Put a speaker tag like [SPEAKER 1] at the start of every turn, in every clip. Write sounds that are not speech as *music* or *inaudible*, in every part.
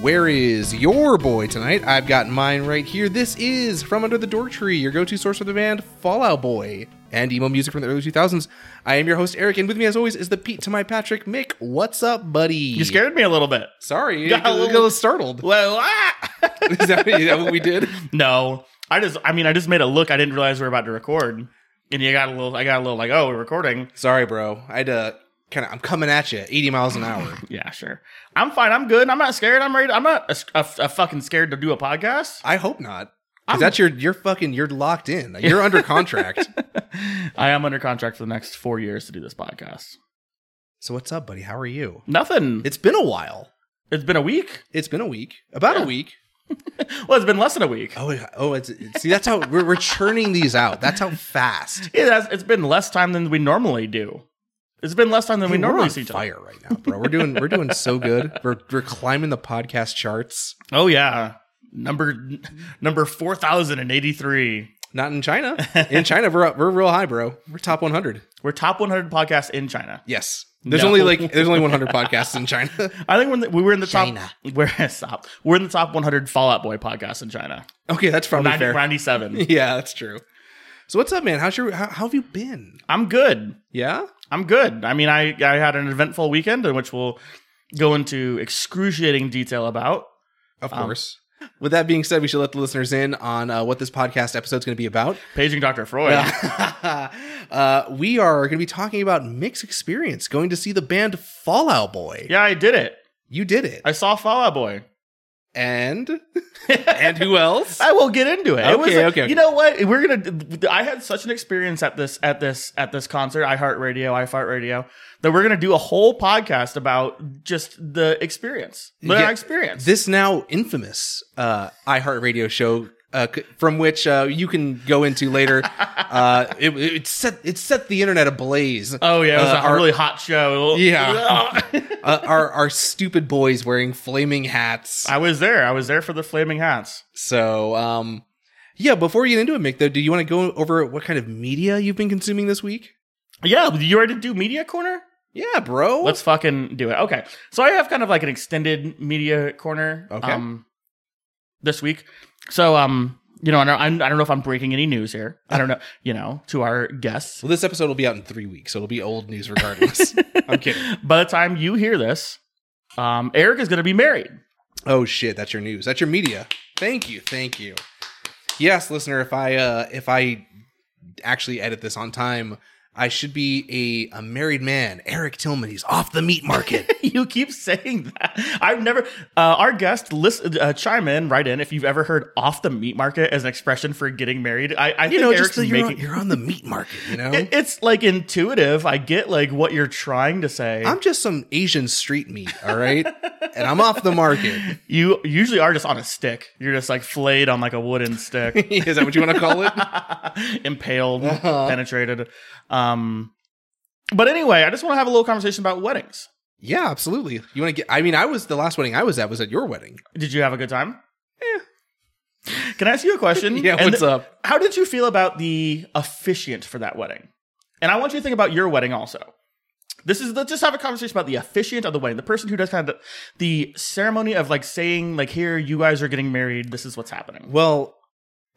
[SPEAKER 1] Where is your boy tonight? I've got mine right here. This is From Under the Door Tree, your go to source for the band Fallout Boy and emo music from the early 2000s. I am your host, Eric, and with me, as always, is the Pete to my Patrick. Mick, what's up, buddy?
[SPEAKER 2] You scared me a little bit.
[SPEAKER 1] Sorry, you
[SPEAKER 2] Got
[SPEAKER 1] got
[SPEAKER 2] a
[SPEAKER 1] a
[SPEAKER 2] little-
[SPEAKER 1] little startled. *laughs*
[SPEAKER 2] Well, ah! *laughs*
[SPEAKER 1] Is that, is that what we did?
[SPEAKER 2] no, I just, I mean, I just made a look. I didn't realize we were about to record, and you got a little, I got a little like, oh, we're recording.
[SPEAKER 1] Sorry, bro. I had to kind of, I'm coming at you 80 miles an hour.
[SPEAKER 2] Yeah, sure. I'm fine. I'm good. I'm not scared. I'm ready. I'm not a, a- a fucking scared to do a podcast.
[SPEAKER 1] I hope not.
[SPEAKER 2] I'm-
[SPEAKER 1] Because that's your, you're fucking, you're locked in. You're under
[SPEAKER 2] *laughs*
[SPEAKER 1] contract.
[SPEAKER 2] I am under contract for the next four years to do this podcast.
[SPEAKER 1] So what's up, buddy? How are you?
[SPEAKER 2] Nothing.
[SPEAKER 1] It's been a while.
[SPEAKER 2] it's been a week.
[SPEAKER 1] It's been a week, about
[SPEAKER 2] Yeah.
[SPEAKER 1] a week.
[SPEAKER 2] Well, it's been less than a week.
[SPEAKER 1] Oh, yeah. oh, it's, it's- see, that's how we're, we're churning these out. That's how fast.
[SPEAKER 2] It has, it's been less time than we normally do. It's been less time than we
[SPEAKER 1] Hey, we're
[SPEAKER 2] normally
[SPEAKER 1] on
[SPEAKER 2] see each other.
[SPEAKER 1] fire right now, bro. We're doing we're doing so good. We're we're climbing the podcast charts.
[SPEAKER 2] Oh yeah, number number four thousand and eighty three.
[SPEAKER 1] Not in China. In China, we're up, we're real high, bro. We're top 100.
[SPEAKER 2] We're top 100 podcasts in China.
[SPEAKER 1] Yes. There's
[SPEAKER 2] No.
[SPEAKER 1] only like there's only 100 podcasts in China. *laughs*
[SPEAKER 2] I think we're in the, we were in the
[SPEAKER 1] China.
[SPEAKER 2] top. *laughs* We're stop. We're in the top 100 Fallout Boy podcasts in China.
[SPEAKER 1] Okay, that's probably
[SPEAKER 2] 90,
[SPEAKER 1] fair.
[SPEAKER 2] 97.
[SPEAKER 1] *laughs* Yeah, that's true. So what's up, man? How's your how, how have you been?
[SPEAKER 2] *laughs* I'm good.
[SPEAKER 1] Yeah.
[SPEAKER 2] I'm good. I mean, I I had an eventful weekend, in which we'll go into excruciating detail about.
[SPEAKER 1] Of
[SPEAKER 2] Um,
[SPEAKER 1] course. With that being said, we should let the listeners in on uh, what this podcast episode's going to be about.
[SPEAKER 2] Paging Dr. Freud.
[SPEAKER 1] *laughs* uh, we are going to be talking about Mick's experience going to see the band Fallout Boy.
[SPEAKER 2] *laughs* Yeah, I did it.
[SPEAKER 1] You did it.
[SPEAKER 2] I saw Fallout Boy.
[SPEAKER 1] and *laughs* and who else?
[SPEAKER 2] I will get into it. it was,
[SPEAKER 1] Okay, okay,
[SPEAKER 2] You
[SPEAKER 1] okay.
[SPEAKER 2] know what? We're gonna. I had such an experience at this at this at this concert. I Heart Radio, I Fart Radio. That we're gonna do a whole podcast about just the experience, the
[SPEAKER 1] Yeah. *laughs*
[SPEAKER 2] experience.
[SPEAKER 1] This now infamous uh, iHeartRadio show. Uh, c- from which uh, you can go into later. *laughs* Uh, it, it set it set the internet ablaze.
[SPEAKER 2] oh yeah, it was
[SPEAKER 1] Uh,
[SPEAKER 2] a
[SPEAKER 1] our-
[SPEAKER 2] really hot show.
[SPEAKER 1] Yeah. Uh, our our stupid boys wearing flaming hats.
[SPEAKER 2] *laughs* I was there. I was there for the flaming hats.
[SPEAKER 1] So um, yeah. Before you get into it, Mick, though, do you want to go over what kind of media you've been consuming this week?
[SPEAKER 2] Yeah, you ready to do media corner?
[SPEAKER 1] Yeah, bro.
[SPEAKER 2] Let's fucking do it. Okay. So I have kind of like an extended media corner
[SPEAKER 1] Okay.
[SPEAKER 2] um this week. So um you know, I don't, I'm- I don't know if I'm breaking any news here. I don't know, you know, to our guests.
[SPEAKER 1] well, this episode will be out in three weeks, so it'll be old news regardless. *laughs* I'm kidding.
[SPEAKER 2] By the time you hear this, um, Eric is going to be married. *laughs*
[SPEAKER 1] Oh shit, that's your news. That's your media. Thank you. Thank you. Yes, listener, if I uh if I actually edit this on time, I should be a, a married man. Eric Tillman, he's off the meat market.
[SPEAKER 2] you keep saying that. I've never. Uh, our guest list uh, chime in right in if you've ever heard "off the meat market" as an expression for getting married. I, I
[SPEAKER 1] you *laughs*
[SPEAKER 2] think
[SPEAKER 1] know,
[SPEAKER 2] Eric's
[SPEAKER 1] just that you're,
[SPEAKER 2] making.
[SPEAKER 1] on, you're on the meat market, you know? *laughs*
[SPEAKER 2] It- it's like intuitive. I get like what you're trying to say.
[SPEAKER 1] I'm just some Asian street meat, all right? and I'm off the market.
[SPEAKER 2] You usually are just on a stick. You're just like flayed on like a wooden
[SPEAKER 1] *laughs*
[SPEAKER 2] stick,
[SPEAKER 1] *laughs*
[SPEAKER 2] *laughs*
[SPEAKER 1] Is that what you want to call it?
[SPEAKER 2] impaled,
[SPEAKER 1] Uh-huh.
[SPEAKER 2] penetrated. Um, but anyway, I just want to have a little conversation about weddings.
[SPEAKER 1] Yeah, absolutely. You want to get I mean, I was the last wedding I was at was at your *laughs* wedding.
[SPEAKER 2] Did you have a good time? Yeah. Can I ask you a question?
[SPEAKER 1] *laughs* Yeah,
[SPEAKER 2] And
[SPEAKER 1] what's
[SPEAKER 2] th-
[SPEAKER 1] up?
[SPEAKER 2] How did you feel about the officiant for that wedding? And I want you to think about your wedding also. This is let's just have a conversation about the officiant of the wedding, the person who does kind of the, the ceremony of like saying like, here, you guys are getting married. This is what's happening.
[SPEAKER 1] Well,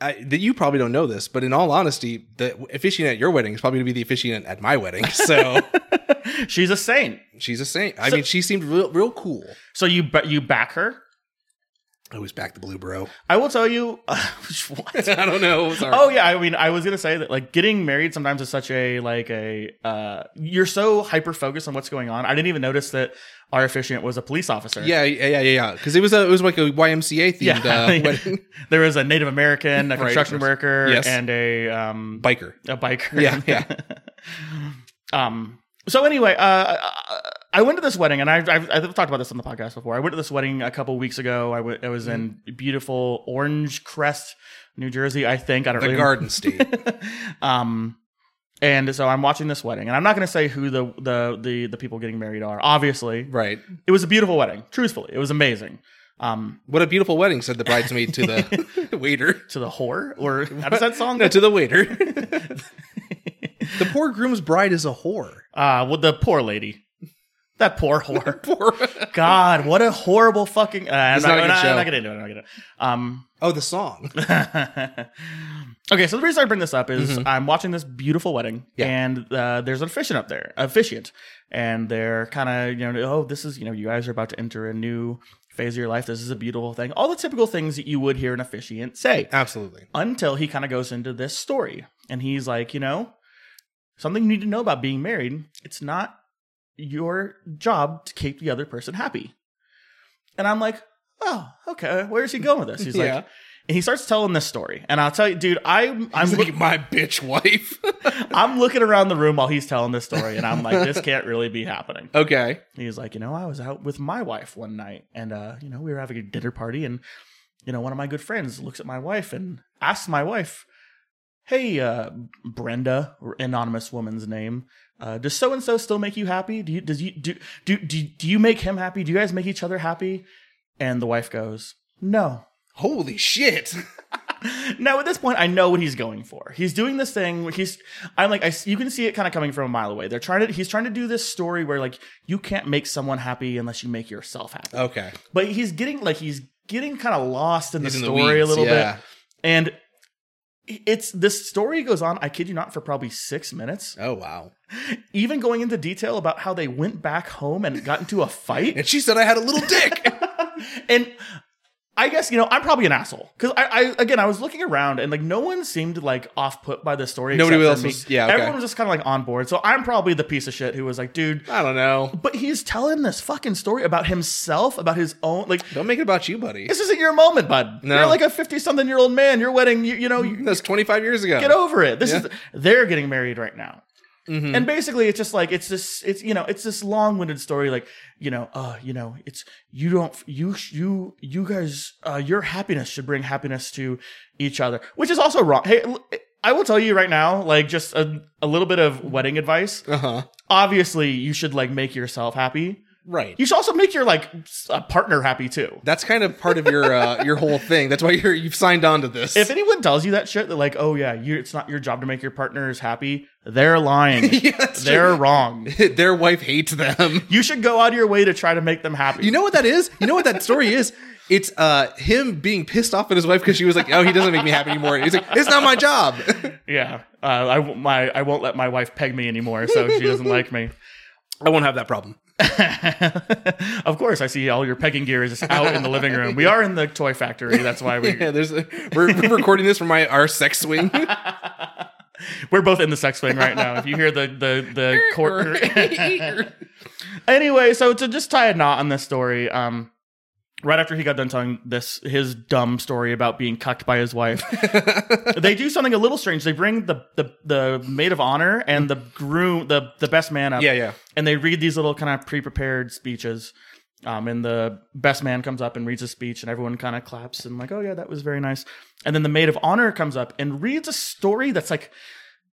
[SPEAKER 1] I, that you probably don't know this, but in all honesty, the officiant at your wedding is probably going to be the officiant at my *laughs* wedding. So
[SPEAKER 2] She's a saint.
[SPEAKER 1] she's a saint. I
[SPEAKER 2] So-
[SPEAKER 1] mean, she seemed real, real cool.
[SPEAKER 2] So you ba- you back her.
[SPEAKER 1] I was back the blue bro.
[SPEAKER 2] I will tell you. what?
[SPEAKER 1] *laughs* I don't know. *laughs* Sorry.
[SPEAKER 2] Oh yeah, I mean, I was gonna say that like getting married sometimes is such a like a uh, you're so hyper focused on what's going on. I didn't even notice that our officiant was a police officer.
[SPEAKER 1] yeah, yeah, yeah, yeah. Because it was a, it was like a YMCA themed *laughs*
[SPEAKER 2] Yeah. *laughs*
[SPEAKER 1] uh, wedding.
[SPEAKER 2] there was a Native American, a
[SPEAKER 1] Right,
[SPEAKER 2] construction
[SPEAKER 1] of course.
[SPEAKER 2] worker,
[SPEAKER 1] Yes.
[SPEAKER 2] and a um
[SPEAKER 1] Biker.
[SPEAKER 2] a biker.
[SPEAKER 1] Yeah,
[SPEAKER 2] *laughs*
[SPEAKER 1] yeah.
[SPEAKER 2] um. So anyway, uh, I- I went to this wedding, and I've, I've I've talked about this on the podcast before. I went to this wedding a couple weeks ago. I wa- I was in
[SPEAKER 1] Mm-hmm.
[SPEAKER 2] beautiful Orange Crest, New Jersey. I think I don't
[SPEAKER 1] The
[SPEAKER 2] really
[SPEAKER 1] Garden State. *laughs*
[SPEAKER 2] um and so I'm watching this wedding, and I'm not going to say who the, the the the people getting married are. Obviously,
[SPEAKER 1] right.
[SPEAKER 2] it was a beautiful wedding. Truthfully, it was amazing. Um,
[SPEAKER 1] What a beautiful wedding, said the bridesmaid to *laughs* the waiter.
[SPEAKER 2] to the whore, or how does that
[SPEAKER 1] *laughs*
[SPEAKER 2] song?
[SPEAKER 1] No, to the waiter. the poor groom's bride is a whore.
[SPEAKER 2] Uh, well, the poor lady. That poor
[SPEAKER 1] *laughs*
[SPEAKER 2] whore.
[SPEAKER 1] Poor.
[SPEAKER 2] God, what a horrible fucking. Uh, I'm,
[SPEAKER 1] It's not
[SPEAKER 2] not,
[SPEAKER 1] a
[SPEAKER 2] I'm
[SPEAKER 1] good
[SPEAKER 2] not-
[SPEAKER 1] show.
[SPEAKER 2] I'm not gonna do it. I'm not gonna. Um,
[SPEAKER 1] oh, the song.
[SPEAKER 2] *laughs* okay, so the reason I bring this up is I'm watching this beautiful wedding,
[SPEAKER 1] Mm-hmm. Yeah.
[SPEAKER 2] and uh, there's an officiant up there, officiant, and they're kind of you know, oh, this is you know, you guys are about to enter a new phase of your life. This is a beautiful thing. All the typical things that you would hear an officiant say,
[SPEAKER 1] *laughs* Absolutely.
[SPEAKER 2] until he kind of goes into this story, and he's like, you know, something you need to know about being married. It's not your job to keep the other person happy. And I'm like, oh, okay. Where's he going with this? He's
[SPEAKER 1] Yeah.
[SPEAKER 2] like, and he starts telling this story. And I'll tell you, dude, I'm I'm,
[SPEAKER 1] I'm *laughs*
[SPEAKER 2] look-
[SPEAKER 1] like my bitch wife.
[SPEAKER 2] I'm looking around the room while he's telling this story, and I'm like, this can't really be happening.
[SPEAKER 1] okay.
[SPEAKER 2] He's like, you know, I was out with my wife one night, and uh, you know, we were having a dinner party, and you know, one of my good friends looks at my wife and asks my wife, "Hey, uh, Brenda, anonymous woman's name, uh, does so and so still make you happy? Do you does you do do do do you make him happy? Do you guys make each other happy?" And the wife goes, "No."
[SPEAKER 1] Holy shit.
[SPEAKER 2] Now at this point, I know what he's going for. He's doing this thing. Where he's, I'm like, I, you can see it kind of coming from a mile away. They're trying to, he's trying to do this story where like you can't make someone happy unless you make yourself happy.
[SPEAKER 1] Okay.
[SPEAKER 2] But he's getting like he's getting kind of lost in the
[SPEAKER 1] He's in the
[SPEAKER 2] story a
[SPEAKER 1] weeds,
[SPEAKER 2] little
[SPEAKER 1] yeah.
[SPEAKER 2] bit, and it's this story goes on. I kid you not, for probably six minutes,
[SPEAKER 1] Oh wow.
[SPEAKER 2] even going into detail about how they went back home and got into a fight.
[SPEAKER 1] And she said I had a little dick.
[SPEAKER 2] and I guess you know I'm probably an asshole because I, I again I was looking around and like no one seemed like off put by the story.
[SPEAKER 1] Nobody
[SPEAKER 2] except for
[SPEAKER 1] else
[SPEAKER 2] me.
[SPEAKER 1] was- yeah, okay.
[SPEAKER 2] everyone was just kind of like on board. So I'm probably the piece of shit who was like, dude.
[SPEAKER 1] *laughs* I don't know.
[SPEAKER 2] But he's telling this fucking story about himself, about his own. Like
[SPEAKER 1] Don't make it about you, buddy.
[SPEAKER 2] this isn't your moment, bud.
[SPEAKER 1] No.
[SPEAKER 2] You're like a fifty something year old man. Your wedding, you, you know, you
[SPEAKER 1] That's 25 years ago.
[SPEAKER 2] get over it. This
[SPEAKER 1] Yeah.
[SPEAKER 2] is they're getting married right now.
[SPEAKER 1] Mhm.
[SPEAKER 2] And basically, it's just like it's this, it's you know, it's this long-winded story. Like you know, uh, you know, it's you don't you sh- you you guys, uh, your happiness should bring happiness to each other, which is also wrong. Hey, l- I will tell you right now, like just a, a little bit of wedding advice.
[SPEAKER 1] Uh huh.
[SPEAKER 2] Obviously, you should like make yourself happy.
[SPEAKER 1] Right.
[SPEAKER 2] You should also make your like s- uh, partner happy too.
[SPEAKER 1] That's kind of part of your uh, your whole thing. That's why you're you've signed on to this.
[SPEAKER 2] If anyone tells you that shit, that like, oh yeah, you, it's not your job to make your partners happy. They're
[SPEAKER 1] *laughs*
[SPEAKER 2] lying.
[SPEAKER 1] Yeah, that's
[SPEAKER 2] They're wrong.
[SPEAKER 1] true. *laughs* their wife hates them.
[SPEAKER 2] You should go out of your way to try to make them happy.
[SPEAKER 1] You know what that is? You know what that story is? It's uh him being pissed off at his wife because she was like, "Oh, he doesn't make me happy anymore." And he's like, "It's not my job." *laughs*
[SPEAKER 2] yeah, uh, I w- my I won't let my wife peg me anymore, so
[SPEAKER 1] *laughs*
[SPEAKER 2] she doesn't like me.
[SPEAKER 1] I won't have that problem.
[SPEAKER 2] of course, I see all your pegging gear is just out in the living
[SPEAKER 1] *laughs*
[SPEAKER 2] room. We are in the toy factory. That's why we
[SPEAKER 1] Yeah, there's a, we're, we're recording this for my our sex *laughs* swing.
[SPEAKER 2] we're both in the sex swing right now. If you hear the the
[SPEAKER 1] *laughs*
[SPEAKER 2] the court. anyway, so to just tie a knot on this story, um, right after he got done telling this his dumb story about being cucked by his wife,
[SPEAKER 1] *laughs*
[SPEAKER 2] they do something a little strange. They bring the the, the maid of honor and the groom, the the best man up,
[SPEAKER 1] yeah, yeah.
[SPEAKER 2] and they read these little kind of pre prepared speeches. Um, and the best man comes up and reads a speech, and everyone kind of claps and like, oh yeah, that was very nice. And then the maid of honor comes up and reads a story that's like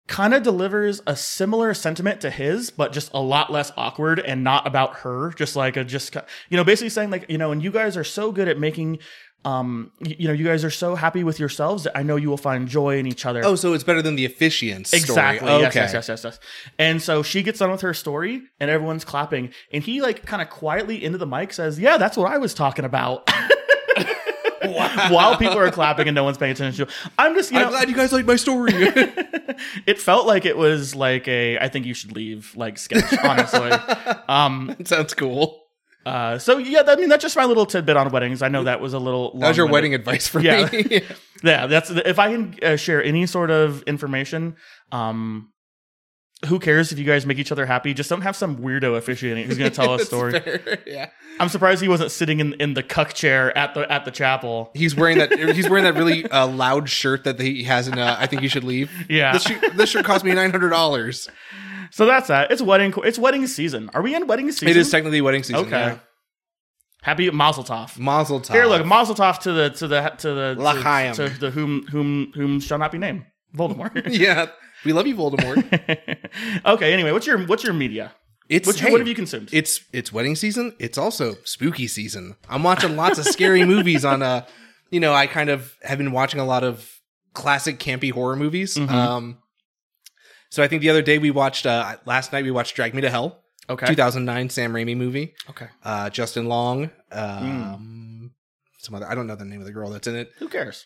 [SPEAKER 2] kind of delivers a similar sentiment to his, but just a lot less awkward and not about her. Just like a just, ki- you know, basically saying like, you know, and you guys are so good at making, um, y- you know, you guys are so happy with yourselves that I know you will find joy in each other.
[SPEAKER 1] Oh, so it's better than the officiant story.
[SPEAKER 2] Exactly.
[SPEAKER 1] Okay.
[SPEAKER 2] Yes, yes, yes, yes, yes. And so she gets done with her story, and everyone's clapping. And he, like, kind of quietly into the mic says, Yeah, that's what I was talking about. *laughs* While people are clapping and no one's paying attention to I'm just, you
[SPEAKER 1] I'm
[SPEAKER 2] know,
[SPEAKER 1] glad you guys like my
[SPEAKER 2] *laughs*
[SPEAKER 1] story. *laughs*
[SPEAKER 2] it felt like it was like a I think you should leave,
[SPEAKER 1] *laughs*
[SPEAKER 2] like, sketch, honestly. um,
[SPEAKER 1] Sounds cool.
[SPEAKER 2] uh, so, yeah, that, I mean, that's just my little tidbit on weddings. I know that was a little long.
[SPEAKER 1] That was your wedding advice for
[SPEAKER 2] Yeah.
[SPEAKER 1] me.
[SPEAKER 2] Yeah, that's if I can uh, share any sort of information. Um, who cares if you guys make each other happy? Just don't have some weirdo officiating who's going to
[SPEAKER 1] *laughs*
[SPEAKER 2] tell a
[SPEAKER 1] That's
[SPEAKER 2] story.
[SPEAKER 1] fair. *laughs* Yeah.
[SPEAKER 2] I'm surprised he wasn't sitting in, in the cuck chair at the at the chapel.
[SPEAKER 1] He's wearing that. He's wearing that really uh, loud shirt that he has in. Uh, I think you should leave.
[SPEAKER 2] Yeah.
[SPEAKER 1] This shirt, this shirt cost me nine hundred dollars.
[SPEAKER 2] So that's that. It's wedding. qu- It's wedding season. Are we in wedding season?
[SPEAKER 1] It is technically wedding season.
[SPEAKER 2] okay.
[SPEAKER 1] yeah.
[SPEAKER 2] Happy Mazel Tov.
[SPEAKER 1] Mazel tov.
[SPEAKER 2] Here, look, Mazel Tov to the to the to the
[SPEAKER 1] L'chaim.
[SPEAKER 2] to, to the whom whom whom shall not be named
[SPEAKER 1] *laughs*
[SPEAKER 2] Voldemort.
[SPEAKER 1] *laughs*
[SPEAKER 2] *laughs*
[SPEAKER 1] Yeah. We love you, Voldemort.
[SPEAKER 2] okay. Anyway, what's your what's your media?
[SPEAKER 1] It's
[SPEAKER 2] What's your,
[SPEAKER 1] hey,
[SPEAKER 2] what have you consumed?
[SPEAKER 1] It's it's wedding season. It's also spooky season. I'm watching lots of scary movies on uh you know, I kind of have been watching a lot of classic campy horror movies. Um so I think the other day we watched uh last night we watched Drag Me to Hell.
[SPEAKER 2] Okay.
[SPEAKER 1] 2009 Sam Raimi movie.
[SPEAKER 2] Okay.
[SPEAKER 1] Uh, Justin Long. Um, Some other. I don't know the name of the girl that's in it.
[SPEAKER 2] Who cares?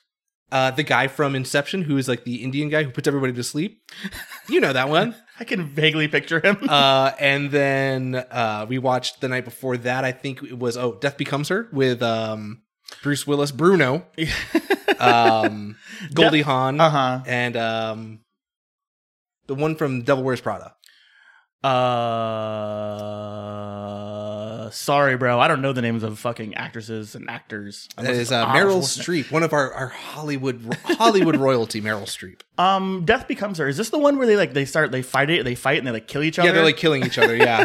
[SPEAKER 1] Uh, the guy from Inception, who is like the Indian guy who puts everybody to sleep. You know that one.
[SPEAKER 2] I can vaguely picture
[SPEAKER 1] *laughs*
[SPEAKER 2] him.
[SPEAKER 1] uh, and then uh, we watched the night before that. I think it was oh, Death Becomes Her with um, Bruce Willis, Bruno, um, Goldie Hawn,
[SPEAKER 2] uh
[SPEAKER 1] and um, the one from Devil Wears Prada.
[SPEAKER 2] huh. Uh, sorry, bro. I don't know the names of fucking actresses and actors.
[SPEAKER 1] That
[SPEAKER 2] Unless
[SPEAKER 1] is
[SPEAKER 2] it's
[SPEAKER 1] uh, Meryl
[SPEAKER 2] Arnold Schwarzenegger.
[SPEAKER 1] Streep, one of our, our Hollywood Hollywood royalty. Meryl Streep.
[SPEAKER 2] Um, Death Becomes Her. Is this the one where they like they start they fight it, they fight and they like kill each other?
[SPEAKER 1] Yeah, they're like killing each other. Yeah,
[SPEAKER 2] *laughs*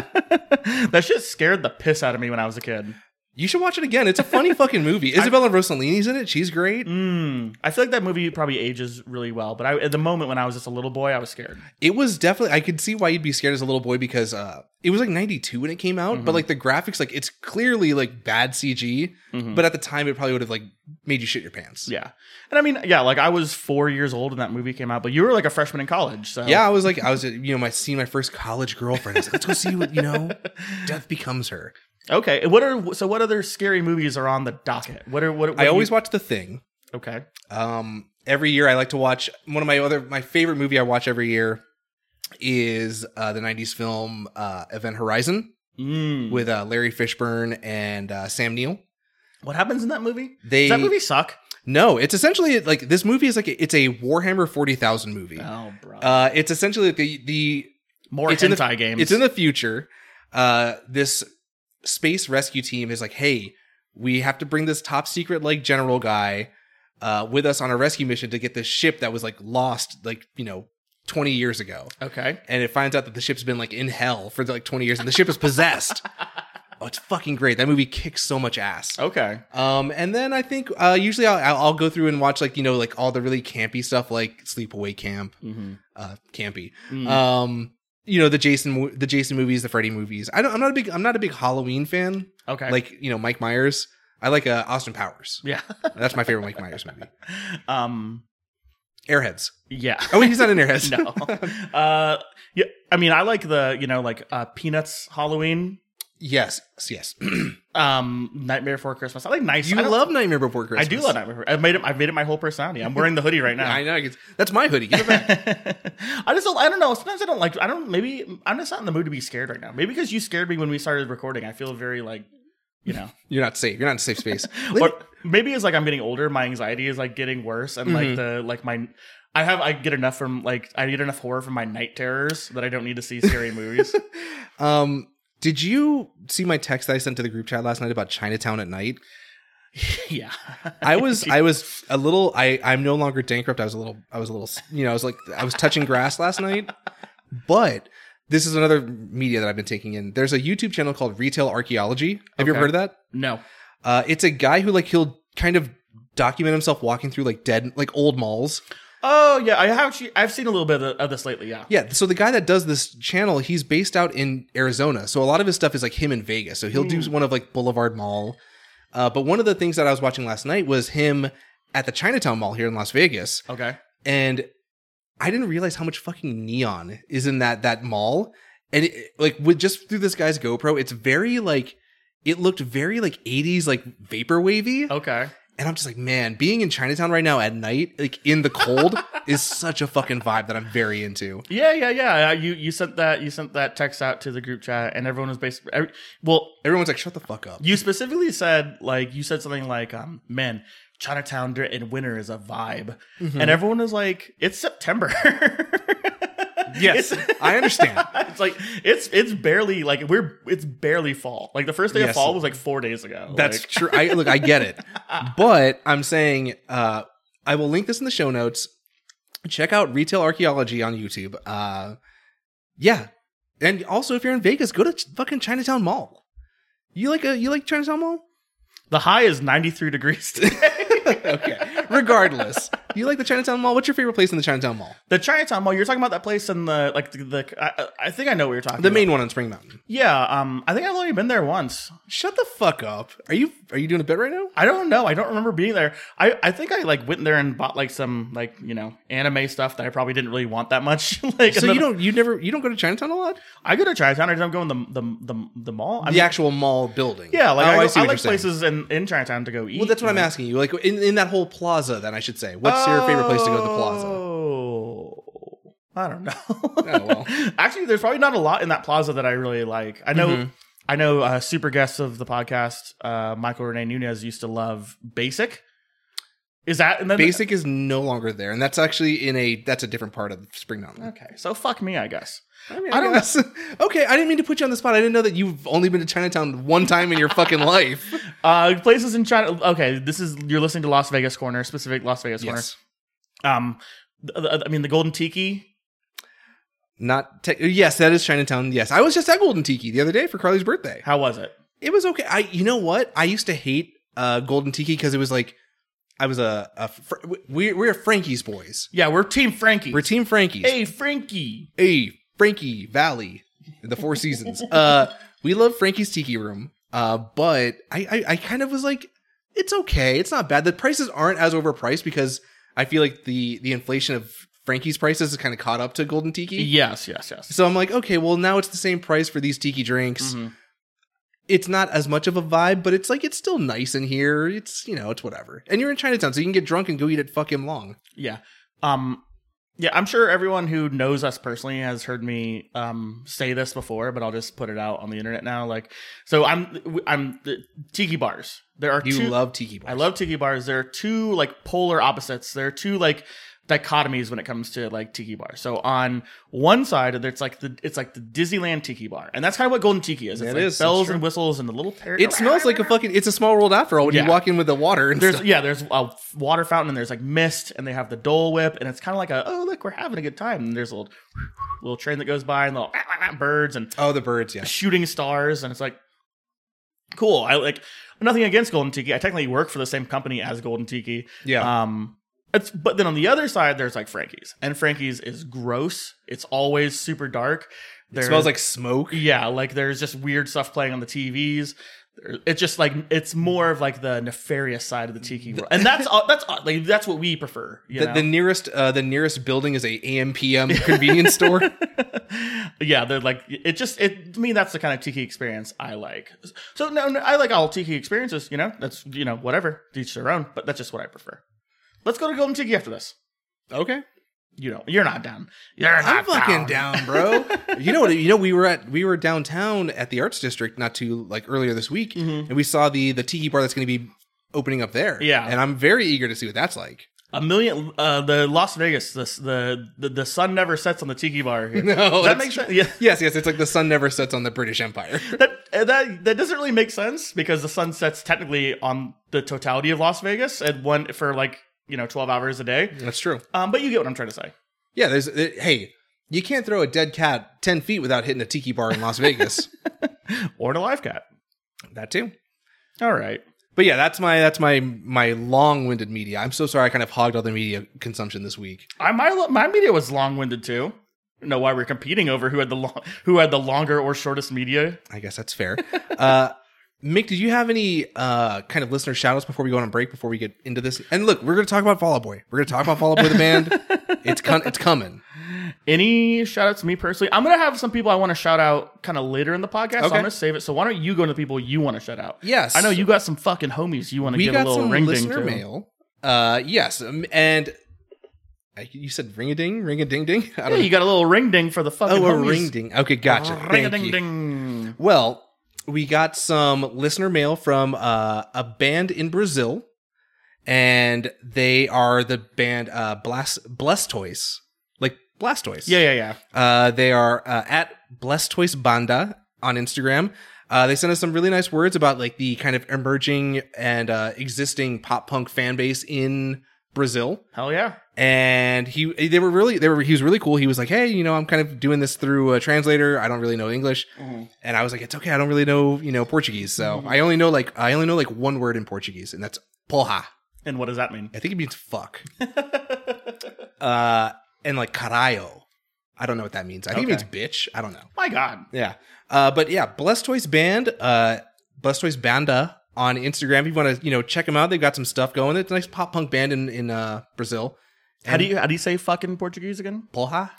[SPEAKER 2] that shit scared the piss out of me when I was a kid.
[SPEAKER 1] you should watch it again. It's a funny fucking movie. Isabella Rossellini's in it. She's great.
[SPEAKER 2] Mm. I feel like that movie probably ages really well, but I, at the moment when I was just a little boy, I was scared.
[SPEAKER 1] It was definitely I could see why you'd be scared as a little boy because uh it was like 92 when it came out,
[SPEAKER 2] Mm-hmm.
[SPEAKER 1] but like the graphics like it's clearly like bad CG,
[SPEAKER 2] Mhm.
[SPEAKER 1] but at the time it probably would have like made you shit your pants.
[SPEAKER 2] Yeah, and I mean, yeah, like I was four years old when that movie came out, but you were like a freshman in college, so
[SPEAKER 1] Yeah, I was like I was you know my seeing my first college girlfriend. I was like let's go see what you
[SPEAKER 2] *laughs*
[SPEAKER 1] know death becomes her.
[SPEAKER 2] Okay, and what are so? What other scary movies are on the docket? What are what? what
[SPEAKER 1] I
[SPEAKER 2] do
[SPEAKER 1] always
[SPEAKER 2] you-
[SPEAKER 1] watch The Thing.
[SPEAKER 2] okay.
[SPEAKER 1] Um, every year I like to watch one of my other my favorite movie I watch every year is uh, the '90s film uh, Event Horizon
[SPEAKER 2] Mm.
[SPEAKER 1] with uh, Larry Fishburne and uh, Sam Neill.
[SPEAKER 2] what happens in that movie?
[SPEAKER 1] They
[SPEAKER 2] Does that movie suck?
[SPEAKER 1] no, it's essentially like this movie is like a, it's a Warhammer forty thousand movie.
[SPEAKER 2] Oh, bro.
[SPEAKER 1] Uh, it's essentially the the
[SPEAKER 2] More
[SPEAKER 1] it's in the-
[SPEAKER 2] hentai games.
[SPEAKER 1] it's in the future. Uh, this space rescue team is like, hey, we have to bring this top secret like general guy uh, with us on a rescue mission to get this ship that was like lost like you know twenty years ago,
[SPEAKER 2] okay.
[SPEAKER 1] and it finds out that the ship's been like in hell for like twenty years, and the ship is
[SPEAKER 2] *laughs*
[SPEAKER 1] possessed. Oh, it's fucking great. That movie kicks so much ass.
[SPEAKER 2] Okay.
[SPEAKER 1] Um, and then I think uh, usually I'll, I'll go through and watch like you know like all the really campy stuff like Sleepaway Camp,
[SPEAKER 2] Mm-hmm.
[SPEAKER 1] uh, campy.
[SPEAKER 2] Mm.
[SPEAKER 1] Um, you know the Jason mo- the Jason movies, the Freddy movies. I don't. I'm not a big. I'm not a big Halloween fan.
[SPEAKER 2] okay.
[SPEAKER 1] Like you know Mike Myers. I like uh, Austin Powers.
[SPEAKER 2] yeah. *laughs*
[SPEAKER 1] That's my favorite Mike Myers movie.
[SPEAKER 2] um.
[SPEAKER 1] Airheads.
[SPEAKER 2] Yeah.
[SPEAKER 1] *laughs* Oh wait, he's not in Airheads.
[SPEAKER 2] *laughs* no. Uh. Yeah. I mean, I like the you know like uh, Peanuts Halloween.
[SPEAKER 1] yes. Yes.
[SPEAKER 2] Um. Nightmare Before Christmas. I like nice.
[SPEAKER 1] you
[SPEAKER 2] I don't-
[SPEAKER 1] love Nightmare Before
[SPEAKER 2] I
[SPEAKER 1] Christmas.
[SPEAKER 2] do love Nightmare. Before- I've made it. I've made it my whole personality. I'm wearing the hoodie right now. *laughs*
[SPEAKER 1] I know. I guess- That's my hoodie. Give it back.
[SPEAKER 2] I just don't. I don't know. Sometimes I don't like. I don't. Maybe I'm just not in the mood to be scared right now. Maybe because you scared me when we started recording. I feel very like, you *laughs* know,
[SPEAKER 1] You're not safe. You're not in a safe
[SPEAKER 2] *laughs*
[SPEAKER 1] space.
[SPEAKER 2] or maybe it's like I'm getting older. My anxiety is like getting worse, and like the like my. I have I get enough from like I get enough horror from my night terrors that I don't need to see *laughs* scary movies.
[SPEAKER 1] Um, did you see my text that I sent to the group chat last night about Chinatown at night?
[SPEAKER 2] yeah, *laughs*
[SPEAKER 1] I was I was a little I I'm no longer bankrupt. I was a little I was a little you know I was like I was touching grass last night, but this is another media that I've been taking in. There's a YouTube channel called Retail Archaeology. Have you ever
[SPEAKER 2] Okay.
[SPEAKER 1] heard of that?
[SPEAKER 2] no.
[SPEAKER 1] Uh, it's a guy who like he'll kind of document himself walking through like dead like old malls.
[SPEAKER 2] Oh yeah, I have. Actually, I've seen a little bit of, of this lately. Yeah.
[SPEAKER 1] Yeah, so the guy that does this channel, he's based out in Arizona. So a lot of his stuff is like him in Vegas. So he'll do one of like Boulevard Mall. Uh, but one of the things that I was watching last night was him at the Chinatown Mall here in Las Vegas.
[SPEAKER 2] Okay.
[SPEAKER 1] and I didn't realize how much fucking neon is in that that mall. And it, like with just through this guy's GoPro, it's very like it looked very like 80s like vapor wavy.
[SPEAKER 2] Okay.
[SPEAKER 1] And I'm just like, man, being in Chinatown right now at night, like in the cold, is such a fucking vibe that I'm very into.
[SPEAKER 2] Yeah, yeah, yeah. Uh, You you sent that you sent that text out to the group chat, and everyone was basically every, well.
[SPEAKER 1] Everyone's like, shut the fuck up.
[SPEAKER 2] You specifically said like you said something like, um, "Man, Chinatown dur- in winter is a vibe,"
[SPEAKER 1] Mm-hmm.
[SPEAKER 2] and everyone was like, "It's September." *laughs*
[SPEAKER 1] Yes,
[SPEAKER 2] It's-
[SPEAKER 1] I understand.
[SPEAKER 2] it's like it's it's barely like we're it's barely fall. Like the first day
[SPEAKER 1] Yes.
[SPEAKER 2] of fall was like four days ago.
[SPEAKER 1] That's
[SPEAKER 2] Like,
[SPEAKER 1] true. I look, I get
[SPEAKER 2] *laughs*
[SPEAKER 1] it. But I'm saying uh I will link this in the show notes. Check out retail archaeology on YouTube. Uh yeah. And also if you're in Vegas, go to ch- fucking Chinatown Mall. You like a you like Chinatown Mall? *laughs*
[SPEAKER 2] the high is ninety three degrees. Today. *laughs*
[SPEAKER 1] okay. Regardless, Do you like the Chinatown Mall? What's your favorite place in the Chinatown Mall?
[SPEAKER 2] The Chinatown Mall. You're talking about that place in the like the. the I, I- I think I know what you're talking.
[SPEAKER 1] The
[SPEAKER 2] about.
[SPEAKER 1] main one on Spring Mountain.
[SPEAKER 2] Yeah. Um. I think I've only been there once.
[SPEAKER 1] Shut the fuck up. Are you are you doing a bit right now?
[SPEAKER 2] I don't know. I don't remember being there. I, I think I like went there and bought like some like you know anime stuff that I probably didn't really want that much. *laughs* like
[SPEAKER 1] So you
[SPEAKER 2] and then-
[SPEAKER 1] don't you never you don't go to Chinatown a lot?
[SPEAKER 2] I go to Chinatown. I don't go in the the the, the mall. I
[SPEAKER 1] the
[SPEAKER 2] mean,
[SPEAKER 1] actual mall building.
[SPEAKER 2] yeah. Like
[SPEAKER 1] Oh,
[SPEAKER 2] I, go-
[SPEAKER 1] see
[SPEAKER 2] I
[SPEAKER 1] what
[SPEAKER 2] like
[SPEAKER 1] you're saying.
[SPEAKER 2] places in, in Chinatown to go eat.
[SPEAKER 1] Well, that's what I'm
[SPEAKER 2] and-
[SPEAKER 1] asking you. Like in, in that whole plaza, then I should say. What's your favorite place to go to the plaza? Oh,
[SPEAKER 2] Oh, I don't know.
[SPEAKER 1] well.
[SPEAKER 2] *laughs* Actually, there's probably not a lot in that plaza that I really like. I know.
[SPEAKER 1] Mhm.
[SPEAKER 2] I know uh, super guests of the podcast, uh, Michael Rene Nunez used to love Basic. Is that and then
[SPEAKER 1] Basic is no longer there, and that's actually in a that's a different part of Spring Mountain.
[SPEAKER 2] Okay, so fuck me, I guess.
[SPEAKER 1] I, mean,
[SPEAKER 2] I
[SPEAKER 1] don't *laughs*
[SPEAKER 2] don't
[SPEAKER 1] okay, I didn't mean to put you on the spot. I didn't know that you've only been to Chinatown one time in your fucking
[SPEAKER 2] *laughs*
[SPEAKER 1] life.
[SPEAKER 2] Uh, places in China. Okay, this is you're listening to Las Vegas Corner, specific Las Vegas
[SPEAKER 1] Yes.
[SPEAKER 2] Corner. Um, th- th- I mean the Golden Tiki.
[SPEAKER 1] Not te- yes, that is Chinatown. Yes, I was just at Golden Tiki the other day for Carly's birthday.
[SPEAKER 2] How was it?
[SPEAKER 1] It was okay. I you know what? I used to hate uh, Golden Tiki because it was like I was a, a fr- we we're Frankie's boys.
[SPEAKER 2] Yeah, we're Team Frankie.
[SPEAKER 1] We're Team Frankie's.
[SPEAKER 2] hey, Frankie.
[SPEAKER 1] hey frankie valley the four
[SPEAKER 2] *laughs*
[SPEAKER 1] seasons uh we love frankie's tiki room uh but I, I i kind of was like it's okay it's not bad the prices aren't as overpriced because i feel like the the inflation of frankie's prices has kind of caught up to golden tiki
[SPEAKER 2] Yes, yes, yes.
[SPEAKER 1] so i'm like okay well now it's the same price for these tiki drinks
[SPEAKER 2] Mhm.
[SPEAKER 1] it's not as much of a vibe but it's like it's still nice in here it's you know it's whatever and you're in chinatown so you can get drunk and go eat at fucking long
[SPEAKER 2] Yeah. Um. Yeah, I'm sure everyone who knows us personally has heard me um, say this before, but I'll just put it out on the internet now. Like, so I'm I'm tiki bars. There are
[SPEAKER 1] you
[SPEAKER 2] two,
[SPEAKER 1] love tiki bars.
[SPEAKER 2] I love tiki bars. There are two like polar opposites. There are two like dichotomies when it comes to like tiki bars. So on one side, there's like the it's like the Disneyland tiki bar, and that's kind of what Golden Tiki is. It's
[SPEAKER 1] It
[SPEAKER 2] like
[SPEAKER 1] is, that's
[SPEAKER 2] bells
[SPEAKER 1] true.
[SPEAKER 2] and whistles and the little parrot.
[SPEAKER 1] it smells like a fucking it's a small world after all when
[SPEAKER 2] Yeah.
[SPEAKER 1] you walk in with the water and
[SPEAKER 2] There's yeah, there's a water fountain and there's like mist and they have the Dole Whip and it's kind of like a oh look we're having a good time and there's a little little train that goes by and little *laughs* birds and
[SPEAKER 1] Oh, the birds, yeah.
[SPEAKER 2] shooting stars and it's like cool. I like nothing against Golden Tiki. I technically work for the same company as Golden Tiki.
[SPEAKER 1] Yeah.
[SPEAKER 2] Um, it's but then on the other side, there's like Frankie's, and Frankie's is gross. It's always super dark.
[SPEAKER 1] it
[SPEAKER 2] There
[SPEAKER 1] smells like smoke.
[SPEAKER 2] *laughs* yeah, like there's just weird stuff playing on the TVs. There- It's just like it's more of like the nefarious side of the tiki world, and that's all- that's all- like that's what we prefer. You
[SPEAKER 1] The,
[SPEAKER 2] know?
[SPEAKER 1] the nearest uh, the nearest building is a AMPM convenience store.
[SPEAKER 2] *laughs* yeah, they're like it just it to me that's the kind of tiki experience I like. So no, no I like all tiki experiences, you know. That's you know, whatever. to Each their own, but that's just what I prefer. Let's go to Golden Tiki after this.
[SPEAKER 1] Okay.
[SPEAKER 2] You know, you're not down. You're not
[SPEAKER 1] I'm fucking down, bro. you know what you know we were at we were downtown at the arts district not too like earlier this week
[SPEAKER 2] Mhm.
[SPEAKER 1] and we saw the the tiki bar that's gonna be opening up there.
[SPEAKER 2] Yeah.
[SPEAKER 1] And I'm very eager to see what that's like. *laughs*
[SPEAKER 2] A million uh the Las Vegas, the the the, the sun never sets on the tiki bar here.
[SPEAKER 1] *laughs* No,
[SPEAKER 2] Does that
[SPEAKER 1] that's-
[SPEAKER 2] makes sense. Yeah.
[SPEAKER 1] *laughs*
[SPEAKER 2] *laughs*
[SPEAKER 1] Yes, yes, it's like the sun never sets on the British Empire. *laughs*
[SPEAKER 2] That, uh, that that doesn't really make sense because the sun sets technically on the totality of Las Vegas and one for like you know twelve hours a day.
[SPEAKER 1] That's true.
[SPEAKER 2] Um, but you get what I'm trying to say.
[SPEAKER 1] Yeah, there's it, hey, you can't throw a dead cat ten feet without hitting a tiki bar in Las
[SPEAKER 2] *laughs*
[SPEAKER 1] Vegas.
[SPEAKER 2] or a live cat.
[SPEAKER 1] that too.
[SPEAKER 2] All right.
[SPEAKER 1] But yeah, that's my that's my my long-winded media. I'm so sorry I kind of hogged all the media consumption this week.
[SPEAKER 2] I my my media was long winded too. You know why we're competing over who had the long, who had the longer or shortest media?
[SPEAKER 1] I guess that's
[SPEAKER 2] *laughs*
[SPEAKER 1] fair. uh Mick, did you have any uh kind of listener shout outs before we go on break before we get into this? And look, we're gonna talk about Fall Out Boy. We're gonna talk about Fall Out Boy the
[SPEAKER 2] *laughs*
[SPEAKER 1] band. It's con- it's coming.
[SPEAKER 2] Any shout outs to me personally? I'm gonna have some people I want to shout out kind of later in the podcast. So I'm
[SPEAKER 1] Okay.
[SPEAKER 2] gonna save it. So why don't you go to the people you want to shout out?
[SPEAKER 1] Yes.
[SPEAKER 2] I know you got some fucking homies you want to
[SPEAKER 1] we
[SPEAKER 2] give a
[SPEAKER 1] got
[SPEAKER 2] little
[SPEAKER 1] some
[SPEAKER 2] ring ding
[SPEAKER 1] listener
[SPEAKER 2] to.
[SPEAKER 1] mail. Uh yes. um, and I- you said ring a ding, ring a ding ding? I
[SPEAKER 2] Yeah,
[SPEAKER 1] don't
[SPEAKER 2] you got a little ring ding for the fucking
[SPEAKER 1] Oh, a
[SPEAKER 2] homies.
[SPEAKER 1] ring ding. Okay, gotcha.
[SPEAKER 2] Ring
[SPEAKER 1] Thank
[SPEAKER 2] a ding
[SPEAKER 1] you.
[SPEAKER 2] ding.
[SPEAKER 1] Well, we got some listener mail from uh, a band in Brazil, and they are the band uh, Blast Blastoise, like Blastoise.
[SPEAKER 2] Yeah, yeah, yeah.
[SPEAKER 1] Uh, they are uh, at Blastoise Banda on Instagram. Uh, they sent us some really nice words about like the kind of emerging and uh, existing pop punk fan base in Brazil
[SPEAKER 2] Hell yeah.
[SPEAKER 1] and he they were really they were he was really cool he was like hey you know i'm kind of doing this through a translator i don't really know english
[SPEAKER 2] Mhm.
[SPEAKER 1] and i was like it's okay i don't really know you know portuguese so
[SPEAKER 2] Mm-hmm.
[SPEAKER 1] i only know like i only know like one word in portuguese and that's porra
[SPEAKER 2] And what does that mean? *laughs*
[SPEAKER 1] i think it means fuck uh, and like carayo. I don't know what that means. I think
[SPEAKER 2] Okay.
[SPEAKER 1] it means bitch. I don't know.
[SPEAKER 2] My God.
[SPEAKER 1] Yeah. Uh, but yeah, Blessed Toys Band, uh, Blessed Toys Banda on Instagram. If you want to, you know, check them out, they've got some stuff going. It's a nice pop punk band in in uh, Brazil.
[SPEAKER 2] How do you how do you say fucking Portuguese again?
[SPEAKER 1] Porra?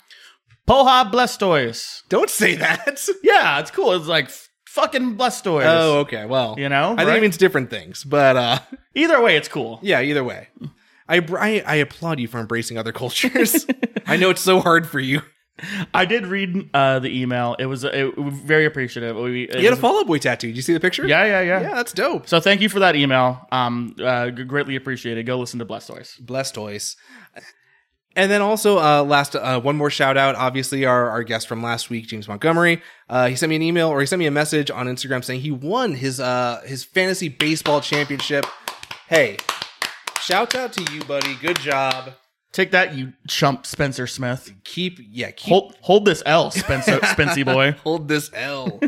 [SPEAKER 2] Poha Blastoise.
[SPEAKER 1] Don't say *laughs* that.
[SPEAKER 2] Yeah, it's cool. It's like f- fucking Blastoise.
[SPEAKER 1] oh, okay. Well,
[SPEAKER 2] you know.
[SPEAKER 1] I think it means different things, but uh,
[SPEAKER 2] either way, it's cool.
[SPEAKER 1] yeah. Either way, I, br- I I applaud you for embracing other
[SPEAKER 2] *laughs*
[SPEAKER 1] cultures. I know it's so hard for you.
[SPEAKER 2] I did read uh, the email. It was uh, it, we were very appreciative. We, it
[SPEAKER 1] You
[SPEAKER 2] *laughs*
[SPEAKER 1] had a
[SPEAKER 2] was-
[SPEAKER 1] Fall Out Boy tattoo. Did you see the picture?
[SPEAKER 2] yeah, yeah, yeah,
[SPEAKER 1] Yeah, that's dope.
[SPEAKER 2] So thank you for that email. Um, uh, g- greatly appreciated. Go listen to Blastoise.
[SPEAKER 1] Blessed toys. And then also, uh, last uh, one more shout out. Obviously, our, our guest from last week, James Montgomery, uh, he sent me an email or he sent me a message on Instagram saying he won his uh, his fantasy baseball championship. Hey, shout out to you, buddy. Good job.
[SPEAKER 2] Take that, you chump, Spencer Smith.
[SPEAKER 1] Keep yeah, keep
[SPEAKER 2] Hold hold this
[SPEAKER 1] *laughs*
[SPEAKER 2] L, Spencer Spency boy.
[SPEAKER 1] hold this
[SPEAKER 2] *laughs*
[SPEAKER 1] L.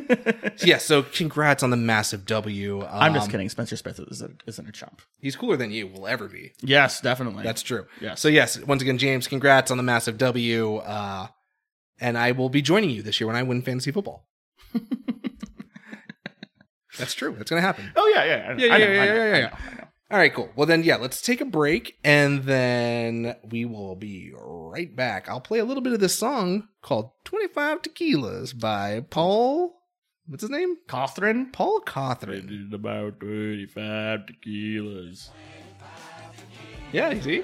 [SPEAKER 1] yeah, so congrats on the massive W. Um,
[SPEAKER 2] I'm just kidding. Spencer Smith isn't, isn't a chump.
[SPEAKER 1] He's cooler than you will ever be.
[SPEAKER 2] Yes, definitely.
[SPEAKER 1] That's true.
[SPEAKER 2] Yes.
[SPEAKER 1] So yes, once again, James, congrats on the massive W. Uh, and I will be joining you this year when I win fantasy football.
[SPEAKER 2] *laughs*
[SPEAKER 1] That's true. That's gonna happen.
[SPEAKER 2] oh yeah, yeah,
[SPEAKER 1] Yeah,
[SPEAKER 2] I know,
[SPEAKER 1] yeah, yeah,
[SPEAKER 2] I know,
[SPEAKER 1] yeah, yeah,
[SPEAKER 2] I
[SPEAKER 1] yeah.
[SPEAKER 2] know, I know.
[SPEAKER 1] All right, cool. Well then, yeah, let's take a break and then we will be right back. I'll play a little bit of this song called "25 Tequilas" by Paul. What's his name?
[SPEAKER 2] Cothran.
[SPEAKER 1] Paul Cothran.
[SPEAKER 2] did about 25 tequilas.
[SPEAKER 1] Yeah, you see.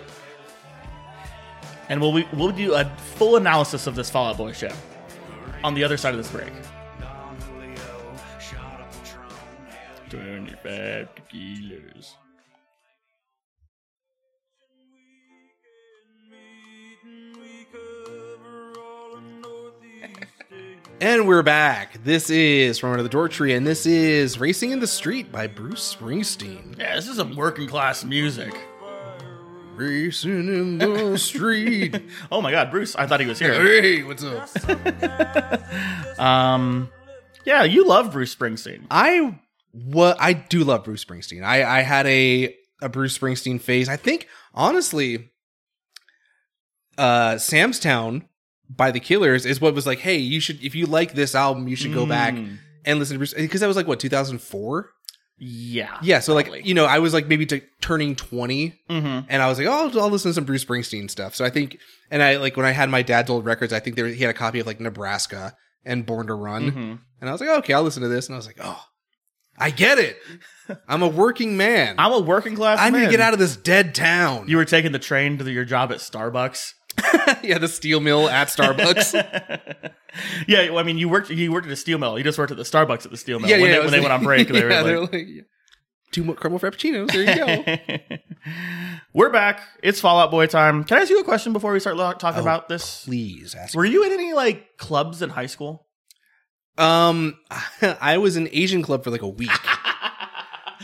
[SPEAKER 2] And we'll, we, we'll do a full analysis of this Fallout Boy show on the other side of this break. 25 tequilas.
[SPEAKER 1] And we're back. This is from under the door tree, and this is "Racing in the Street" by Bruce Springsteen.
[SPEAKER 2] Yeah, this is some working class music.
[SPEAKER 1] Racing in *laughs* the street.
[SPEAKER 2] Oh my god, Bruce, I thought he was here.
[SPEAKER 1] hey, what's up?
[SPEAKER 2] Um, yeah, you love Bruce Springsteen.
[SPEAKER 1] I what I do love Bruce Springsteen. I I had a a Bruce Springsteen phase. I think honestly, uh, Sam's Town by the Killers is what was like. Hey, you should if you like this album, you should go back
[SPEAKER 2] Mm,
[SPEAKER 1] and listen to Bruce because that was like what 2004.
[SPEAKER 2] Yeah.
[SPEAKER 1] Yeah, so like
[SPEAKER 2] Probably.
[SPEAKER 1] you know I was like maybe t- turning 20
[SPEAKER 2] Mm-hmm.
[SPEAKER 1] and I was like, oh, I'll, I'll listen to some Bruce Springsteen stuff. So I think, and I like when I had my dad's old records, I think there, he had a copy of like Nebraska and Born to Run,
[SPEAKER 2] mm-hmm.
[SPEAKER 1] and I was like, oh, okay, I'll listen to this, and I was like, oh, I get it. I'm a working man.
[SPEAKER 2] *laughs* I'm a working class
[SPEAKER 1] I
[SPEAKER 2] man.
[SPEAKER 1] need to get out of this dead town.
[SPEAKER 2] You were taking the train to your job at Starbucks.
[SPEAKER 1] *laughs* yeah, the steel mill at
[SPEAKER 2] *laughs*
[SPEAKER 1] Starbucks.
[SPEAKER 2] yeah, well, I mean, you worked you worked at a steel mill. You just worked at the Starbucks at the steel mill.
[SPEAKER 1] yeah,
[SPEAKER 2] when,
[SPEAKER 1] yeah,
[SPEAKER 2] they,
[SPEAKER 1] it
[SPEAKER 2] when
[SPEAKER 1] was-
[SPEAKER 2] they went on break,
[SPEAKER 1] *laughs*
[SPEAKER 2] they
[SPEAKER 1] yeah,
[SPEAKER 2] were
[SPEAKER 1] they're
[SPEAKER 2] like,
[SPEAKER 1] like, two more caramel frappuccinos. There
[SPEAKER 2] *laughs*
[SPEAKER 1] you go.
[SPEAKER 2] "We're back. It's Fallout Boy time." Can I ask you a question before we start lo- talking
[SPEAKER 1] Oh,
[SPEAKER 2] about this?
[SPEAKER 1] Please ask.
[SPEAKER 2] Were you in any like clubs in high school?
[SPEAKER 1] Um, *laughs* I was in Asian club for like a
[SPEAKER 2] *laughs*
[SPEAKER 1] week.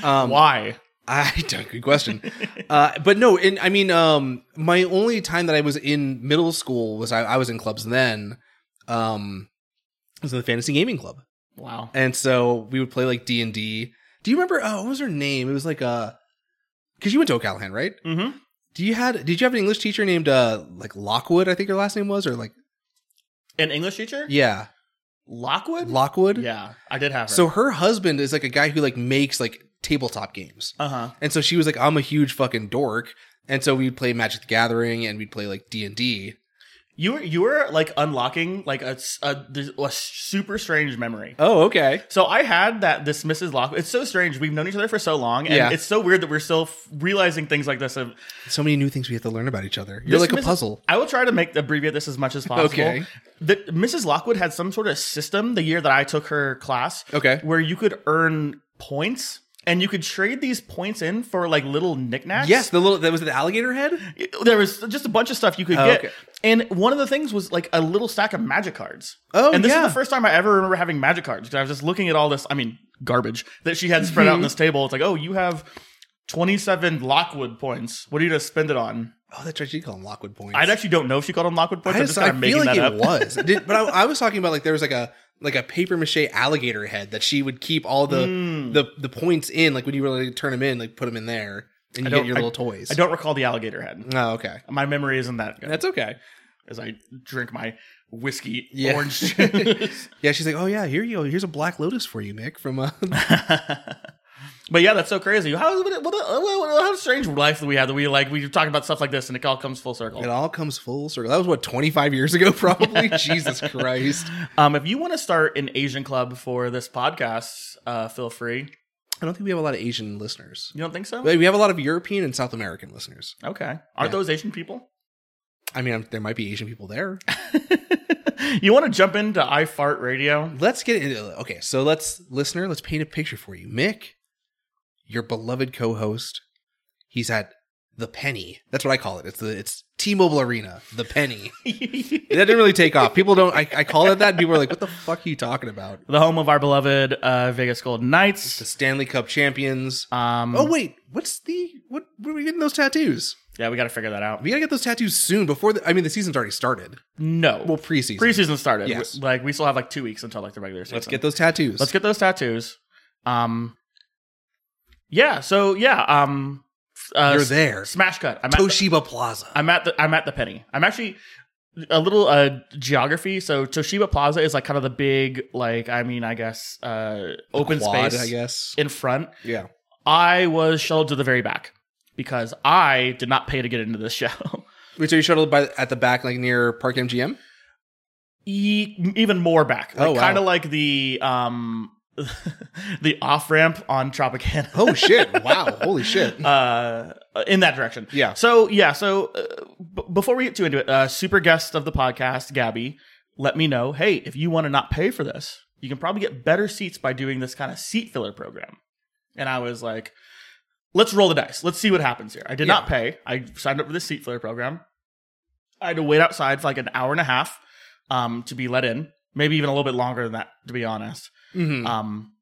[SPEAKER 1] Um,
[SPEAKER 2] Why?
[SPEAKER 1] I *laughs* don't. Good question. uh, but no, and I mean, um, my only time that I was in middle school was I, I was in clubs then. Um, I was in the fantasy gaming club,
[SPEAKER 2] *laughs* Wow.
[SPEAKER 1] and so we would play like D and D. Do you remember? Oh, what was her name? It was like uh, because you went to O'Callahan, right?
[SPEAKER 2] Mm-hmm.
[SPEAKER 1] Do you had did you have an English teacher named uh like Lockwood? I think her last name was, or like
[SPEAKER 2] An English teacher?
[SPEAKER 1] yeah,
[SPEAKER 2] Lockwood.
[SPEAKER 1] Lockwood.
[SPEAKER 2] Yeah, I did have her.
[SPEAKER 1] So her husband is like a guy who like makes like tabletop games.
[SPEAKER 2] uh huh.
[SPEAKER 1] And so she was like, I'm a huge fucking dork. And so we'd play Magic the Gathering and we'd play like D and D.
[SPEAKER 2] You were you were like unlocking like a s- a, this- a super strange memory.
[SPEAKER 1] Oh, okay.
[SPEAKER 2] So I had that this Mrs. Lockwood. It's so strange. We've known each other for so long, and
[SPEAKER 1] Yeah.
[SPEAKER 2] it's so weird that we're still f- realizing things like this. Of,
[SPEAKER 1] So many new things we have to learn about each other. You're
[SPEAKER 2] This
[SPEAKER 1] like a
[SPEAKER 2] Mrs.
[SPEAKER 1] puzzle.
[SPEAKER 2] I will try to make abbreviate this as much as possible.
[SPEAKER 1] Okay.
[SPEAKER 2] That Mrs. Lockwood had some sort of system the year that I took her class,
[SPEAKER 1] Okay.
[SPEAKER 2] where you could earn points and you could trade these points in for like little knickknacks.
[SPEAKER 1] Yes, the little that was the alligator head.
[SPEAKER 2] there was just a bunch of stuff you could
[SPEAKER 1] Oh,
[SPEAKER 2] get.
[SPEAKER 1] okay.
[SPEAKER 2] And one of the things was like a little stack of magic cards.
[SPEAKER 1] Oh,
[SPEAKER 2] and this
[SPEAKER 1] yeah.
[SPEAKER 2] is the first time I ever remember having magic cards because I was just looking at all this. I mean, garbage that she had spread out
[SPEAKER 1] Mm-hmm.
[SPEAKER 2] on this table. It's like, oh, you have twenty-seven Lockwood points. What are you going to spend it on?
[SPEAKER 1] Oh, that's right. She called them Lockwood points.
[SPEAKER 2] I actually don't know if she called them Lockwood points.
[SPEAKER 1] I,
[SPEAKER 2] I'm
[SPEAKER 1] just,
[SPEAKER 2] just
[SPEAKER 1] I
[SPEAKER 2] kind of
[SPEAKER 1] feel
[SPEAKER 2] making
[SPEAKER 1] like
[SPEAKER 2] that
[SPEAKER 1] it *laughs*
[SPEAKER 2] up.
[SPEAKER 1] was, It did- but I, I was talking about like there was like a like a paper mache Hmm. alligator head that she would keep all the the the points in, like when you really turn them in, like put them in there. and you
[SPEAKER 2] I
[SPEAKER 1] get
[SPEAKER 2] don't-
[SPEAKER 1] your little toys.
[SPEAKER 2] I don't recall the alligator head.
[SPEAKER 1] Oh, okay.
[SPEAKER 2] My memory isn't that good
[SPEAKER 1] That's okay.
[SPEAKER 2] as I drink my whiskey
[SPEAKER 1] Yeah. *laughs*
[SPEAKER 2] orange juice.
[SPEAKER 1] Yeah, she's like, oh yeah, here you go. Here's a black lotus for you, Mick. From uh, *laughs*
[SPEAKER 2] but yeah, that's so crazy. How, what, a- what, a- what, a- how strange life that we have that we like, we talk about stuff like this and it all comes full circle.
[SPEAKER 1] it all comes full circle. That was what 25 years ago, *laughs* probably. Jesus Christ.
[SPEAKER 2] Um, if you want to start an Asian club for this podcast, uh, feel free.
[SPEAKER 1] I don't think we have a lot of Asian listeners.
[SPEAKER 2] You don't think so?
[SPEAKER 1] But we have a lot of European and South American listeners.
[SPEAKER 2] Okay. Aren't
[SPEAKER 1] Yeah.
[SPEAKER 2] those Asian people? *laughs*
[SPEAKER 1] I mean, I'm, there might be Asian people there.
[SPEAKER 2] you want to jump into I Fart Radio? *laughs*
[SPEAKER 1] Let's get into okay. So let's listener, let's paint a picture for you, Mick, your beloved co-host. He's at the Penny. That's what I call it. It's the it's T-Mobile Arena, the Penny.
[SPEAKER 2] the
[SPEAKER 1] that didn't really take off. People don't. I, I call it that. And people are like, "What the fuck are you talking about?"
[SPEAKER 2] home of our beloved uh, Vegas Golden
[SPEAKER 1] The
[SPEAKER 2] Knights.
[SPEAKER 1] Stanley Cup champions.
[SPEAKER 2] Um,
[SPEAKER 1] Oh wait, what's the what? Where are we getting those tattoos?
[SPEAKER 2] Yeah, we got to figure that out.
[SPEAKER 1] We gotta get those tattoos soon. Before the, I mean, the season's already started.
[SPEAKER 2] No.
[SPEAKER 1] Well, preseason.
[SPEAKER 2] Preseason started.
[SPEAKER 1] Yes.
[SPEAKER 2] We- Like, we still have like two weeks until like the regular season.
[SPEAKER 1] Let's get those tattoos.
[SPEAKER 2] Let's get those tattoos. Um, yeah. So, yeah. Um, uh,
[SPEAKER 1] You're there.
[SPEAKER 2] Smash cut. I'm at the-
[SPEAKER 1] Toshiba Plaza.
[SPEAKER 2] I'm at the I'm at the penny. I'm actually a little uh geography. So Toshiba Plaza is like kind of the big like I mean I guess uh open
[SPEAKER 1] Quad,
[SPEAKER 2] space
[SPEAKER 1] I guess.
[SPEAKER 2] in front.
[SPEAKER 1] Yeah.
[SPEAKER 2] I was shuttled to the very back because I did not pay to get into this *laughs* show.
[SPEAKER 1] Wait, so you shuttled by at the back, like near Park MGM?
[SPEAKER 2] E- even more back. Like
[SPEAKER 1] Oh, wow.
[SPEAKER 2] kind of like the um *laughs* the off ramp on Tropicana.
[SPEAKER 1] Oh
[SPEAKER 2] *laughs*
[SPEAKER 1] shit! Wow! Holy shit!
[SPEAKER 2] uh, in that direction.
[SPEAKER 1] Yeah.
[SPEAKER 2] So yeah. So uh, b- before we get too into it, uh, super guest of the podcast, Gabby, let me know. Hey, if you want to not pay for this, you can probably get better seats by doing this kind of seat filler program. And I was like, let's roll the dice. Let's see what happens here. I did
[SPEAKER 1] Yeah.
[SPEAKER 2] not pay. I signed up for this seat filler program. I had to wait outside for like an hour and a half um, to be let in. Maybe even a little bit longer than that, to be honest.
[SPEAKER 1] Mhm.
[SPEAKER 2] Um,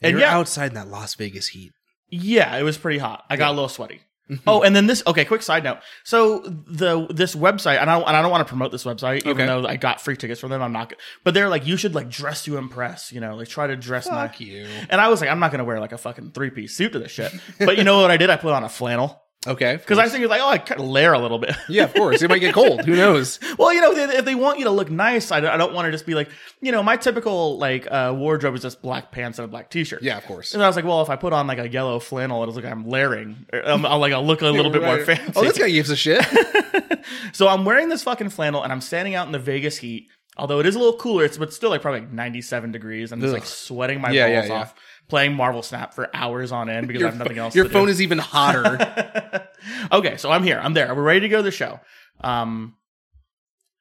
[SPEAKER 1] and
[SPEAKER 2] and
[SPEAKER 1] you're
[SPEAKER 2] yeah.
[SPEAKER 1] outside in that Las Vegas heat.
[SPEAKER 2] yeah, it was pretty hot. I got
[SPEAKER 1] Yeah.
[SPEAKER 2] a little sweaty.
[SPEAKER 1] Mhm.
[SPEAKER 2] Oh, and then this. Okay, quick side note. So the this website, and I and I don't want to promote this website, even
[SPEAKER 1] Okay.
[SPEAKER 2] though I got free tickets from them. I'm not. g- But they're like, you should like dress to impress. You know, like try to dress. Not,
[SPEAKER 1] fuck you.
[SPEAKER 2] and I was like, I'm not gonna wear like a fucking three piece suit to this shit. But you know what I did? I put on a flannel
[SPEAKER 1] Okay. of
[SPEAKER 2] because I
[SPEAKER 1] course.
[SPEAKER 2] was thinking like, oh, I kind of layer a little bit. *laughs*
[SPEAKER 1] yeah, of course it might get cold. Who knows?
[SPEAKER 2] Well, you know, if they, if they want you to look nice, I, don't- I don't want to just be like, you know, my typical like uh, wardrobe is just black pants and a black t-shirt.
[SPEAKER 1] Yeah, of *laughs* course.
[SPEAKER 2] And I was like, well, if I put on like a yellow flannel, it'll look like I'm layering. Or, um, I'll like I'll look a little bit more
[SPEAKER 1] Right.
[SPEAKER 2] fancy.
[SPEAKER 1] Oh, this guy gives a
[SPEAKER 2] *laughs*
[SPEAKER 1] shit.
[SPEAKER 2] so I'm wearing this fucking flannel and I'm standing out in the Vegas heat. Although it is a little cooler, it's but still like probably like 97 degrees. I'm just like
[SPEAKER 1] Ugh.
[SPEAKER 2] sweating my
[SPEAKER 1] Yeah, yeah,
[SPEAKER 2] balls
[SPEAKER 1] yeah.
[SPEAKER 2] off, playing Marvel Snap for hours on end because I have nothing
[SPEAKER 1] pho-
[SPEAKER 2] else.
[SPEAKER 1] your
[SPEAKER 2] to
[SPEAKER 1] phone
[SPEAKER 2] do.
[SPEAKER 1] is even hotter.
[SPEAKER 2] *laughs* okay, so I'm here. I'm there. We're ready to go to the show. Um,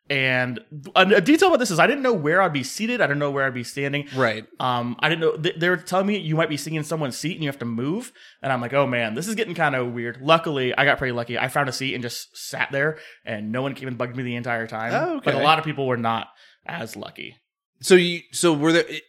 [SPEAKER 2] and a, a detail about this is I didn't know where I'd be seated. I didn't know where I'd be standing.
[SPEAKER 1] right.
[SPEAKER 2] Um, I didn't know they, they were telling me you might be sitting in someone's seat and you have to move. And I'm like, oh man, this is getting kind of weird. Luckily, I got pretty lucky. I found a seat and just sat there, and no one came and bugged me the entire time.
[SPEAKER 1] Oh, okay.
[SPEAKER 2] But a lot of people were not as lucky.
[SPEAKER 1] So you. So were there. It,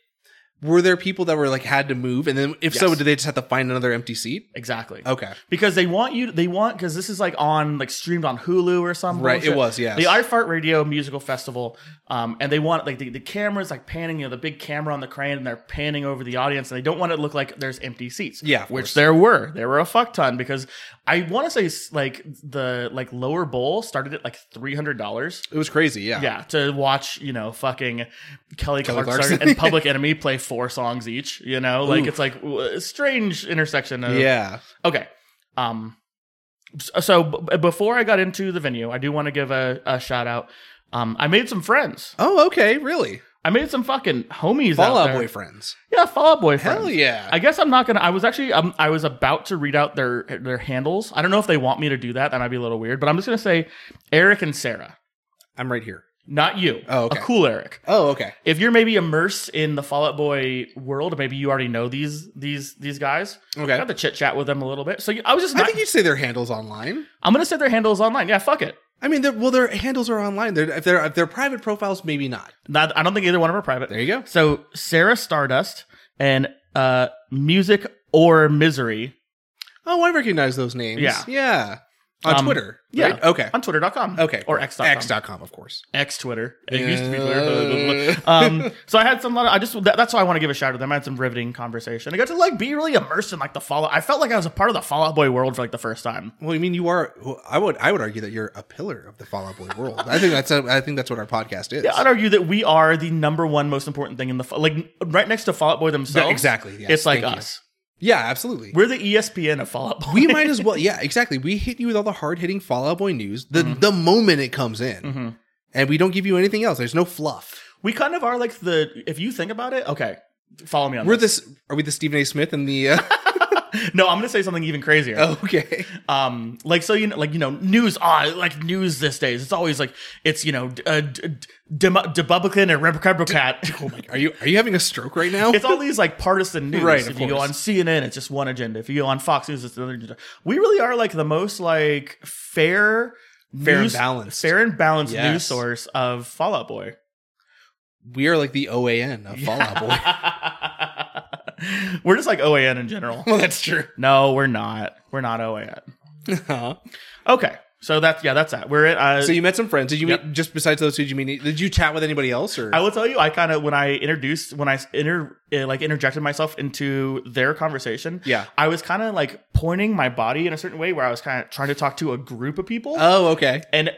[SPEAKER 1] were there people that were like had to move, and then if so,
[SPEAKER 2] Yes.
[SPEAKER 1] did they just have to find another empty seat?
[SPEAKER 2] Exactly.
[SPEAKER 1] Okay,
[SPEAKER 2] Because they want you. They want because this is like on like streamed on Hulu or something.
[SPEAKER 1] right. It was yes.
[SPEAKER 2] the iFart Radio Musical Festival, um, and they want like the, the cameras like panning, you know, the big camera on the crane, and they're panning over the audience, and they don't want it to look like there's empty seats.
[SPEAKER 1] Yeah, of
[SPEAKER 2] which
[SPEAKER 1] course.
[SPEAKER 2] there were. There were a fuck ton because I want to say s- like the like lower bowl started at like three hundred dollars.
[SPEAKER 1] it was crazy. Yeah.
[SPEAKER 2] Yeah, to watch you know fucking Kelly,
[SPEAKER 1] Kelly
[SPEAKER 2] Clarkson,
[SPEAKER 1] Clarkson. *laughs*
[SPEAKER 2] and Public Enemy play four songs each. You know, like
[SPEAKER 1] Oof.
[SPEAKER 2] it's like w- a strange intersection of
[SPEAKER 1] Yeah.
[SPEAKER 2] Okay. Um. s- So b- before I got into the venue, I do want to give a, a shout out. Um, I made some friends.
[SPEAKER 1] Oh, okay. Really?
[SPEAKER 2] I made some fucking homies.
[SPEAKER 1] Fall
[SPEAKER 2] out
[SPEAKER 1] Out
[SPEAKER 2] there.
[SPEAKER 1] Boy friends.
[SPEAKER 2] Yeah, Fall Out Boy. Friends.
[SPEAKER 1] Hell yeah.
[SPEAKER 2] I guess I'm not gonna. I was actually. Um, I was about to read out their their handles. I don't know if they want me to do that. That might be a little weird. But I'm just gonna say Eric and Sarah,
[SPEAKER 1] I'm right here.
[SPEAKER 2] not you.
[SPEAKER 1] Oh, okay.
[SPEAKER 2] A cool Eric.
[SPEAKER 1] Oh, okay.
[SPEAKER 2] If you're maybe immersed in the Fall Out Boy world, maybe you already know these these these guys. I
[SPEAKER 1] Okay.
[SPEAKER 2] got to chit chat with them a little bit. So you- I was just.
[SPEAKER 1] I
[SPEAKER 2] Not,
[SPEAKER 1] think you'd say their handles online.
[SPEAKER 2] I'm gonna say their handles online. Yeah, fuck it.
[SPEAKER 1] I mean, they're- well, their handles are online. They're, if they're if they're private profiles, maybe not.
[SPEAKER 2] Not, I don't think either one of them are private.
[SPEAKER 1] There you go.
[SPEAKER 2] So Sarah Stardust and uh, Music or Misery.
[SPEAKER 1] Oh, I recognize those names.
[SPEAKER 2] Yeah.
[SPEAKER 1] yeah. on
[SPEAKER 2] Um,
[SPEAKER 1] Twitter.
[SPEAKER 2] yeah.
[SPEAKER 1] right? Okay.
[SPEAKER 2] on twitter.com.
[SPEAKER 1] Okay.
[SPEAKER 2] Or x.com.
[SPEAKER 1] X.com, of course.
[SPEAKER 2] X Twitter. It used to be Twitter. um, so I had some lot of, I just, that, that's why I want to give a shout out to them. I had some riveting conversation. I got to like be really immersed in like the Fallout. I felt like I was a part of the Fallout Boy world for like the first time.
[SPEAKER 1] Well, I mean, you are. well, I would. I would argue that you're a pillar of the Fallout Boy world. I think that's. A, I think that's what our podcast is.
[SPEAKER 2] Yeah, I'd argue that we are the number one most important thing in the, fa- like right next to Fallout Boy themselves.
[SPEAKER 1] exactly, yes,
[SPEAKER 2] it's like
[SPEAKER 1] thank you.
[SPEAKER 2] us.
[SPEAKER 1] yeah, absolutely.
[SPEAKER 2] We're the E ESPN of Fallout Boy.
[SPEAKER 1] we might as well. Yeah, exactly. We hit you with all the hard hitting Fallout Boy news the the moment it comes in, and we don't give you anything else. There's no fluff.
[SPEAKER 2] we kind of are like the, if you think about it, okay, follow me on
[SPEAKER 1] We're
[SPEAKER 2] this.
[SPEAKER 1] this. Are we the Stephen A. Smith and *laughs* the? Uh,
[SPEAKER 2] No, I'm going to say something even crazier.
[SPEAKER 1] Oh. okay.
[SPEAKER 2] um like so you know like you know news on like news this days it's always like it's you know d- uh, d- d- dem- Republican and Rebecca oh my *laughs* god
[SPEAKER 1] Are you Are you having a stroke right now?
[SPEAKER 2] it's all these like partisan news
[SPEAKER 1] Right,
[SPEAKER 2] if
[SPEAKER 1] of
[SPEAKER 2] you go
[SPEAKER 1] course.
[SPEAKER 2] on CNN it's just one agenda if you go on Fox News it's another agenda we really are like the most like fair
[SPEAKER 1] Fair and
[SPEAKER 2] news-
[SPEAKER 1] balanced.
[SPEAKER 2] fair and balanced
[SPEAKER 1] Yes.
[SPEAKER 2] news source of Fallout Boy
[SPEAKER 1] we are like the OAN of Fallout Boy.
[SPEAKER 2] *laughs* we're just like OAN in general
[SPEAKER 1] *laughs* well, that's true.
[SPEAKER 2] no we're not we're not OAN
[SPEAKER 1] Uh-huh.
[SPEAKER 2] okay so that's yeah that's that we're at uh,
[SPEAKER 1] So you met some friends. Did you
[SPEAKER 2] Yep.
[SPEAKER 1] meet just besides those two? Did you meet? Did you chat with anybody else? Or
[SPEAKER 2] I will tell you, I kind of when I introduced when I inter uh, like interjected myself into their conversation.
[SPEAKER 1] Yeah.
[SPEAKER 2] I was kind of like pointing my body in a certain way where I was kind of trying to talk to a group of people,
[SPEAKER 1] oh, okay.
[SPEAKER 2] and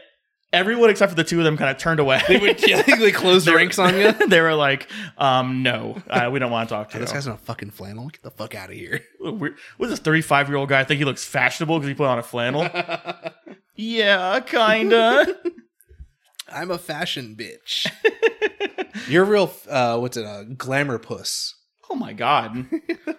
[SPEAKER 2] everyone except for the two of them kind of turned away.
[SPEAKER 1] They *laughs* would yeah, *laughs* they closed ranks on *laughs* you.
[SPEAKER 2] *laughs* they were like, um, "No, uh, we don't want to talk
[SPEAKER 1] *laughs*
[SPEAKER 2] to
[SPEAKER 1] This
[SPEAKER 2] you."
[SPEAKER 1] guy's in a fucking flannel. Get the fuck out of here.
[SPEAKER 2] We're- What's this thirty-five-year-old guy? I think he looks fashionable because he put on
[SPEAKER 1] *laughs*
[SPEAKER 2] a flannel. yeah, kinda.
[SPEAKER 1] I'm a fashion
[SPEAKER 2] *laughs*
[SPEAKER 1] bitch. You're a real uh, what's it? Uh, glamour puss.
[SPEAKER 2] oh
[SPEAKER 1] *laughs*
[SPEAKER 2] my god,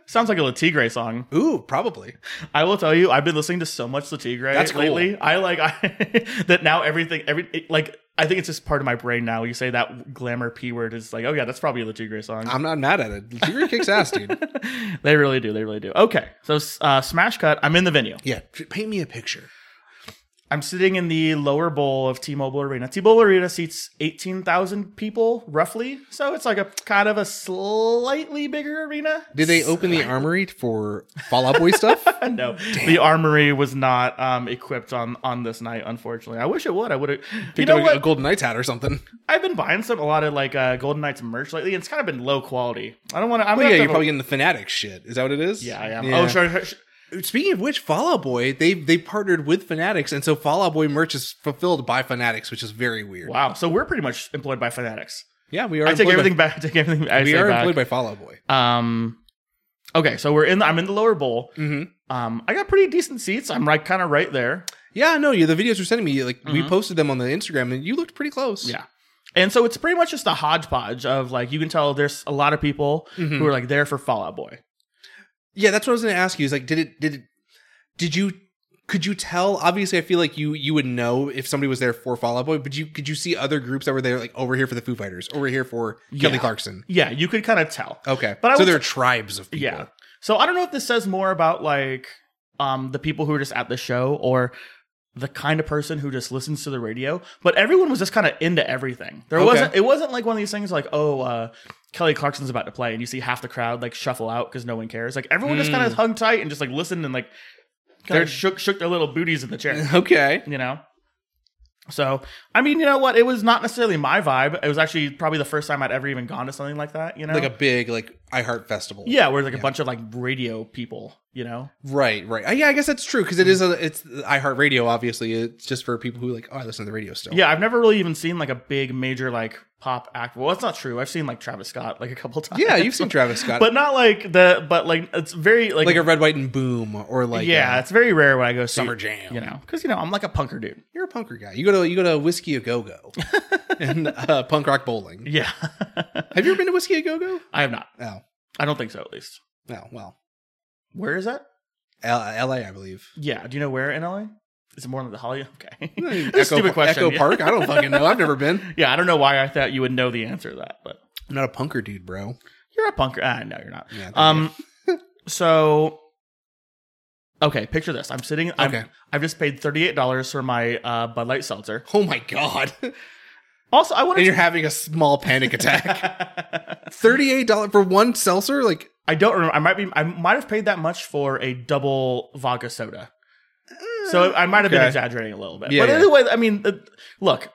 [SPEAKER 2] sounds like a La Tigre song.
[SPEAKER 1] Ooh, probably.
[SPEAKER 2] I will tell you, I've been listening to so much Latigre
[SPEAKER 1] That's cool.
[SPEAKER 2] lately. I like *laughs* I, that now everything every it- like I think it's just part of my brain now. You say that glamour p word is like, oh yeah, that's probably a Latigre song.
[SPEAKER 1] I'm not mad at it. Tigger kicks ass, dude.
[SPEAKER 2] *laughs* they really do. They really do. Okay, so uh, smash cut. I'm in the venue.
[SPEAKER 1] Yeah, p- paint me a picture.
[SPEAKER 2] I'm sitting in the lower bowl of T-Mobile Arena. T-Mobile Arena seats eighteen thousand people roughly, so it's like a kind of a slightly bigger arena.
[SPEAKER 1] Did they open the armory for Fallout Boy
[SPEAKER 2] *laughs*
[SPEAKER 1] stuff?
[SPEAKER 2] no, the armory was not um, equipped on on this night. Unfortunately, I wish it would. I would have. You
[SPEAKER 1] Picked
[SPEAKER 2] know
[SPEAKER 1] up a-
[SPEAKER 2] what?
[SPEAKER 1] a Golden Knights hat or something.
[SPEAKER 2] I've been buying some a lot of like uh, Golden Knights merch lately. and It's kind of been low quality. I don't want to. I'm
[SPEAKER 1] Oh yeah,
[SPEAKER 2] gonna have
[SPEAKER 1] you're
[SPEAKER 2] to have a-
[SPEAKER 1] probably getting the Fanatics shit. Is that what it is?
[SPEAKER 2] Yeah, I am. Oh, sure, sure, sure.
[SPEAKER 1] Speaking of which, Fallout Boy, they they partnered with Fanatics, and so Fallout Boy merch is fulfilled by Fanatics, which is very weird.
[SPEAKER 2] Wow. So we're pretty much employed by Fanatics.
[SPEAKER 1] Yeah, we are.
[SPEAKER 2] I take
[SPEAKER 1] employed by-
[SPEAKER 2] everything back. I take everything. I
[SPEAKER 1] we
[SPEAKER 2] say
[SPEAKER 1] are
[SPEAKER 2] back.
[SPEAKER 1] employed by Fallout Boy.
[SPEAKER 2] um. Okay, so we're in. The, I'm in the lower bowl.
[SPEAKER 1] Mhm.
[SPEAKER 2] Um, I got pretty decent seats. I'm right, kind of right there.
[SPEAKER 1] Yeah, no, yeah, the videos were sending me like we posted them on the Instagram, and you looked pretty close.
[SPEAKER 2] Mm-hmm. Yeah. And so it's pretty much just a hodgepodge of like you can tell there's a lot of people
[SPEAKER 1] Mhm.
[SPEAKER 2] who are like there for Fallout Boy.
[SPEAKER 1] yeah, that's what I was going to ask you. Is like, did it? Did it? Did you? Could you tell? Obviously, I feel like you you would know if somebody was there for Fallout Boy, but you could you see other groups that were there like over here for the Foo Fighters, over here for Kelly
[SPEAKER 2] Yeah.
[SPEAKER 1] Clarkson.
[SPEAKER 2] Yeah, you could kind of tell.
[SPEAKER 1] Okay,
[SPEAKER 2] But I
[SPEAKER 1] so
[SPEAKER 2] would
[SPEAKER 1] there are tribes of people.
[SPEAKER 2] Yeah. So I don't know if this says more about like um the people who are just at the show or the kind of person who just listens to the radio, but everyone was just kind of into everything. There
[SPEAKER 1] Okay.
[SPEAKER 2] wasn't it wasn't like one of these things like, oh, uh Kelly Clarkson's about to play and you see half the crowd like shuffle out because no one cares. Like everyone just kind of
[SPEAKER 1] Mm.
[SPEAKER 2] hung tight and just like listened and like kind
[SPEAKER 1] They're-
[SPEAKER 2] of shook shook their little booties in the
[SPEAKER 1] *laughs*
[SPEAKER 2] chair,
[SPEAKER 1] Okay.
[SPEAKER 2] you know? So I mean, you know what? It was not necessarily my vibe. It was actually probably the first time I'd ever even gone to something like that, you know?
[SPEAKER 1] Like a big like I Heart Festival.
[SPEAKER 2] Yeah, where like a
[SPEAKER 1] Yeah.
[SPEAKER 2] bunch of like radio people, you know.
[SPEAKER 1] Right, right. Uh, Yeah, I guess that's true because it is a it's iHeartRadio. Obviously, it's just for people who like oh I listen to the radio still.
[SPEAKER 2] Yeah, I've never really even seen like a big major like pop act. Well, that's not true. I've seen like Travis Scott like a couple *laughs* times.
[SPEAKER 1] yeah. You've seen Travis Scott,
[SPEAKER 2] but not like the but like it's very like,
[SPEAKER 1] like a Red, White, and Boom, or like
[SPEAKER 2] yeah,
[SPEAKER 1] uh,
[SPEAKER 2] it's very rare when I go see,
[SPEAKER 1] Summer Jam.
[SPEAKER 2] you know, because you know I'm like a punker dude.
[SPEAKER 1] You're a punker guy. You go to you go to Whiskey a Go
[SPEAKER 2] *laughs*
[SPEAKER 1] Go and uh, punk rock bowling.
[SPEAKER 2] Yeah, *laughs*
[SPEAKER 1] Have you ever been to Whiskey a Go Go?
[SPEAKER 2] I have not.
[SPEAKER 1] Oh,
[SPEAKER 2] I don't think so. At least
[SPEAKER 1] no. Well,
[SPEAKER 2] where is that?
[SPEAKER 1] L- L.A. I believe.
[SPEAKER 2] Yeah, do you know where in LA? Is it more than the Hollywood? *laughs*
[SPEAKER 1] *laughs*
[SPEAKER 2] Okay,
[SPEAKER 1] Echo,
[SPEAKER 2] *laughs* That's a stupid question.
[SPEAKER 1] Echo
[SPEAKER 2] yeah.
[SPEAKER 1] Park. I don't
[SPEAKER 2] *laughs*
[SPEAKER 1] fucking know. I've never been.
[SPEAKER 2] yeah, I don't know why I thought you would know the answer to that, but
[SPEAKER 1] I'm not a punker dude, bro.
[SPEAKER 2] you're a punker. Ah, no, you're not.
[SPEAKER 1] Yeah, thank
[SPEAKER 2] Um. *laughs* so, okay, picture this. I'm sitting. I'm,
[SPEAKER 1] Okay.
[SPEAKER 2] I've just paid thirty eight dollars for my uh, Bud Light seltzer.
[SPEAKER 1] you. Oh my
[SPEAKER 2] *laughs*
[SPEAKER 1] god!
[SPEAKER 2] Also, I
[SPEAKER 1] and
[SPEAKER 2] wanted.
[SPEAKER 1] you're having a small panic attack. *laughs*
[SPEAKER 2] *laughs* to
[SPEAKER 1] Thirty eight dollar for one seltzer, like.
[SPEAKER 2] I don't remember. I might be. I might have paid that much for a double vodka soda.
[SPEAKER 1] eh,
[SPEAKER 2] So I might have been
[SPEAKER 3] Okay.
[SPEAKER 2] exaggerating a little bit.
[SPEAKER 1] Yeah,
[SPEAKER 2] but
[SPEAKER 1] yeah.
[SPEAKER 2] anyway, I mean, uh, look,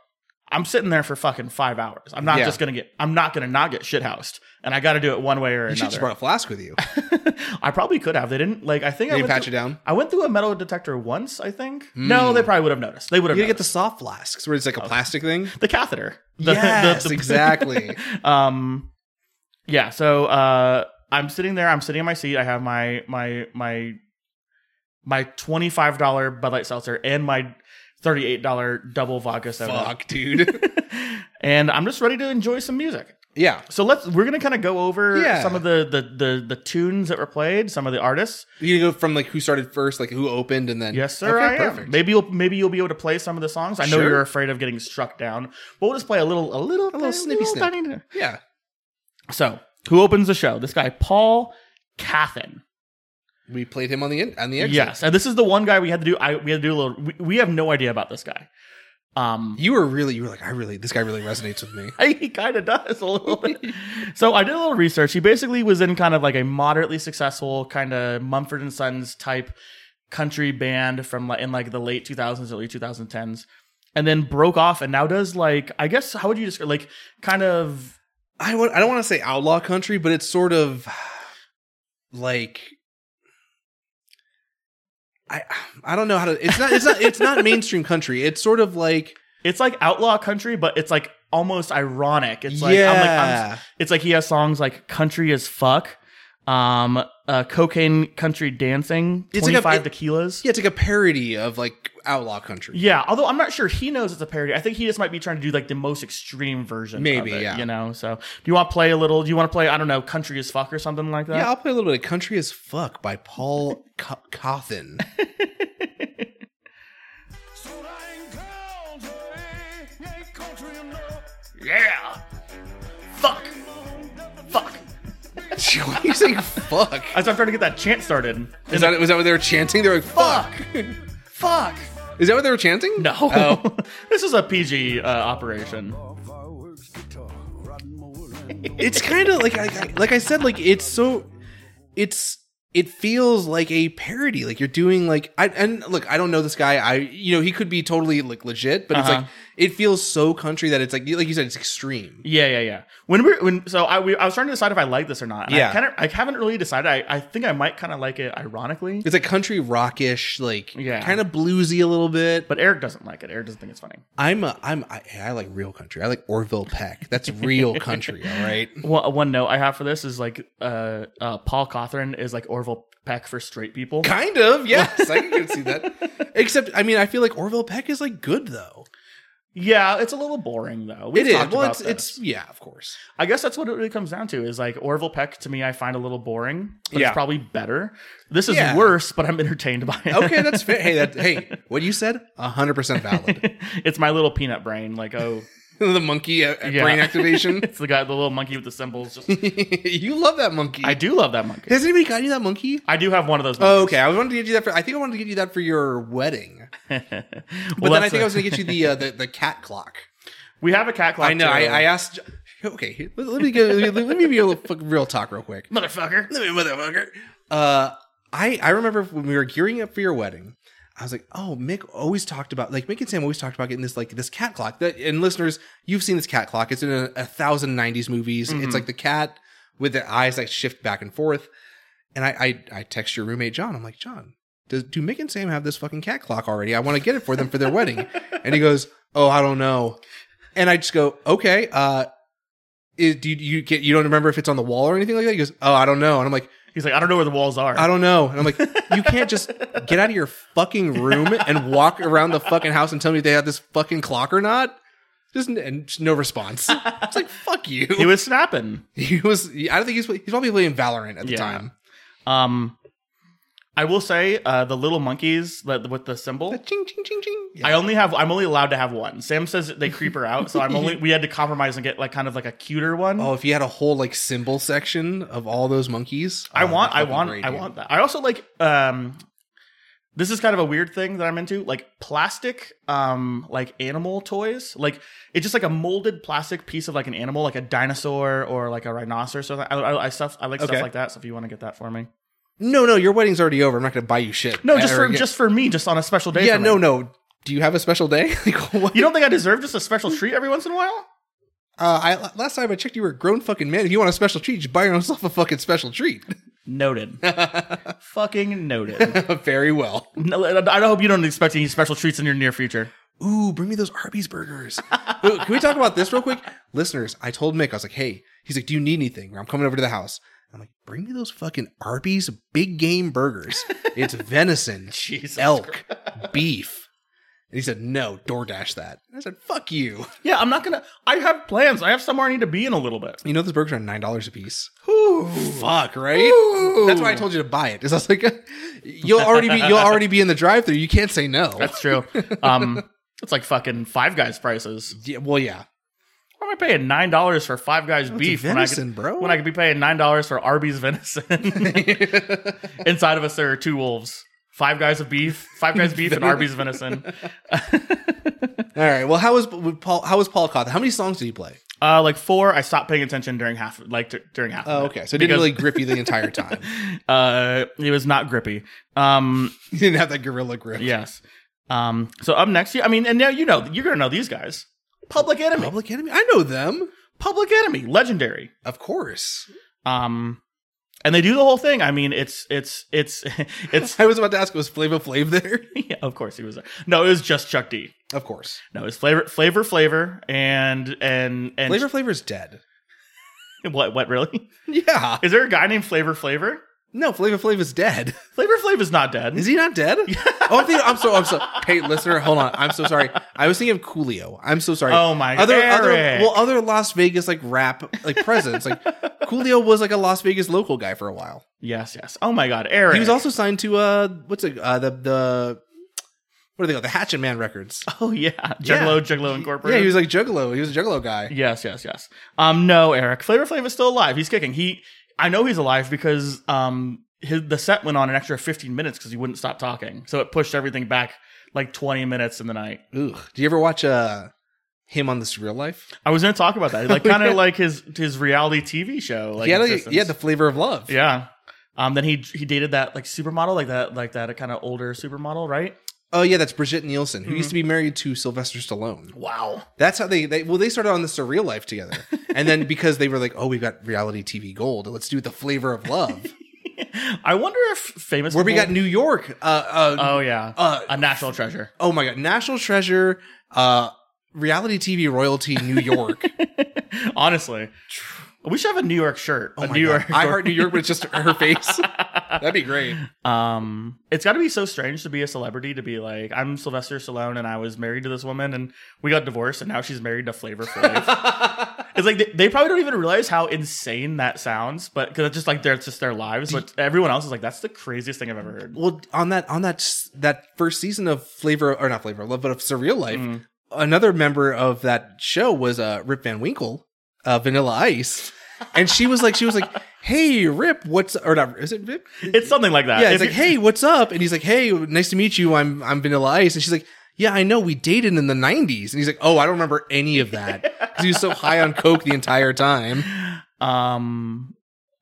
[SPEAKER 2] I'm sitting there for fucking five hours. I'm not
[SPEAKER 1] Yeah.
[SPEAKER 2] just gonna get. I'm not gonna not get shithoused, and I got to do it one way or
[SPEAKER 1] You should just
[SPEAKER 2] another.
[SPEAKER 1] brought a flask with you.
[SPEAKER 2] *laughs* I probably could have. They didn't like. I think I
[SPEAKER 1] They didn't
[SPEAKER 2] went
[SPEAKER 1] patch it
[SPEAKER 2] through,
[SPEAKER 1] down?
[SPEAKER 2] I went through a metal detector once. I think. No,
[SPEAKER 1] Mm.
[SPEAKER 2] they probably would have noticed. They would
[SPEAKER 1] You gotta
[SPEAKER 2] have
[SPEAKER 1] get
[SPEAKER 2] noticed.
[SPEAKER 1] the soft flasks where it's like a plastic thing.
[SPEAKER 2] the catheter. The, the-
[SPEAKER 1] Yes,
[SPEAKER 2] the-
[SPEAKER 1] exactly.
[SPEAKER 2] *laughs* um, yeah. So uh, I'm sitting there. I'm sitting in my seat. I have my my my my twenty five dollar Bud Light seltzer and my thirty eight dollar double vodka soda.
[SPEAKER 1] Fuck, dude. *laughs*
[SPEAKER 2] *laughs* and I'm just ready to enjoy some music.
[SPEAKER 1] Yeah,
[SPEAKER 2] So let's we're gonna kind of go over
[SPEAKER 1] Yeah.
[SPEAKER 2] some of the, the the the tunes that were played, some of the artists.
[SPEAKER 1] you go from like who started first, like who opened, and then
[SPEAKER 2] Yes, sir. I
[SPEAKER 1] Okay,
[SPEAKER 2] am.
[SPEAKER 1] perfect.
[SPEAKER 2] Maybe you'll maybe you'll be able to play some of the songs. I know
[SPEAKER 1] Sure.
[SPEAKER 2] you're afraid of getting struck down, but we'll just play a little a little
[SPEAKER 1] little snippy snip.
[SPEAKER 2] tiny-
[SPEAKER 1] Yeah,
[SPEAKER 2] So, who opens the show? This guy, Paul Cathan.
[SPEAKER 1] we played him on the in- on the exit.
[SPEAKER 2] Yes, and this is the one guy we had to do. I we had to do a little. We, we have no idea about this guy. Um,
[SPEAKER 1] you were really, you were like, I really, this guy really resonates with me.
[SPEAKER 2] *laughs* he kind of does a little bit. So I did a little research. He basically was in kind of like a moderately successful kind of Mumford and Sons type country band from like in like the late 2000s, early 2010s, and then broke off and now does like I guess how would you describe like kind of
[SPEAKER 1] I w- I don't want to say outlaw country, but it's sort of *sighs* like I I don't know how to. It's not it's not it's
[SPEAKER 2] *laughs*
[SPEAKER 1] not mainstream country. It's sort of like
[SPEAKER 2] it's like outlaw country, but it's like almost ironic. It's like I'm like I'm, It's like he has songs like "Country as Fuck," um, uh, "Cocaine Country Dancing,"
[SPEAKER 1] It's like a-
[SPEAKER 2] "25
[SPEAKER 1] it-
[SPEAKER 2] Tequilas."
[SPEAKER 1] yeah, it's like a parody of like outlaw country.
[SPEAKER 2] Yeah, although I'm not sure he knows it's a parody. I think he just might be trying to do like the most extreme version.
[SPEAKER 1] Maybe,
[SPEAKER 2] of it,
[SPEAKER 1] yeah.
[SPEAKER 2] You know, so do you want to play a little? Do you want to play? I don't know, "Country as Fuck" or something like
[SPEAKER 1] Yeah,
[SPEAKER 2] that.
[SPEAKER 1] I'll play a little bit of "Country as Fuck" by Paul Co- Cawthon. *laughs*
[SPEAKER 2] Yeah. Fuck. Fuck.
[SPEAKER 1] Why are you saying "fuck"?
[SPEAKER 2] As I'm trying to get that chant started.
[SPEAKER 1] Is that was that what they were chanting? They were like "fuck."
[SPEAKER 2] Fuck. Fuck.
[SPEAKER 1] Is that what they were chanting?
[SPEAKER 2] No. *laughs*
[SPEAKER 1] Oh.
[SPEAKER 2] this is a PG uh, operation.
[SPEAKER 1] it's kind of like I, like I said, like it's so it's it feels like a parody. Like you're doing like I and look, I don't know this guy. I you know he could be totally like legit, but it's
[SPEAKER 2] Uh-huh.
[SPEAKER 1] like it feels so country that it's like like you said, it's extreme.
[SPEAKER 2] Yeah, yeah, yeah. When we are when so I we, I was trying to decide if I like this or not. and
[SPEAKER 1] Yeah.
[SPEAKER 2] I kind of I haven't really decided. I, I think I might kind of like it ironically,
[SPEAKER 1] It's like country rockish, like
[SPEAKER 2] Yeah.
[SPEAKER 1] kind of bluesy a little bit. But
[SPEAKER 2] but Eric doesn't like it. Eric doesn't think it's funny.
[SPEAKER 1] I'm a, I'm I, I like real country. I like Orville Peck. That's real country. All right.
[SPEAKER 2] Well, one note I have for this is like uh, uh Paul Cawthron is like Orville Peck for straight
[SPEAKER 1] *laughs*
[SPEAKER 2] people.
[SPEAKER 1] Kind of, yes, I can see *laughs* that. Except, I mean, I feel like Orville Peck is like good though.
[SPEAKER 2] Yeah, it's a little boring though.
[SPEAKER 1] It is.
[SPEAKER 2] talked
[SPEAKER 1] Well,
[SPEAKER 2] about
[SPEAKER 1] it's,
[SPEAKER 2] this.
[SPEAKER 1] it's yeah, of course.
[SPEAKER 2] I guess that's what it really comes down to is like Orville Peck to me I find a little boring, but
[SPEAKER 1] Yeah.
[SPEAKER 2] it's probably better. This is
[SPEAKER 1] Yeah.
[SPEAKER 2] worse, but I'm entertained by it.
[SPEAKER 1] okay, that's fair. Hey, that hey, what you said, hundred percent *laughs* valid.
[SPEAKER 2] *laughs* it's my little peanut brain like oh *laughs*
[SPEAKER 1] the monkey uh,
[SPEAKER 2] Yeah.
[SPEAKER 1] brain activation. *laughs*
[SPEAKER 2] it's the guy the little monkey with the symbols just
[SPEAKER 1] you love that monkey.
[SPEAKER 2] I do love that monkey.
[SPEAKER 1] Has anybody gotten you that monkey?
[SPEAKER 2] I do have one of those.
[SPEAKER 1] Oh,
[SPEAKER 2] monkeys.
[SPEAKER 1] okay. I wanted to get you that. For, I think I wanted to get you that for your *laughs* wedding. But
[SPEAKER 2] Well,
[SPEAKER 1] then
[SPEAKER 2] that's
[SPEAKER 1] I think
[SPEAKER 2] a-
[SPEAKER 1] I was going to get you the, uh, the the cat clock.
[SPEAKER 2] We have a cat
[SPEAKER 1] *laughs*
[SPEAKER 2] clock.
[SPEAKER 1] I know. I,
[SPEAKER 2] too.
[SPEAKER 1] I asked. Okay, here, let, let me go. Let me, let me be a little, fuck- real talk real quick.
[SPEAKER 2] motherfucker.
[SPEAKER 1] Let me, motherfucker. Uh, I I remember when we were gearing up for your wedding. I was like, oh, Mick always talked about like Mick and Sam always talked about getting this like this cat clock. That and listeners, you've seen this cat clock. It's in a, a thousand nineties movies. It's like the cat with the eyes like shift back and forth. And I I, I text your roommate John. I'm like, John, does, do Mick and Sam have this fucking cat clock already? I want to get it for them for their wedding. And he goes, oh, I don't know. And I just go, okay. Uh, is, do you, you get you don't remember if it's on the wall or anything like that? He goes, oh, I don't know. And I'm like.
[SPEAKER 2] He's like, I don't know where the walls are.
[SPEAKER 1] I don't know. And I'm like, you can't just get out of your fucking room and walk around the fucking house and tell me if they have this fucking clock or not. Just, n- and just no response. It's like fuck you.
[SPEAKER 2] *laughs* he was snapping.
[SPEAKER 1] He was. I don't think he's. He's probably playing Valorant at the
[SPEAKER 2] Yeah.
[SPEAKER 1] time.
[SPEAKER 2] Um, I will say uh, the little monkeys that, with the symbol.
[SPEAKER 1] That ching ching ching ching. Yeah.
[SPEAKER 2] I only have. I'm only allowed to have one. Sam says
[SPEAKER 1] *laughs*
[SPEAKER 2] they creep her out, so I'm only. We had to compromise and get like kind of like a cuter one.
[SPEAKER 1] oh, if you had a whole like symbol section of all those monkeys,
[SPEAKER 2] I
[SPEAKER 1] oh,
[SPEAKER 2] want.
[SPEAKER 1] that'd
[SPEAKER 2] I
[SPEAKER 1] fucking
[SPEAKER 2] want.
[SPEAKER 1] great,
[SPEAKER 2] I
[SPEAKER 1] dude.
[SPEAKER 2] want that. I also like. Um, this is kind of a weird thing that I'm into, like plastic, um, like animal toys. Like it's just like a molded plastic piece of like an animal, like a dinosaur or like a rhinoceros. Or something. I, I, I stuff. I like
[SPEAKER 1] Okay.
[SPEAKER 2] stuff like that. So if you want to get that for me,
[SPEAKER 1] no, no, your wedding's already over. I'm not going to buy you shit.
[SPEAKER 2] No, just
[SPEAKER 1] Or
[SPEAKER 2] for
[SPEAKER 1] get-
[SPEAKER 2] just for me, just on a special day.
[SPEAKER 1] yeah,
[SPEAKER 2] for
[SPEAKER 1] no,
[SPEAKER 2] me.
[SPEAKER 1] no. Do you have a special day? *laughs* like what?
[SPEAKER 2] You don't think I deserve just a special treat every once in a while?
[SPEAKER 1] Uh, I last time I checked, you were a grown fucking man. If you want a special treat, just buy yourself a fucking special treat.
[SPEAKER 2] Noted. *laughs* Fucking noted.
[SPEAKER 1] *laughs* Very well.
[SPEAKER 2] *laughs* No, I hope you don't expect any special treats in your near future.
[SPEAKER 1] Ooh, bring me those Arby's burgers. *laughs* Wait, Can we talk about this real quick, listeners? I told Mick, I was like, hey, he's like, do you need anything? I'm coming over to the house. I'm like, bring me those fucking Arby's big game burgers. *laughs* It's venison,
[SPEAKER 2] Jesus
[SPEAKER 1] elk, beef. And he said, no, DoorDash that. And I said, fuck you.
[SPEAKER 2] Yeah, I'm not gonna. I have plans. I have somewhere I need to be in a little bit.
[SPEAKER 1] You know those burgers are nine dollars a piece.
[SPEAKER 2] Ooh.
[SPEAKER 1] Fuck, right? That's why I told you to buy it. Is I was like, *laughs* you'll already be you'll already be in the drive-through. You can't say no.
[SPEAKER 2] That's true. Um, it's like fucking Five Guys prices.
[SPEAKER 1] yeah, well, yeah.
[SPEAKER 2] Why am I paying nine dollars for Five Guys beef when I could,
[SPEAKER 1] Oh, venison, bro.
[SPEAKER 2] when I could be paying nine dollars for Arby's *laughs* venison? Inside of us there are two wolves. Five guys of beef, five *laughs* guys beef, and Arby's venison. *laughs*
[SPEAKER 1] All right. Well, how was Paul? How was Paul caught? How many songs did he play?
[SPEAKER 2] Uh, like four, I stopped paying attention during half, like d- during half.
[SPEAKER 1] Oh,
[SPEAKER 2] of it.
[SPEAKER 1] okay. So it didn't
[SPEAKER 2] Because-
[SPEAKER 1] really grip you the *laughs* entire time.
[SPEAKER 2] Uh, it was not grippy. Um,
[SPEAKER 1] you didn't have that gorilla grip.
[SPEAKER 2] yes. Um, so up next, I mean, and now you know you're gonna know these guys. Public Enemy,
[SPEAKER 1] Public Enemy. I know them,
[SPEAKER 2] Public Enemy, legendary.
[SPEAKER 1] of course.
[SPEAKER 2] Um, and they do the whole thing. I mean, it's it's it's *laughs* it's.
[SPEAKER 1] I was about to ask, was Flava Flav there? *laughs*
[SPEAKER 2] yeah, of course he was there. No, it was just Chuck D.
[SPEAKER 1] Of course.
[SPEAKER 2] No, it was flavor, flavor, flavor, and and and
[SPEAKER 1] Flavor Flavor's dead.
[SPEAKER 2] *laughs* what? What really? *laughs*
[SPEAKER 1] Yeah.
[SPEAKER 2] Is there a guy named Flavor Flavor?
[SPEAKER 1] *laughs* No, Flava Flav is dead.
[SPEAKER 2] Flavor Flav is not
[SPEAKER 1] *laughs*
[SPEAKER 2] dead.
[SPEAKER 1] Is he not dead? *laughs* oh, I'm, thinking, I'm so. I'm so. Hey, listener, hold on. I'm so sorry. I was thinking of Coolio. I'm so sorry.
[SPEAKER 2] Oh my
[SPEAKER 1] other other
[SPEAKER 2] Eric.
[SPEAKER 1] well other Las Vegas like rap like presence *laughs* like Coolio was like a Las Vegas local guy for a while.
[SPEAKER 2] yes, yes. Oh my God, Eric.
[SPEAKER 1] He was also signed to uh what's it uh the the what do they call it? the Hatchet Man Records.
[SPEAKER 2] *laughs* Oh yeah, Juggalo, Juggalo *laughs* Incorporated.
[SPEAKER 1] Yeah, he was like Juggalo. He was a Juggalo guy.
[SPEAKER 2] Yes, yes, yes. Um, no, Eric. Flavor Flav is still alive. He's kicking. He, I know he's alive because um, his the set went on an extra fifteen minutes because he wouldn't stop talking, so it pushed everything back like twenty minutes in the night.
[SPEAKER 1] Ugh. Do you ever watch uh him on this real life?
[SPEAKER 2] I was going to talk about that,
[SPEAKER 1] *laughs*
[SPEAKER 2] like kind
[SPEAKER 1] Yeah.
[SPEAKER 2] of like his his reality TV show. Like
[SPEAKER 1] he, had, like,
[SPEAKER 2] existence.
[SPEAKER 1] he had the flavor of love.
[SPEAKER 2] yeah. Um, then he he dated that like supermodel, like that like that kind of older supermodel, right?
[SPEAKER 1] Oh yeah, that's Brigitte Nielsen, who used
[SPEAKER 2] Mm-hmm.
[SPEAKER 1] to be married to Sylvester Stallone.
[SPEAKER 2] Wow.
[SPEAKER 1] That's how they, they well they started on the surreal life
[SPEAKER 2] *laughs*
[SPEAKER 1] together, and then because they were like, oh, we've got reality TV gold, let's do the flavor of love. *laughs*
[SPEAKER 2] I wonder if famous
[SPEAKER 1] Where we
[SPEAKER 2] people-
[SPEAKER 1] got New York, uh, uh,
[SPEAKER 2] Oh yeah,
[SPEAKER 1] uh,
[SPEAKER 2] a national treasure. *laughs*
[SPEAKER 1] oh my god, national treasure, uh, reality TV royalty, New York.
[SPEAKER 2] Honestly, we should have a New York shirt.
[SPEAKER 1] Oh
[SPEAKER 2] a
[SPEAKER 1] my
[SPEAKER 2] New
[SPEAKER 1] god,
[SPEAKER 2] York.
[SPEAKER 1] I heart New York, but it's just her face. *laughs* That'd be great.
[SPEAKER 2] Um, it's got to be so strange to be a celebrity to be like, I'm Sylvester Stallone and I was married to this woman and we got divorced and now she's married
[SPEAKER 1] *laughs*
[SPEAKER 2] to Flavor Flav. it's like they, they probably don't even realize how insane that sounds, but because it's just like they're it's just their lives. But everyone else is like, that's the craziest thing I've ever heard.
[SPEAKER 1] well, on that on that s- that first season of Flavor or not Flavor of Love, but of Surreal Life, another member of that show was uh, Rip Van Winkle, uh, Vanilla Ice, and she was like, she was like, "Hey, Rip, what's or not? Is it Rip?
[SPEAKER 2] It's something like that.
[SPEAKER 1] Yeah,
[SPEAKER 2] If
[SPEAKER 1] it's like,
[SPEAKER 2] you-
[SPEAKER 1] hey, what's up? And he's like, hey, nice to meet you. I'm I'm Vanilla Ice. And she's like, yeah, I know. We dated in the '90s. And he's like, oh, I don't remember any of that because he was so high on coke the entire time.
[SPEAKER 2] um,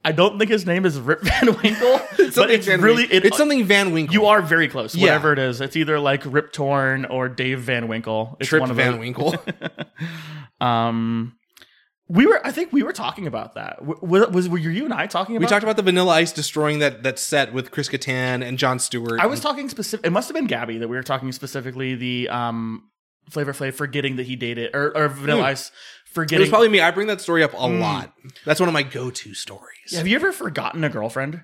[SPEAKER 2] I don't think his name is Rip *laughs*
[SPEAKER 1] *laughs*
[SPEAKER 2] Van Winkle, but it's
[SPEAKER 1] Van
[SPEAKER 2] really
[SPEAKER 1] Winkle.
[SPEAKER 2] it,
[SPEAKER 1] it's something Van Winkle.
[SPEAKER 2] You are very close.
[SPEAKER 1] Yeah.
[SPEAKER 2] Whatever it is, it's either like Rip Torn or Dave Van Winkle. It's
[SPEAKER 1] Trip
[SPEAKER 2] one of
[SPEAKER 1] Van
[SPEAKER 2] those.
[SPEAKER 1] Winkle.
[SPEAKER 2] Um, we were. I think we were talking about that. W- Was, was were you and I talking
[SPEAKER 1] *laughs*
[SPEAKER 2] about?
[SPEAKER 1] We talked about the Vanilla Ice destroying that that set with Chris Kattan and John Stewart.
[SPEAKER 2] I was talking specific. It must have been Gabby that we were talking specifically the um Flavor Flav forgetting that he dated or or Vanilla
[SPEAKER 1] Hmm.
[SPEAKER 2] Ice
[SPEAKER 1] It
[SPEAKER 2] forgetting.
[SPEAKER 1] was probably me. I bring that story up a
[SPEAKER 2] Mm.
[SPEAKER 1] lot. That's one of my go-to stories. *laughs*
[SPEAKER 2] have you ever forgotten a girlfriend?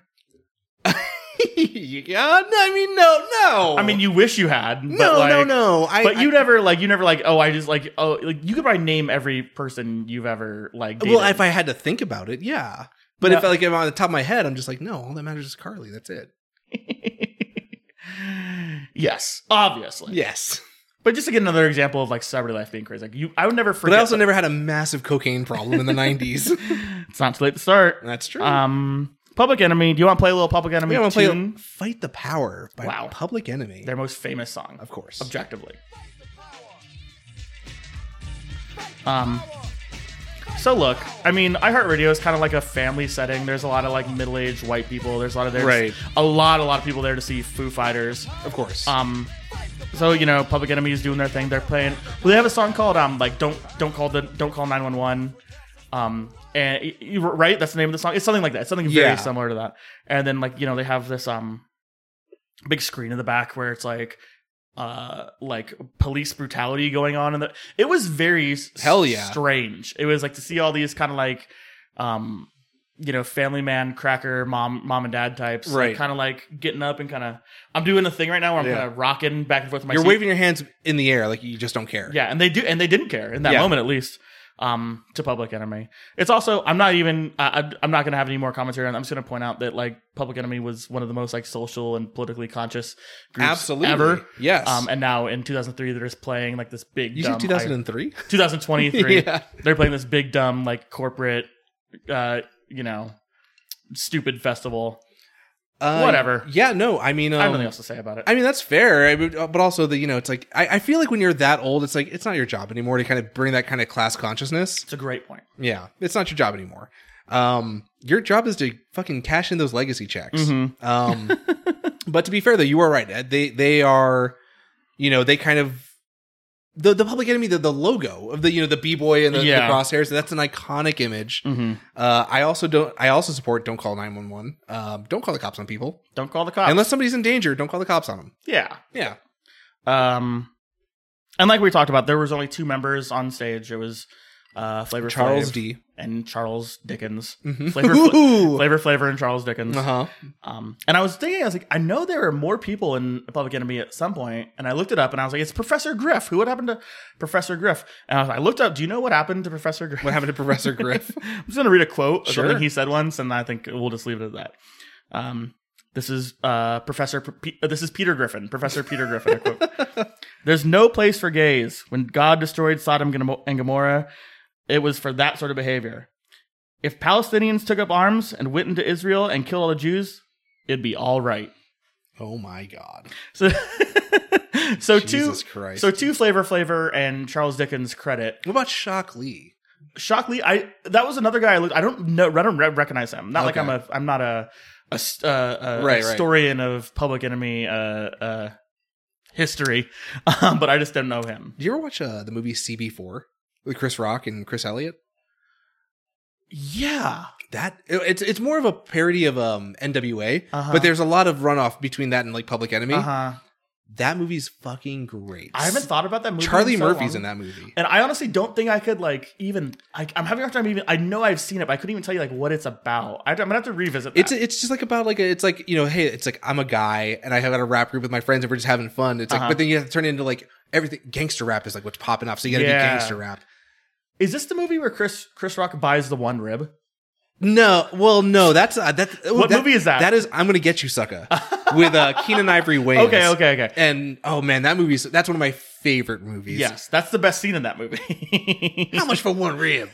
[SPEAKER 1] yeah. "Oh, no, I mean, no, no.
[SPEAKER 2] I mean, you wish you had. But
[SPEAKER 1] Oh. no,
[SPEAKER 2] like,
[SPEAKER 1] no, no. I,
[SPEAKER 2] But
[SPEAKER 1] I-
[SPEAKER 2] you never like you never like oh I just like oh like you could probably name every person you've ever like dated.
[SPEAKER 1] well, if I had to think about it, yeah. But
[SPEAKER 2] No.
[SPEAKER 1] if like if I'm on the top of my head, I'm just like, no, all that matters is Carly. That's it.
[SPEAKER 2] yes obviously
[SPEAKER 1] Yes.
[SPEAKER 2] but just to get another example of like celebrity life being crazy like you I would never forget
[SPEAKER 1] But I also
[SPEAKER 2] that-
[SPEAKER 1] never had a massive cocaine problem in the
[SPEAKER 2] *laughs*
[SPEAKER 1] '90s.
[SPEAKER 2] it's not too late to start
[SPEAKER 1] That's true.
[SPEAKER 2] Um, Public Enemy. Do you want to play a little Public Enemy
[SPEAKER 1] we want to play
[SPEAKER 2] tune?
[SPEAKER 1] "Fight the Power" by
[SPEAKER 2] Wow.
[SPEAKER 1] Public Enemy.
[SPEAKER 2] Their most famous song,
[SPEAKER 1] of course.
[SPEAKER 2] objectively. Um, So look, I mean, iHeartRadio is kind of like a family setting. There's a lot of like middle-aged white people. There's a lot of there's
[SPEAKER 1] Right.
[SPEAKER 2] a lot, a lot of people there to see Foo Fighters.
[SPEAKER 1] Of course.
[SPEAKER 2] Um, so you know, Public Enemy is doing their thing. They're playing. Well, they have a song called um, like don't don't call the don't call nine one one. Um, and y- you were right, that's the name of the song. It's something like that. It's something very
[SPEAKER 1] Yeah.
[SPEAKER 2] similar to that. And then like you know, they have this um, big screen in the back where it's like uh like police brutality going on in the it was very s-
[SPEAKER 1] Hell yeah.
[SPEAKER 2] strange it was like to see all these kind of like um you know family man cracker mom mom and dad types like,
[SPEAKER 1] Right.
[SPEAKER 2] kind of like getting up and kind of i'm doing a thing right now where i'm
[SPEAKER 1] Yeah.
[SPEAKER 2] kind of rocking back and forth with my
[SPEAKER 1] You're
[SPEAKER 2] seat.
[SPEAKER 1] waving your hands in the air like you just don't care.
[SPEAKER 2] Yeah, and they do, and they didn't care in that
[SPEAKER 1] Yeah.
[SPEAKER 2] moment, at least. Um, to Public Enemy, it's also I'm not even I, I- I'm not gonna have any more commentary on. that. I'm just gonna point out that like Public Enemy was one of the most like social and politically conscious groups
[SPEAKER 1] Absolutely.
[SPEAKER 2] ever.
[SPEAKER 1] Yes.
[SPEAKER 2] Um, and now in 2003 they're just playing like this big
[SPEAKER 1] you
[SPEAKER 2] dumb
[SPEAKER 1] said
[SPEAKER 2] *laughs*
[SPEAKER 1] 2003?
[SPEAKER 2] 2023
[SPEAKER 1] *laughs* yeah.
[SPEAKER 2] they're playing this big dumb like corporate uh you know stupid festival.
[SPEAKER 1] Uh,
[SPEAKER 2] Whatever.
[SPEAKER 1] Yeah, no, I mean, um,
[SPEAKER 2] I have nothing else to say about it.
[SPEAKER 1] I mean that's fair, I mean, but also the you know it's like I, I feel like when you're that old, it's like it's not your job anymore to kind of bring that kind of class consciousness.
[SPEAKER 2] it's a great point.
[SPEAKER 1] Yeah, it's not your job anymore. Um, your job is to fucking cash in those legacy checks.
[SPEAKER 2] Mm-hmm.
[SPEAKER 1] Um, but to be fair though, you are right. Uh, They they are, you know, they kind of the the public enemy the, the logo of the you know the b boy and the, the
[SPEAKER 2] Yeah.
[SPEAKER 1] crosshairs. That's an iconic image.
[SPEAKER 2] Mm-hmm.
[SPEAKER 1] Uh, I also don't. I also support don't call nine one one. Um, don't call the cops on people
[SPEAKER 2] Don't call the cops.
[SPEAKER 1] unless somebody's in danger. Don't call the cops on them.
[SPEAKER 2] yeah.
[SPEAKER 1] Yeah.
[SPEAKER 2] Um, and like we talked about, there was only two members on stage. It was uh, Flavor
[SPEAKER 1] Charles
[SPEAKER 2] Flav
[SPEAKER 1] D.
[SPEAKER 2] and Charles Dickens.
[SPEAKER 1] Mhm. *laughs*
[SPEAKER 2] Flavor,
[SPEAKER 1] Ooh.
[SPEAKER 2] Flavor Flavor and Charles Dickens.
[SPEAKER 1] Uh-huh.
[SPEAKER 2] Um, and I was thinking, I was like, I know there are more people in Public Enemy at some point, and I looked it up, and I was like, it's Professor Griff. Who? What happened to Professor Griff? And I, was, I looked up. Do you know what happened to Professor Griff?
[SPEAKER 1] What happened to Professor
[SPEAKER 2] *laughs*
[SPEAKER 1] Griff?
[SPEAKER 2] I'm just gonna read a quote of
[SPEAKER 1] Sure.
[SPEAKER 2] something he said once, and I think we'll just leave it at that. Um, this is uh, Professor. P- uh, this is Peter Griffin, Professor Peter Griffin. A quote:
[SPEAKER 1] *laughs*
[SPEAKER 2] "There's no place for gays. When God destroyed Sodom Gom- and Gomorrah, it was for that sort of behavior. If Palestinians took up arms and went into Israel and killed all the Jews, it'd be all right."
[SPEAKER 1] Oh my God.
[SPEAKER 2] So, *laughs* so
[SPEAKER 1] Jesus
[SPEAKER 2] to
[SPEAKER 1] Christ.
[SPEAKER 2] so to Flavor Flavor and Charles Dickens' credit,
[SPEAKER 1] what about Shock Lee?
[SPEAKER 2] Shockley, I that was another guy I looked. I don't know. I don't re- recognize him. Not like
[SPEAKER 1] Okay.
[SPEAKER 2] I'm a. I'm not a a, s- uh,
[SPEAKER 1] Right,
[SPEAKER 2] a
[SPEAKER 1] right.
[SPEAKER 2] historian of Public Enemy uh, uh, history, *laughs* um, but I just don't know him.
[SPEAKER 1] Did you ever watch uh, the movie CB4 with Chris Rock and Chris Elliott?
[SPEAKER 2] Yeah,
[SPEAKER 1] That it- it's it's more of a parody of um NWA,
[SPEAKER 2] Uh-huh.
[SPEAKER 1] but there's a lot of runoff between that and like Public Enemy.
[SPEAKER 2] uh huh.
[SPEAKER 1] That movie's fucking great.
[SPEAKER 2] I haven't thought about that movie.
[SPEAKER 1] Charlie
[SPEAKER 2] in so
[SPEAKER 1] Murphy's
[SPEAKER 2] long.
[SPEAKER 1] in that movie.
[SPEAKER 2] and I honestly don't think I could like even. I, I'm having a hard time even. I know I've seen it, but I couldn't even tell you like what it's about. I, am gonna have to revisit. That.
[SPEAKER 1] It's it's just like about like a, it's like you know hey it's like I'm a guy and I have got a rap group with my friends and we're just having fun. It's like
[SPEAKER 2] Uh-huh.
[SPEAKER 1] but then you have to turn it into like everything gangster rap is like what's popping off. So you got to
[SPEAKER 2] Yeah.
[SPEAKER 1] be gangster rap.
[SPEAKER 2] is this the movie where Chris Chris Rock buys the one rib?
[SPEAKER 1] No, well no that's uh, that.
[SPEAKER 2] What movie is that?
[SPEAKER 1] That is I'm gonna get you
[SPEAKER 2] *laughs*
[SPEAKER 1] sucker with uh, Keenan Ivory Wayans.
[SPEAKER 2] Okay, okay, okay.
[SPEAKER 1] And oh man, that movie's that's one of my favorite movies.
[SPEAKER 2] Yes, that's the best scene in that movie.
[SPEAKER 1] How much for one rib?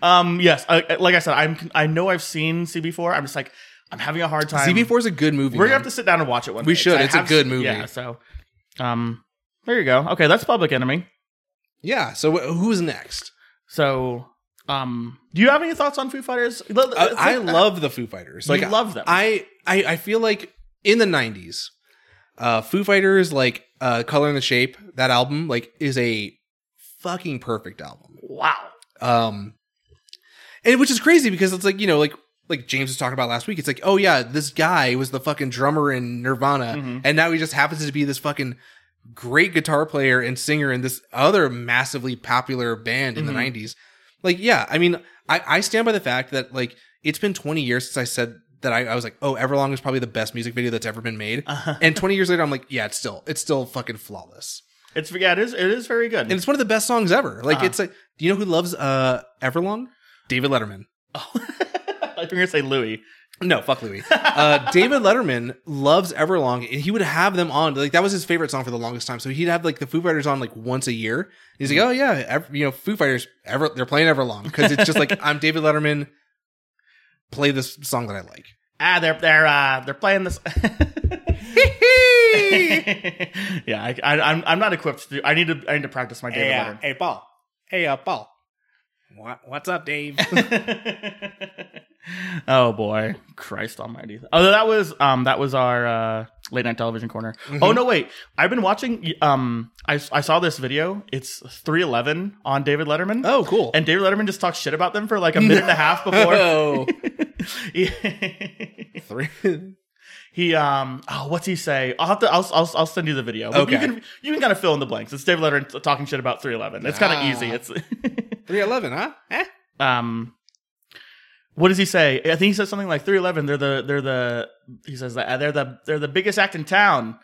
[SPEAKER 2] Um, yes, I, I- like I said, I'm I know I've seen CB4. I'm just like I'm having a hard time.
[SPEAKER 1] CB4 is a good movie.
[SPEAKER 2] We're gonna
[SPEAKER 1] man.
[SPEAKER 2] have to sit down and watch it one.
[SPEAKER 1] We
[SPEAKER 2] day, 'cause
[SPEAKER 1] should.
[SPEAKER 2] I
[SPEAKER 1] It's a
[SPEAKER 2] have
[SPEAKER 1] good
[SPEAKER 2] seen-
[SPEAKER 1] movie.
[SPEAKER 2] Yeah. So, um, there you go. Okay, that's Public Enemy.
[SPEAKER 1] yeah. So
[SPEAKER 2] uh,
[SPEAKER 1] wh- who's next?
[SPEAKER 2] So, um, do you have any thoughts on Foo Fighters? Let-
[SPEAKER 1] Uh,
[SPEAKER 2] let's-
[SPEAKER 1] I love the Foo Fighters.
[SPEAKER 2] You
[SPEAKER 1] Like
[SPEAKER 2] love them.
[SPEAKER 1] I, I I feel like in the '90s, uh, Foo Fighters like uh, "Color and the Shape" that album like is a fucking perfect album.
[SPEAKER 2] wow.
[SPEAKER 1] Um, and which is crazy because it's like you know like like James was talking about last week. It's like oh yeah, this guy was the fucking drummer in Nirvana,
[SPEAKER 2] Mhm.
[SPEAKER 1] and now he just happens to be this fucking great guitar player and singer in this other massively popular band in
[SPEAKER 2] Mhm.
[SPEAKER 1] the '90s. Like yeah, I mean I I stand by the fact that like it's been 20 years since I said that I, I was like oh Everlong is probably the best music video that's ever been made.
[SPEAKER 2] Uh-huh.
[SPEAKER 1] And 20 years later, I'm like, yeah, it's still, it's still fucking flawless.
[SPEAKER 2] It's yeah, it is it is very good.
[SPEAKER 1] And it's one of the best songs ever. Like,
[SPEAKER 2] Uh-huh.
[SPEAKER 1] it's like, do you know who loves, uh, Everlong? David Letterman.
[SPEAKER 2] oh. *laughs* I think you're gonna say Louis.
[SPEAKER 1] No, fuck Louis. Uh, David Letterman loves Everlong, and he would have them on. Like that was his favorite song for the longest time. So he'd have like the Foo Fighters on like once a year. He's like, oh yeah, ev- you know, Foo Fighters, ever they're playing Everlong because it's just like I'm David Letterman. Play this song that I like.
[SPEAKER 2] ah, they're they're uh, they're playing this. *laughs*
[SPEAKER 1] *laughs*
[SPEAKER 2] yeah, I, I, I'm I'm not equipped to. do- I need to I need to practice my David Letterman.
[SPEAKER 1] hey Paul, hey uh, Paul, What, what's up, Dave?
[SPEAKER 2] *laughs* oh boy, Christ Almighty! Although that was um that was our uh, late night television corner.
[SPEAKER 1] Mm-hmm.
[SPEAKER 2] Oh no, wait! I've been watching. Um, I I saw this video. It's three eleven on David Letterman.
[SPEAKER 1] oh, cool.
[SPEAKER 2] And David Letterman just talks shit about them for
[SPEAKER 1] *laughs*
[SPEAKER 2] like a minute and a half before.
[SPEAKER 1] oh,
[SPEAKER 2] he,
[SPEAKER 1] *laughs* three.
[SPEAKER 2] he, um oh what's he say? I'll have to I'll I'll, I'll send you the video. But You
[SPEAKER 1] Okay.
[SPEAKER 2] can you can kind of fill in the blanks. It's David Letterman t- talking shit about three eleven. It's kind of
[SPEAKER 1] Ah.
[SPEAKER 2] easy. It's *laughs*
[SPEAKER 1] 311, huh? Eh?
[SPEAKER 2] um what does he say? I think he says something like 311 they're the they're the he says that uh, they're the they're the biggest act in town.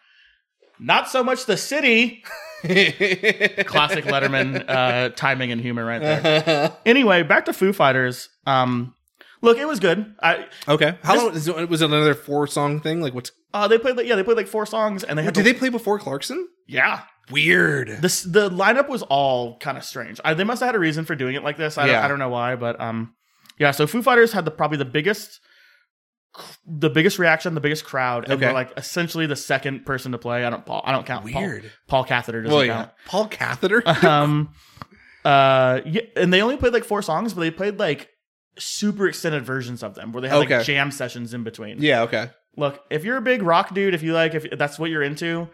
[SPEAKER 2] Not so much the city.
[SPEAKER 1] *laughs*
[SPEAKER 2] Classic Letterman uh timing and humor right there. Anyway, back to Foo Fighters. Um look, it was good. I
[SPEAKER 1] okay. How
[SPEAKER 2] This-
[SPEAKER 1] long is it, was it another four song thing? Like, what's
[SPEAKER 2] uh they played like yeah, they played like four songs and they had
[SPEAKER 1] did
[SPEAKER 2] to-
[SPEAKER 1] they play before Clarkson?
[SPEAKER 2] Yeah.
[SPEAKER 1] Weird.
[SPEAKER 2] This the lineup was all kind of strange. I, they must have had a reason for doing it like this. I, don't,
[SPEAKER 1] Yeah.
[SPEAKER 2] I don't know why, but um, yeah. So Foo Fighters had the probably the biggest, the biggest reaction, the biggest crowd, and
[SPEAKER 1] Okay.
[SPEAKER 2] were like essentially the second person to play. I don't Paul. I don't count Paul.
[SPEAKER 1] Weird.
[SPEAKER 2] Paul Catheter doesn't
[SPEAKER 1] Well, yeah.
[SPEAKER 2] count.
[SPEAKER 1] Paul Catheter.
[SPEAKER 2] *laughs* um, uh, yeah, and they only played like four songs, but they played like super extended versions of them where they had
[SPEAKER 1] Okay.
[SPEAKER 2] like jam sessions in between.
[SPEAKER 1] yeah. Okay.
[SPEAKER 2] Look, if you're a big rock dude, if you like, if that's what you're into,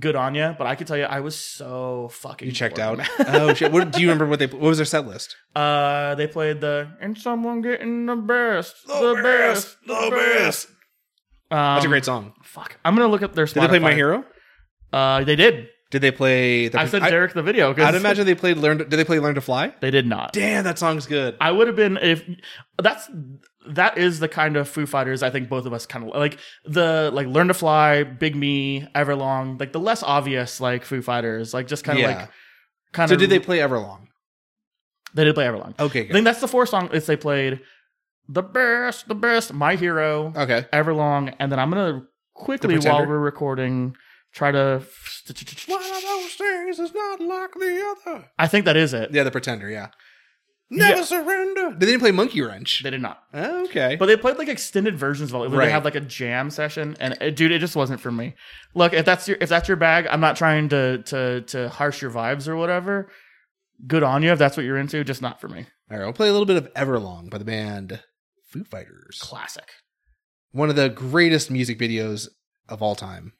[SPEAKER 2] good on you. But I can tell you, I was so fucking.
[SPEAKER 1] You checked out.
[SPEAKER 2] bored.
[SPEAKER 1] oh shit. What do you remember? What they what was their set list?
[SPEAKER 2] Uh, they played the and someone getting the best, the, best,
[SPEAKER 1] the best.
[SPEAKER 2] Um,
[SPEAKER 1] That's a great song.
[SPEAKER 2] Fuck, I'm gonna look up their. Spotify.
[SPEAKER 1] Did they play My Hero?
[SPEAKER 2] Uh, they did.
[SPEAKER 1] Did they play? The,
[SPEAKER 2] I sent
[SPEAKER 1] I,
[SPEAKER 2] Derek the video. 'cause
[SPEAKER 1] would imagine they played Learn. To, did they play Learn to Fly?
[SPEAKER 2] they did not.
[SPEAKER 1] Damn, that song's good.
[SPEAKER 2] I would have been if that's that is the kind of Foo Fighters I think both of us kind of like the like Learn to Fly, Big Me, Everlong, like the less obvious like Foo Fighters, like just kind of
[SPEAKER 1] Yeah.
[SPEAKER 2] like kind
[SPEAKER 1] so
[SPEAKER 2] of.
[SPEAKER 1] did they play Everlong?
[SPEAKER 2] They did play Everlong.
[SPEAKER 1] Okay.
[SPEAKER 2] I
[SPEAKER 1] Good.
[SPEAKER 2] think that's the four songs it's they played. The best, the best, my hero,
[SPEAKER 1] Okay.
[SPEAKER 2] Everlong, and then I'm gonna
[SPEAKER 1] The
[SPEAKER 2] quickly
[SPEAKER 1] Pretender?
[SPEAKER 2] while we're recording try to.
[SPEAKER 1] One of those things is not like the other.
[SPEAKER 2] I think that is it.
[SPEAKER 1] Yeah, the Pretender. Yeah.
[SPEAKER 2] Yeah.
[SPEAKER 1] Never surrender. Did they play Monkey Wrench?
[SPEAKER 2] They Oh, did not,
[SPEAKER 1] Okay.
[SPEAKER 2] but they played like extended versions of it. where They
[SPEAKER 1] Right.
[SPEAKER 2] had like a jam session, and uh, dude, it just wasn't for me. Look, if that's your if that's your bag, I'm not trying to to to harsh your vibes or whatever. Good on you if that's what you're into. Just not for me.
[SPEAKER 1] All right. We'll play a little bit of Everlong by the band Foo Fighters.
[SPEAKER 2] Classic. *laughs*
[SPEAKER 1] one of the greatest music videos of all time.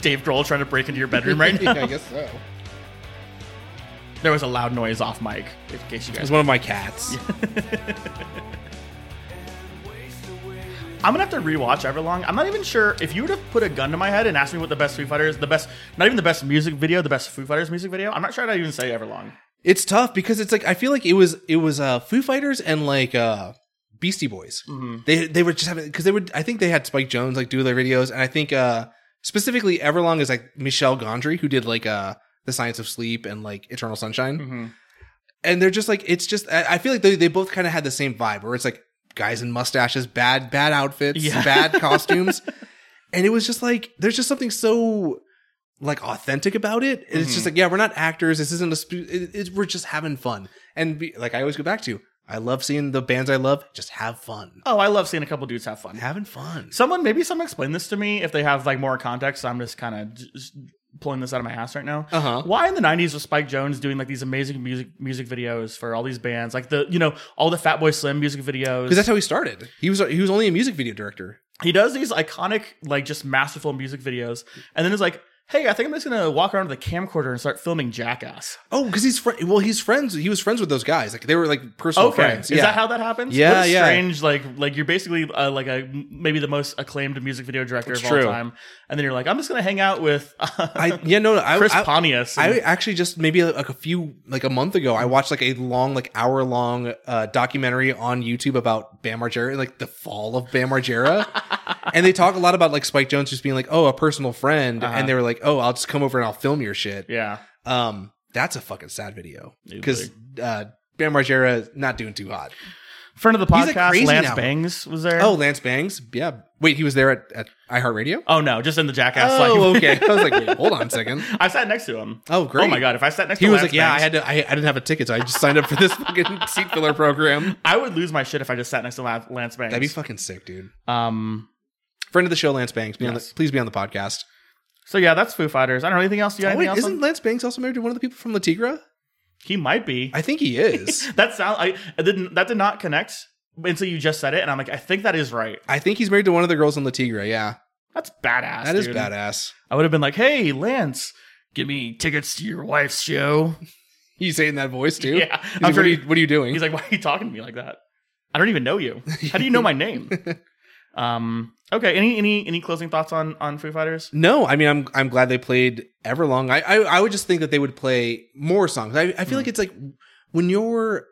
[SPEAKER 2] Dave Grohl trying to break into your bedroom right
[SPEAKER 1] *laughs* Yeah,
[SPEAKER 2] now.
[SPEAKER 1] I guess so.
[SPEAKER 2] there was a loud noise off mic. In case you
[SPEAKER 1] It
[SPEAKER 2] guys
[SPEAKER 1] was one of my cats.
[SPEAKER 2] I'm gonna have to rewatch Everlong. I'm not even sure if you would have put a gun to my head and asked me what the best Foo Fighters, the best, not even the best music video, the best Foo Fighters music video. I'm not sure I'd even say Everlong.
[SPEAKER 1] It's tough because it's like I feel like it was it was uh Foo Fighters and like uh Beastie Boys. They they were just having because they would I think they had Spike Jones like do their videos and I think uh specifically Everlong is like Michelle Gondry who did like uh The Science of Sleep and like Eternal Sunshine and they're just like it's just I, I feel like they they both kind of had the same vibe where it's like guys in mustaches, bad bad outfits,
[SPEAKER 2] Yeah.
[SPEAKER 1] bad costumes, and it was just like there's just something so like authentic about it. And
[SPEAKER 2] Mm-hmm.
[SPEAKER 1] It's just like yeah, we're not actors. This isn't a sp- it, it, we're just having fun. And be, like I always go back to, I love seeing the bands I love just have fun,
[SPEAKER 2] Oh, I love seeing a couple dudes have fun.
[SPEAKER 1] having fun.
[SPEAKER 2] Someone, maybe someone explain this to me if they have like more context. I'm just kind of just pulling this out of my ass right now.
[SPEAKER 1] Uh huh.
[SPEAKER 2] Why in the '90s was Spike Jones doing like these amazing music music videos for all these bands, like the you know all the Fatboy Slim music videos?
[SPEAKER 1] Because that's how he started. He was he was only a music video director.
[SPEAKER 2] he does these iconic, like just masterful music videos, and then is like, hey, I think I'm just gonna walk around with a camcorder and start filming Jackass.
[SPEAKER 1] Oh, because he's fri well, he's friends. He was friends with those guys. Like they were like personal
[SPEAKER 2] Okay,
[SPEAKER 1] friends.
[SPEAKER 2] is
[SPEAKER 1] yeah.
[SPEAKER 2] that how that happens?
[SPEAKER 1] Yeah,
[SPEAKER 2] what a
[SPEAKER 1] yeah.
[SPEAKER 2] Strange, like like you're basically uh, like a maybe the most acclaimed music video director
[SPEAKER 1] It's
[SPEAKER 2] of
[SPEAKER 1] true.
[SPEAKER 2] all time, and then you're like, I'm just gonna hang out with *laughs*
[SPEAKER 1] I yeah no, no I,
[SPEAKER 2] Chris
[SPEAKER 1] I,
[SPEAKER 2] Pontius.
[SPEAKER 1] I
[SPEAKER 2] and-
[SPEAKER 1] actually just maybe like a few like a month ago, I watched like a long like hour long uh, documentary on YouTube about Bam Margera, like the fall of Bam
[SPEAKER 2] *laughs*
[SPEAKER 1] Margera, and they talk a lot about like Spike Jones just being like, oh, a personal friend,
[SPEAKER 2] Uh-huh.
[SPEAKER 1] and they were like, oh, I'll just come over and I'll film your shit.
[SPEAKER 2] yeah,
[SPEAKER 1] Um, that's a fucking sad video
[SPEAKER 2] Dude,
[SPEAKER 1] because uh, Bam Margera is not doing too hot.
[SPEAKER 2] friend of the
[SPEAKER 1] He's, like,
[SPEAKER 2] podcast,
[SPEAKER 1] crazy
[SPEAKER 2] Lance
[SPEAKER 1] now.
[SPEAKER 2] Bangs was there.
[SPEAKER 1] Oh, Lance Bangs, yeah. Wait, he was there at, at iHeartRadio.
[SPEAKER 2] oh no, just in the Jackass.
[SPEAKER 1] Oh,
[SPEAKER 2] like,
[SPEAKER 1] okay. I was like, wait, hold on a second.
[SPEAKER 2] *laughs* I sat next to him.
[SPEAKER 1] Oh, great.
[SPEAKER 2] Oh my god, if I sat next
[SPEAKER 1] He
[SPEAKER 2] to
[SPEAKER 1] was
[SPEAKER 2] Lance
[SPEAKER 1] like, yeah, I
[SPEAKER 2] Bangs-
[SPEAKER 1] had to. I, I didn't have a ticket, so I just signed up for this *laughs* fucking seat filler program.
[SPEAKER 2] I would lose my shit if I just sat next to Lan- Lance Bangs.
[SPEAKER 1] That'd be fucking sick, dude.
[SPEAKER 2] um.
[SPEAKER 1] Friend of the show, Lance Banks. Be on
[SPEAKER 2] Yes.
[SPEAKER 1] the, please be on the podcast.
[SPEAKER 2] So yeah, that's Foo Fighters. I don't know anything else. You got
[SPEAKER 1] Oh,
[SPEAKER 2] anything
[SPEAKER 1] wait,
[SPEAKER 2] else?
[SPEAKER 1] isn't
[SPEAKER 2] on-
[SPEAKER 1] Lance Banks also married to one of the people from La Tigra?
[SPEAKER 2] He might be.
[SPEAKER 1] I think he
[SPEAKER 2] *laughs*
[SPEAKER 1] is.
[SPEAKER 2] that sound I, I didn't. That did not connect until you just said it, and I'm like, I think that is right.
[SPEAKER 1] I think he's married to one of the girls in La Tigra. Yeah,
[SPEAKER 2] That's badass.
[SPEAKER 1] that is
[SPEAKER 2] dude.
[SPEAKER 1] badass.
[SPEAKER 2] I would have been like, hey, Lance, give me tickets to your wife's show.
[SPEAKER 1] You say it in that voice too.
[SPEAKER 2] Yeah,
[SPEAKER 1] He's like,
[SPEAKER 2] I'm
[SPEAKER 1] what, are
[SPEAKER 2] pretty.
[SPEAKER 1] you, what are you doing?
[SPEAKER 2] He's like, why are you talking to me like that? I don't even know you. How do you know
[SPEAKER 1] *laughs*
[SPEAKER 2] my name? um. Okay. Any any any closing thoughts on on Foo Fighters?
[SPEAKER 1] No, I mean I'm I'm glad they played Everlong. I I, I would just think that they would play more songs. I, I feel
[SPEAKER 2] Hmm.
[SPEAKER 1] like it's like when you're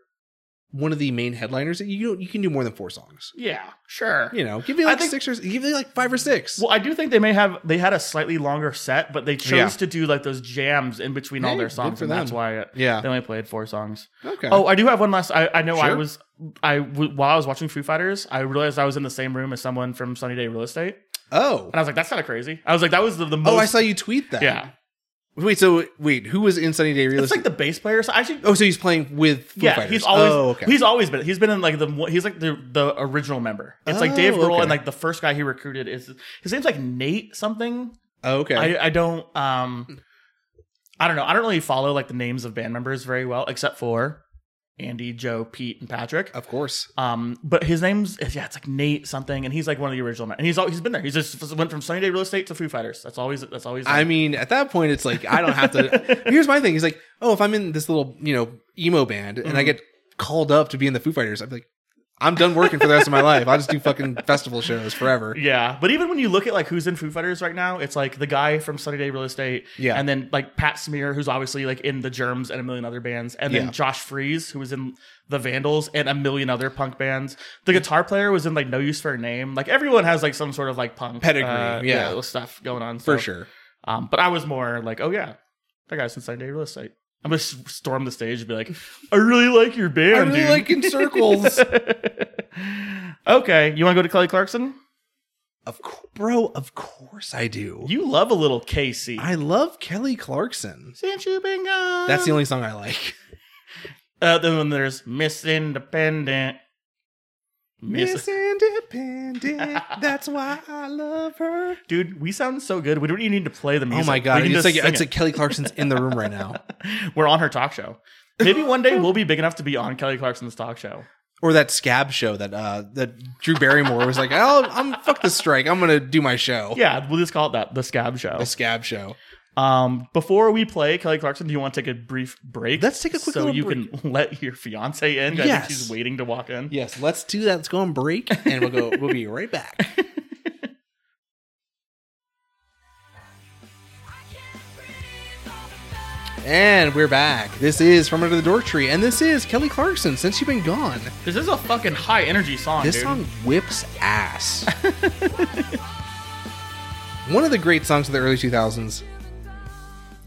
[SPEAKER 1] one of the main headliners, you you can do more than four songs.
[SPEAKER 2] Yeah. Sure.
[SPEAKER 1] You know, give me
[SPEAKER 2] I
[SPEAKER 1] like
[SPEAKER 2] think-
[SPEAKER 1] six or give me like five or six.
[SPEAKER 2] Well, I do think they may have they had a slightly longer set, but they chose
[SPEAKER 1] Yeah.
[SPEAKER 2] to do like those jams in between all
[SPEAKER 1] Hey,
[SPEAKER 2] their
[SPEAKER 1] good
[SPEAKER 2] songs,
[SPEAKER 1] for
[SPEAKER 2] and that's
[SPEAKER 1] them.
[SPEAKER 2] why it,
[SPEAKER 1] yeah.
[SPEAKER 2] they only played four songs.
[SPEAKER 1] Okay.
[SPEAKER 2] Oh, I do have one last. I, I know I
[SPEAKER 1] Sure.
[SPEAKER 2] was I w- while I was watching Foo Fighters, I realized I was in the same room as someone from Sunny Day Real Estate,
[SPEAKER 1] Oh.
[SPEAKER 2] and I was like, that's kind of crazy. I was like, that was the, the most.
[SPEAKER 1] Oh, I saw you tweet that.
[SPEAKER 2] Yeah,
[SPEAKER 1] Wait. So wait, who was in Sunny Day Real
[SPEAKER 2] it's
[SPEAKER 1] Estate?
[SPEAKER 2] like the bass player. So I should.
[SPEAKER 1] oh, so he's playing with Foo
[SPEAKER 2] yeah,
[SPEAKER 1] Fighters.
[SPEAKER 2] he's always
[SPEAKER 1] Oh, okay.
[SPEAKER 2] he's always been he's been in like the mo- he's like the the original member. It's like
[SPEAKER 1] Oh,
[SPEAKER 2] Dave Grohl
[SPEAKER 1] okay.
[SPEAKER 2] and like the first guy he recruited is his name's like Nate something.
[SPEAKER 1] oh, okay.
[SPEAKER 2] I, I don't um I don't know. I don't really follow like the names of band members very well, except for Andy, Joe, Pete, and Patrick.
[SPEAKER 1] of course.
[SPEAKER 2] Um, but his name's yeah, it's like Nate something, and he's like one of the original men. And he's al- he's been there. He's just went from Sunny Day Real Estate to Foo Fighters. That's always that's always.
[SPEAKER 1] I mean, at that point, it's like I don't have to. *laughs* Here's my thing: is like, oh, if I'm in this little, you know, emo band, and I
[SPEAKER 2] Mhm.
[SPEAKER 1] get called up to be in the Foo Fighters, I'm like, I'm done working for the rest of my life. I'll just do
[SPEAKER 2] *laughs*
[SPEAKER 1] fucking festival shows forever.
[SPEAKER 2] yeah. But even when you look at like who's in Foo Fighters right now, it's like the guy from Sunny Day Real Estate,
[SPEAKER 1] Yeah.
[SPEAKER 2] and then like Pat Smear, who's obviously like in the Germs and a million other bands, and then
[SPEAKER 1] Yeah.
[SPEAKER 2] Josh Freeze, who was in the Vandals and a million other punk bands. The guitar player was in like No Use for a Name. Like everyone has like some sort of like punk
[SPEAKER 1] Pedigree,
[SPEAKER 2] uh,
[SPEAKER 1] yeah.
[SPEAKER 2] stuff going on
[SPEAKER 1] for
[SPEAKER 2] so-
[SPEAKER 1] sure.
[SPEAKER 2] Um, but I was more like, oh yeah, that guy's in Sunday Real Estate. I'm gonna s- storm the stage and be like, I really like your band,
[SPEAKER 1] I really
[SPEAKER 2] dude.
[SPEAKER 1] like in circles,
[SPEAKER 2] *laughs* okay, you want to go to Kelly Clarkson?
[SPEAKER 1] of cou- bro. Of course, I do.
[SPEAKER 2] You love a little Casey.
[SPEAKER 1] I love Kelly Clarkson.
[SPEAKER 2] Sancho Bingo.
[SPEAKER 1] That's the only song I like.
[SPEAKER 2] Uh, then when there's Miss Independent. Miss.
[SPEAKER 1] *laughs* Miss Independent. That's why I love her.
[SPEAKER 2] Dude, we sound so good. We don't even need to play the
[SPEAKER 1] Oh
[SPEAKER 2] music.
[SPEAKER 1] my god!
[SPEAKER 2] we can
[SPEAKER 1] It's
[SPEAKER 2] just
[SPEAKER 1] like
[SPEAKER 2] sing
[SPEAKER 1] it's
[SPEAKER 2] it.
[SPEAKER 1] like Kelly Clarkson's in the room right now, *laughs*
[SPEAKER 2] We're on her talk show. Maybe one day we'll be big enough to be on Kelly Clarkson's talk show.
[SPEAKER 1] or that scab show that uh that Drew Barrymore was like, "Oh, I'm fuck the strike. I'm gonna do my show."
[SPEAKER 2] Yeah, we'll just call it that, the Scab Show.
[SPEAKER 1] Oh. The scab show.
[SPEAKER 2] Um, before we play Kelly Clarkson, do you want to take a brief break?
[SPEAKER 1] Let's take a quick
[SPEAKER 2] so
[SPEAKER 1] little
[SPEAKER 2] you
[SPEAKER 1] break.
[SPEAKER 2] can *laughs* let your fiance in. I think
[SPEAKER 1] Yes.
[SPEAKER 2] she's waiting to walk in.
[SPEAKER 1] Yes, let's do that. Let's go on break, and we'll go. We'll be right
[SPEAKER 2] *laughs*
[SPEAKER 1] back. And we're back. This is From Under the Door Tree, and this is Kelly Clarkson. Since you've been gone,
[SPEAKER 2] This is a fucking high energy song.
[SPEAKER 1] this
[SPEAKER 2] dude.
[SPEAKER 1] song whips ass. One of the great songs of the early 2000s.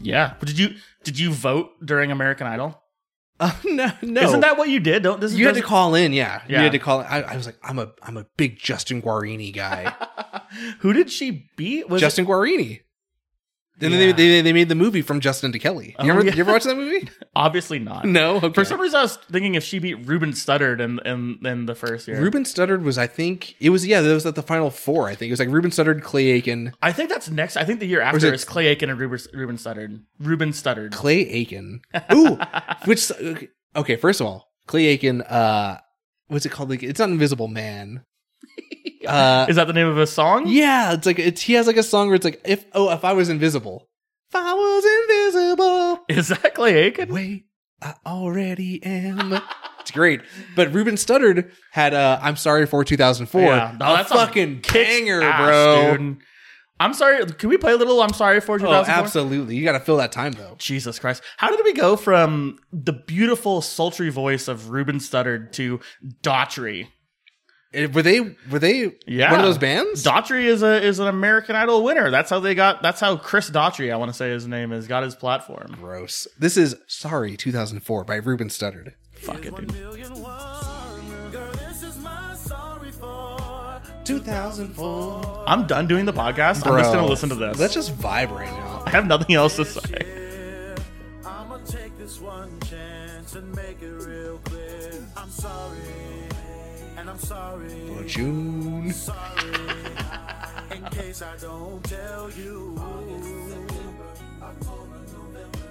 [SPEAKER 2] Yeah. But did you did you vote during American Idol?
[SPEAKER 1] *laughs* Oh, no, no.
[SPEAKER 2] Isn't that what you did? Don't this
[SPEAKER 1] you had to
[SPEAKER 2] doesn't-
[SPEAKER 1] call in, yeah.
[SPEAKER 2] Yeah.
[SPEAKER 1] You had to call. In. I, I was like, I'm a, I'm a big Justin Guarini *laughs* guy.
[SPEAKER 2] Who did she beat? Was
[SPEAKER 1] Justin Guarini. Then they,
[SPEAKER 2] Yeah.
[SPEAKER 1] they they made the movie from Justin to Kelly. You,
[SPEAKER 2] Oh,
[SPEAKER 1] ever,
[SPEAKER 2] yeah.
[SPEAKER 1] you ever watch that movie?
[SPEAKER 2] it- obviously
[SPEAKER 1] *laughs*
[SPEAKER 2] not.
[SPEAKER 1] No. Okay.
[SPEAKER 2] For some reason, I was thinking if she beat Ruben Studdard in in, in the first year.
[SPEAKER 1] Ruben Studdard was, I think, it was yeah, that was at the final four. I think it was like Ruben Studdard, Clay Aiken,
[SPEAKER 2] I think that's next. I think the year
[SPEAKER 1] is
[SPEAKER 2] after
[SPEAKER 1] it-
[SPEAKER 2] is Clay Aiken and Ruben, Ruben Studdard. Ruben Studdard.
[SPEAKER 1] Clay Aiken.
[SPEAKER 2] *laughs*
[SPEAKER 1] Ooh, which okay, okay, first of all, Clay Aiken. Uh, what's it called? Like it's not Invisible
[SPEAKER 2] *laughs*
[SPEAKER 1] Man. Uh,
[SPEAKER 2] is that the name of a song?
[SPEAKER 1] yeah, it's like it's he has like a song where it's like if oh if I was invisible, if I was invisible.
[SPEAKER 2] Is that Clay Aiken?
[SPEAKER 1] Wait, I already
[SPEAKER 2] *laughs*
[SPEAKER 1] am. it's great. But Ruben Studdard had uh, I'm Sorry for 2004.
[SPEAKER 2] Yeah. No,
[SPEAKER 1] a
[SPEAKER 2] that song
[SPEAKER 1] fucking
[SPEAKER 2] kicks
[SPEAKER 1] banger,
[SPEAKER 2] ass,
[SPEAKER 1] bro.
[SPEAKER 2] dude. I'm sorry. Can we play a little? I'm sorry for
[SPEAKER 1] Oh,
[SPEAKER 2] 2004?
[SPEAKER 1] absolutely. You got to fill that time, though.
[SPEAKER 2] Jesus Christ. How did we go from the beautiful, sultry voice of Ruben Studdard to Daughtry?
[SPEAKER 1] Eh, Were they were they
[SPEAKER 2] Yeah.
[SPEAKER 1] one of those bands?
[SPEAKER 2] Daughtry is a is an American Idol winner. That's how they got. That's how Chris Daughtry, I want to say his name is, got his platform.
[SPEAKER 1] Gross. This is Sorry 2004 by Ruben Studdard.
[SPEAKER 2] Fuck it,
[SPEAKER 3] One
[SPEAKER 2] dude.
[SPEAKER 3] million one. Girl, this is my sorry for.
[SPEAKER 1] 2004.
[SPEAKER 2] I'm done doing the podcast. I'm just gonna listen to this.
[SPEAKER 1] Let's just vibe right now.
[SPEAKER 2] I have nothing else to say.
[SPEAKER 3] Yeah, I'ma take this one chance and make it real clear. I'm sorry, and I'm sorry.
[SPEAKER 1] June.
[SPEAKER 3] Sorry, and case I don't tell you.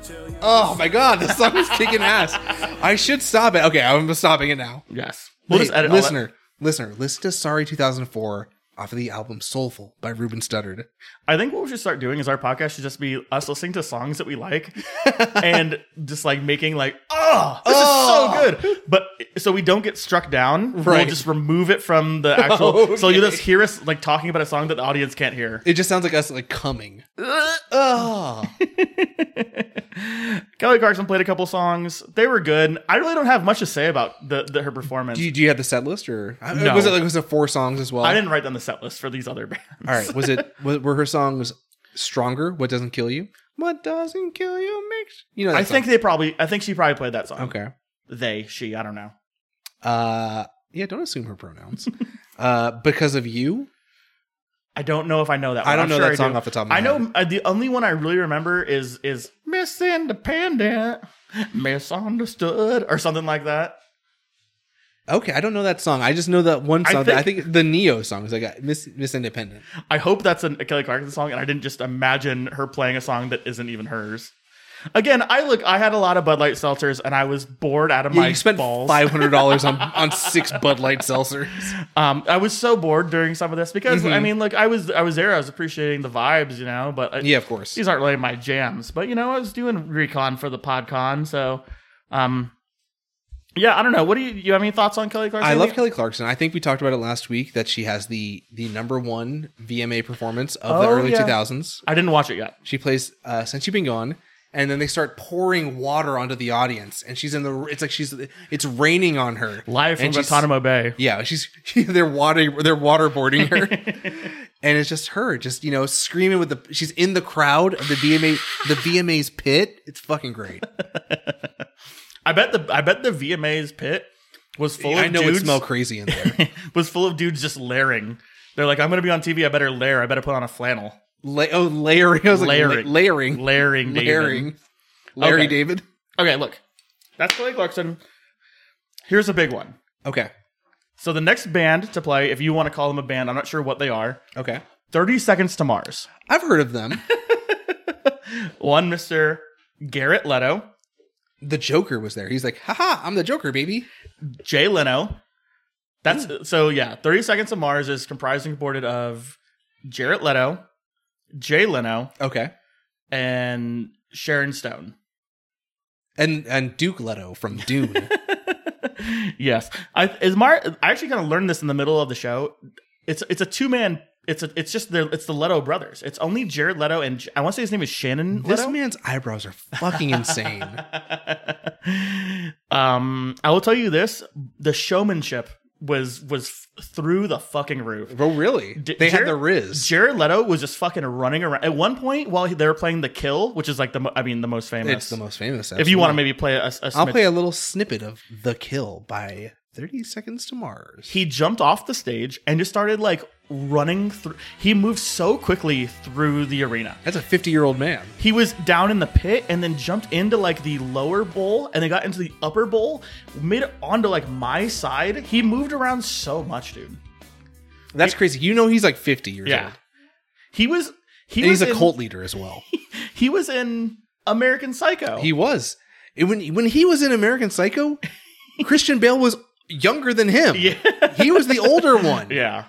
[SPEAKER 3] Tell you
[SPEAKER 1] Oh my god, this song is kicking ass. I should stop it. Okay, I'm stopping it now.
[SPEAKER 2] Yes. We'll
[SPEAKER 1] Hey,
[SPEAKER 2] just edit all that-
[SPEAKER 1] listener, listener, listen to Sorry 2004 off of the album Soulful by Ruben Studdard.
[SPEAKER 2] I think what we should start doing is our podcast should just be us listening to songs that
[SPEAKER 1] *laughs*
[SPEAKER 2] we like and just like making like, oh, this is so good. But so we don't get struck down, we'll
[SPEAKER 1] Right.
[SPEAKER 2] just remove it from the actual. So you
[SPEAKER 1] *laughs* Okay.
[SPEAKER 2] just hear us like talking about a song that the audience can't hear. *laughs*
[SPEAKER 1] It just sounds like us like coming. Oh.
[SPEAKER 2] Kelly Clarkson played a couple songs. They were good. I really don't have much to say about the, the her performance.
[SPEAKER 1] do, you, do you have the set list or I-
[SPEAKER 2] No.
[SPEAKER 1] was it like was it four songs as well?
[SPEAKER 2] I didn't write down the set list for these other *laughs* bands.
[SPEAKER 1] All right, was *laughs* it was, were her songs stronger? What doesn't kill you? What doesn't kill you makes you know. That
[SPEAKER 2] I
[SPEAKER 1] song.
[SPEAKER 2] think they probably, I think she probably played that song.
[SPEAKER 1] okay.
[SPEAKER 2] They, she, I don't know.
[SPEAKER 1] Uh, yeah, don't assume her pronouns. uh, because of you,
[SPEAKER 2] I don't know if I know that. One.
[SPEAKER 1] I don't
[SPEAKER 2] I'm
[SPEAKER 1] know
[SPEAKER 2] sure
[SPEAKER 1] that song
[SPEAKER 2] do.
[SPEAKER 1] off the top of my
[SPEAKER 2] I
[SPEAKER 1] head.
[SPEAKER 2] know uh, the only one I really remember is is Miss Independent, misunderstood, or something like that.
[SPEAKER 1] Okay, I don't know that song. I just know that one
[SPEAKER 2] I
[SPEAKER 1] song. that- I, think, the Neo song is like uh, Miss Miss Independent.
[SPEAKER 2] I hope that's an, a Kelly Clarkson song, and I didn't just imagine her playing a song that isn't even hers. Again, I look. I had a lot of Bud Light seltzers, and I was bored out of
[SPEAKER 1] Yeah,
[SPEAKER 2] my
[SPEAKER 1] you spent
[SPEAKER 2] balls.
[SPEAKER 1] five hundred dollars
[SPEAKER 2] *laughs*
[SPEAKER 1] on on six Bud Light seltzers.
[SPEAKER 2] Um, I was so bored during some of this because
[SPEAKER 1] Mm-hmm.
[SPEAKER 2] I mean, like I was I was there. I was appreciating the vibes, you know. But uh, I,
[SPEAKER 1] Yeah, of course.
[SPEAKER 2] these aren't really my jams, but you know, I was doing recon for the PodCon, so um yeah, I don't know. What do you you have any thoughts on Kelly Clarkson?
[SPEAKER 1] I love Kelly Clarkson. I think we talked about it last week that she has the the number one VMA performance of the
[SPEAKER 2] Oh,
[SPEAKER 1] early
[SPEAKER 2] yeah.
[SPEAKER 1] two thousands.
[SPEAKER 2] I didn't watch it yet.
[SPEAKER 1] She plays uh, "Since You've Been Gone," and then they start pouring water onto the audience, and she's in the. It's like she's it's raining on her
[SPEAKER 2] Live from
[SPEAKER 1] And she's-
[SPEAKER 2] Guantanamo Bay.
[SPEAKER 1] Yeah, she's *laughs* they're water they're waterboarding
[SPEAKER 2] *laughs*
[SPEAKER 1] her, and it's just her, just you know, screaming with the. She's in the crowd of the VMA the VMA's pit. It's fucking
[SPEAKER 2] *laughs*
[SPEAKER 1] great.
[SPEAKER 2] I bet the I bet the VMA's pit was full
[SPEAKER 1] I
[SPEAKER 2] of
[SPEAKER 1] know it
[SPEAKER 2] dudes
[SPEAKER 1] smelled crazy in there.
[SPEAKER 2] was full of dudes just lairing. They're like, I'm gonna be on TV. I better lair. I better put on a flannel.
[SPEAKER 1] La- oh, layering. I was like, la-
[SPEAKER 2] Layering.
[SPEAKER 1] layering,
[SPEAKER 2] Lairing, David.
[SPEAKER 1] layering. Larry
[SPEAKER 2] Okay.
[SPEAKER 1] David.
[SPEAKER 2] Okay, look, that's Kelly Clarkson. Here's a big one.
[SPEAKER 1] Okay.
[SPEAKER 2] So the next band to play, if you want to call them a band, I'm not sure what they are.
[SPEAKER 1] Okay.
[SPEAKER 2] Thirty Seconds to Mars.
[SPEAKER 1] I've heard of
[SPEAKER 2] *laughs*
[SPEAKER 1] them.
[SPEAKER 2] One, Mr. Garrett Leto,
[SPEAKER 1] the Joker was there. He's like, haha, I'm the Joker, baby.
[SPEAKER 2] Jay Leno. That's so yeah. Thirty Seconds to Mars is comprised and comported of Jarrett Leto, Jay Leno,
[SPEAKER 1] Okay.
[SPEAKER 2] and Sharon Stone. *laughs*
[SPEAKER 1] And and Duke Leto from Dune.
[SPEAKER 2] yes, I is Mar. I actually kind of learned this in the middle of the show. It's it's a two man. It's a it's just the it's the Leto brothers. It's only Jared Leto and I want to say his name is Shannon.
[SPEAKER 1] this
[SPEAKER 2] Leto?
[SPEAKER 1] man's eyebrows are fucking insane.
[SPEAKER 2] *laughs* um, I will tell you this: the showmanship was was f- through the fucking roof.
[SPEAKER 1] Oh, really?
[SPEAKER 2] D-
[SPEAKER 1] they
[SPEAKER 2] Jared-
[SPEAKER 1] had the Riz.
[SPEAKER 2] Jared Leto was just fucking running around. At one point, while he- they were playing The Kill, which is like the mo- I mean the most famous.
[SPEAKER 1] It's the most famous.
[SPEAKER 2] if you want to
[SPEAKER 1] absolutely.
[SPEAKER 2] maybe play a, a smidge-
[SPEAKER 1] I'll play a little snippet of The Kill by 30 Seconds to Mars.
[SPEAKER 2] he jumped off the stage and just started like running through. He moved so quickly through the arena.
[SPEAKER 1] That's a 50 year old man.
[SPEAKER 2] He was down in the pit and then jumped into like the lower bowl and then got into the upper bowl, mid onto like my side. He moved around so much, dude.
[SPEAKER 1] That's crazy. You know he's like 50 years
[SPEAKER 2] Yeah.
[SPEAKER 1] old.
[SPEAKER 2] He was he
[SPEAKER 1] And
[SPEAKER 2] was
[SPEAKER 1] he's a
[SPEAKER 2] in-
[SPEAKER 1] cult leader as
[SPEAKER 2] *laughs*
[SPEAKER 1] well.
[SPEAKER 2] He was in American Psycho.
[SPEAKER 1] He was. It- when, when he was in American
[SPEAKER 2] *laughs*
[SPEAKER 1] Psycho, Christian Bale was younger than him.
[SPEAKER 2] yeah.
[SPEAKER 1] He was the older one.
[SPEAKER 2] *laughs* yeah.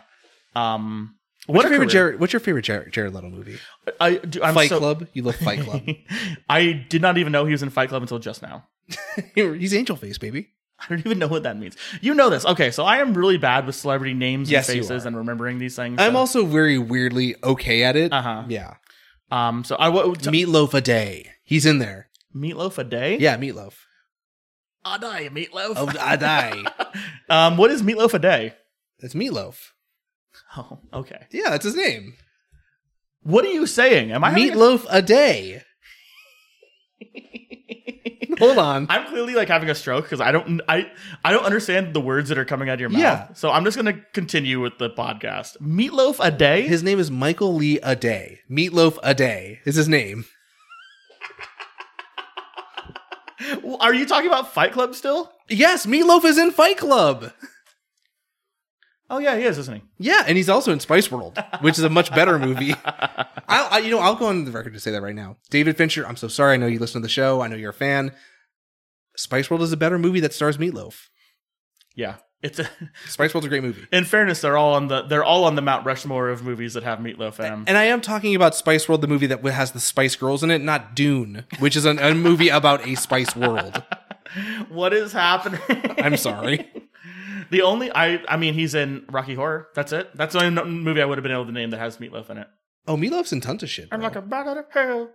[SPEAKER 2] Um
[SPEAKER 1] What's
[SPEAKER 2] a
[SPEAKER 1] your favorite
[SPEAKER 2] career.
[SPEAKER 1] Jared, What's your favorite Jared, Jared Leto movie?
[SPEAKER 2] I do, I'm
[SPEAKER 1] Fight
[SPEAKER 2] so-
[SPEAKER 1] Club. You love Fight Club.
[SPEAKER 2] *laughs*
[SPEAKER 1] *laughs*
[SPEAKER 2] I did not even know he was in Fight Club until just now. *laughs*
[SPEAKER 1] he's Angel Face, baby.
[SPEAKER 2] I don't even know what that means. You know this. Okay, so I am really bad with celebrity names
[SPEAKER 1] Yes,
[SPEAKER 2] and
[SPEAKER 1] you
[SPEAKER 2] faces
[SPEAKER 1] are.
[SPEAKER 2] and remembering these things.
[SPEAKER 1] I'm
[SPEAKER 2] so,
[SPEAKER 1] also very weirdly okay at it.
[SPEAKER 2] Uh-huh.
[SPEAKER 1] Yeah.
[SPEAKER 2] um so I w- t-
[SPEAKER 1] Meatloaf a day. He's in there.
[SPEAKER 2] meatloaf a day.
[SPEAKER 1] Yeah, Meatloaf.
[SPEAKER 2] I die meatloaf. *laughs*
[SPEAKER 1] Oh, I die.
[SPEAKER 2] um, what is meatloaf a day?
[SPEAKER 1] That's Meatloaf.
[SPEAKER 2] Oh, okay.
[SPEAKER 1] Yeah, that's his name.
[SPEAKER 2] What are you saying? Am I having a-
[SPEAKER 1] Meatloaf a
[SPEAKER 2] *laughs*
[SPEAKER 1] day. Hold on.
[SPEAKER 2] I'm clearly like having a stroke because I don't I I don't understand the words that are coming out of your mouth.
[SPEAKER 1] Yeah.
[SPEAKER 2] So I'm just gonna continue with the podcast. Meatloaf a day.
[SPEAKER 1] His name is Michael Lee a day. Meatloaf a day is his name.
[SPEAKER 2] *laughs* are you talking about Fight Club still?
[SPEAKER 1] Yes, Meatloaf is in Fight Club.
[SPEAKER 2] Oh yeah, he is, isn't he?
[SPEAKER 1] Yeah, and he's also in Spice World, which is a much better movie. *laughs* I'll, I, you know, I'll go on the record to say that right now. David Fincher, I'm so sorry. I know you listen to the show. I know you're a fan. Spice World is a better movie that stars Meatloaf.
[SPEAKER 2] Yeah. It's *laughs* a,
[SPEAKER 1] Spice World's a great movie.
[SPEAKER 2] in fairness, they're all on the they're all on the Mount Rushmore of movies that have Meatloaf in them.
[SPEAKER 1] And I am talking about Spice World, the movie that has the Spice Girls in it, not Dune, which is an, a movie about a Spice World.
[SPEAKER 2] *laughs* What is happening?
[SPEAKER 1] *laughs* I'm sorry.
[SPEAKER 2] the only I I mean he's in Rocky Horror. That's it. That's the only no- movie I would have been able to name that has Meatloaf in it.
[SPEAKER 1] Oh, Meatloaf's in tons of shit.
[SPEAKER 2] I'm
[SPEAKER 1] bro.
[SPEAKER 2] like a bat out of hell.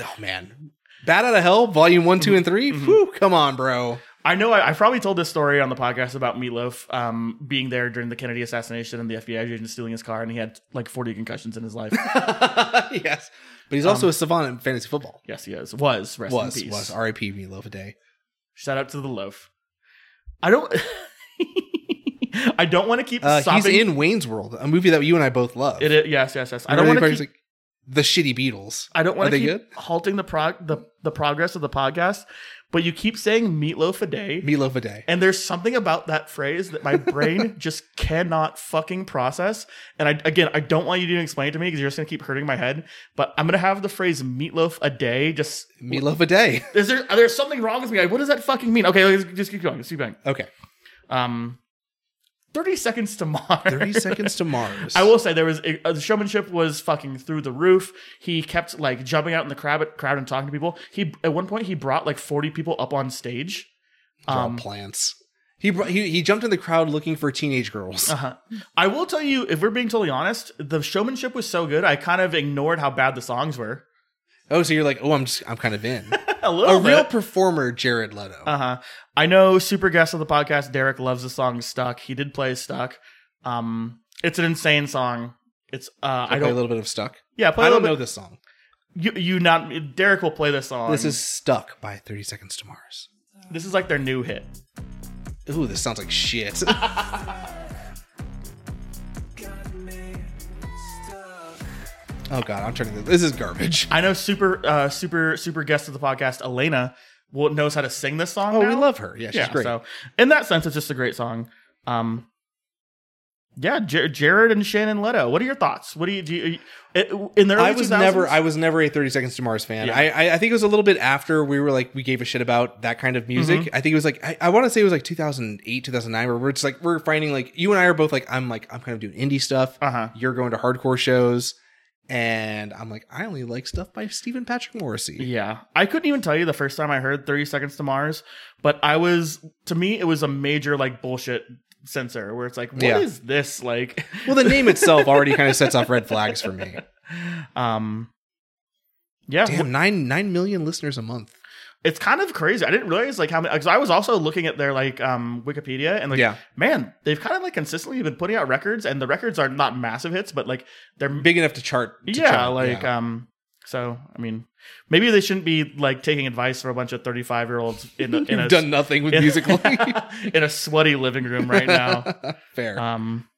[SPEAKER 1] oh man, Bad Out of Hell, Volume One, Two, and 3 Whew, come on, bro. *laughs*
[SPEAKER 2] I know I, I probably told this story on the podcast about Meatloaf um, being there during the Kennedy assassination and the FBI agent stealing his car and he had like 40 concussions in his *laughs* life.
[SPEAKER 1] yes, but he's also a savant in fantasy football.
[SPEAKER 2] yes, he is. Was rest
[SPEAKER 1] Um, was
[SPEAKER 2] in peace.
[SPEAKER 1] was R.I.P. Meatloaf a day.
[SPEAKER 2] Shout out to the loaf. I don't. *laughs* I don't want to keep
[SPEAKER 1] Uh, he's
[SPEAKER 2] sobbing.
[SPEAKER 1] in Wayne's World, a movie that you and I both love.
[SPEAKER 2] It is, yes, yes, yes. I don't
[SPEAKER 1] Remember
[SPEAKER 2] want to
[SPEAKER 1] everybody's
[SPEAKER 2] keep.
[SPEAKER 1] like, the shitty Beatles.
[SPEAKER 2] I don't
[SPEAKER 1] Are
[SPEAKER 2] want to
[SPEAKER 1] they
[SPEAKER 2] keep
[SPEAKER 1] good?
[SPEAKER 2] halting the prog the, the progress of the podcast, but you keep saying meatloaf a day,
[SPEAKER 1] Meatloaf a day.
[SPEAKER 2] and there's something about that phrase that
[SPEAKER 1] *laughs*
[SPEAKER 2] my brain just cannot fucking process. And I again, I don't want you to explain it to me because you're just gonna keep hurting my head. But I'm gonna have the phrase meatloaf a day. Just
[SPEAKER 1] Meatloaf a day.
[SPEAKER 2] is there there's something wrong with me? Like, What does that fucking mean? Okay, let's just keep going. Let's keep going.
[SPEAKER 1] *laughs* Okay,
[SPEAKER 2] Um, thirty seconds to *laughs* Mars.
[SPEAKER 1] Thirty Seconds to Mars.
[SPEAKER 2] I will say there was uh, the showmanship was fucking through the roof. He kept like jumping out in the crowd, crowd and talking to people. He at one point he brought like forty people up on stage.
[SPEAKER 1] Draw
[SPEAKER 2] Um,
[SPEAKER 1] plants. He, br- he he jumped in the crowd looking for teenage girls.
[SPEAKER 2] uh-huh. I will tell you, if we're being totally honest, the showmanship was so good. I kind of ignored how bad the songs were.
[SPEAKER 1] Oh, so you're like, oh, I'm just I'm kind of in.
[SPEAKER 2] *laughs* a little
[SPEAKER 1] a real
[SPEAKER 2] bit.
[SPEAKER 1] performer, Jared Leto.
[SPEAKER 2] Uh huh. I know super guest of the podcast, Derek loves the song "Stuck." He did play "Stuck." Um, it's an insane song. It's uh,
[SPEAKER 1] I
[SPEAKER 2] I
[SPEAKER 1] play a
[SPEAKER 2] don't
[SPEAKER 1] little bit of Stuck.
[SPEAKER 2] yeah play
[SPEAKER 1] I
[SPEAKER 2] a
[SPEAKER 1] don't
[SPEAKER 2] little
[SPEAKER 1] know
[SPEAKER 2] bit.
[SPEAKER 1] this song.
[SPEAKER 2] You you not Derek will play this song.
[SPEAKER 1] This is Stuck by Thirty Seconds to Mars.
[SPEAKER 2] this is like their new hit.
[SPEAKER 1] Ooh, this sounds like
[SPEAKER 2] *laughs*
[SPEAKER 1] shit. oh god, I'm turning this. This is garbage.
[SPEAKER 2] I know super uh super super guest of the podcast Elena will knows how to sing this song.
[SPEAKER 1] Oh, we
[SPEAKER 2] now.
[SPEAKER 1] love her. Yeah, she's
[SPEAKER 2] yeah.
[SPEAKER 1] great.
[SPEAKER 2] So in that sense, it's just a great song. Um, yeah, Jar Jared and Shannon Leto. What are your thoughts? What do you do? You, it- in the early
[SPEAKER 1] I was
[SPEAKER 2] 2000s?
[SPEAKER 1] never I was never a 30 Seconds to Mars fan.
[SPEAKER 2] Yeah.
[SPEAKER 1] I, I I think it was a little bit after we were like we gave a shit about that kind of music.
[SPEAKER 2] Mm-hmm.
[SPEAKER 1] I think it was like I, I want to say it was like 2008 2009 where we're just like we're finding like you and I are both like I'm like I'm kind of doing indie stuff.
[SPEAKER 2] Uh-huh.
[SPEAKER 1] You're going to hardcore shows, and I'm like I only like stuff by Stephen Patrick Morrissey.
[SPEAKER 2] Yeah, I couldn't even tell you the first time I heard Thirty Seconds to Mars, but I was to me it was a major like bullshit censor where it's like, what is
[SPEAKER 1] Yeah.
[SPEAKER 2] this like?
[SPEAKER 1] Well, the name itself already
[SPEAKER 2] *laughs*
[SPEAKER 1] kind of sets off red flags for me.
[SPEAKER 2] Um, yeah,
[SPEAKER 1] Damn, nine nine million listeners a month.
[SPEAKER 2] it's kind of crazy. I didn't realize like how many because I was also looking at their like um Wikipedia and like
[SPEAKER 1] Yeah.
[SPEAKER 2] man, they've kind of like consistently been putting out records and the records are not massive hits, but like they're
[SPEAKER 1] Big enough to chart. to
[SPEAKER 2] yeah,
[SPEAKER 1] chart,
[SPEAKER 2] like um so I mean maybe they shouldn't be like taking advice from a bunch of thirty five year olds in a, in a
[SPEAKER 1] You've done nothing
[SPEAKER 2] *laughs*
[SPEAKER 1] with *laughs*
[SPEAKER 2] in-
[SPEAKER 1] musically.
[SPEAKER 2] *laughs* in a sweaty living room
[SPEAKER 1] *laughs*
[SPEAKER 2] right now.
[SPEAKER 1] Fair.
[SPEAKER 2] um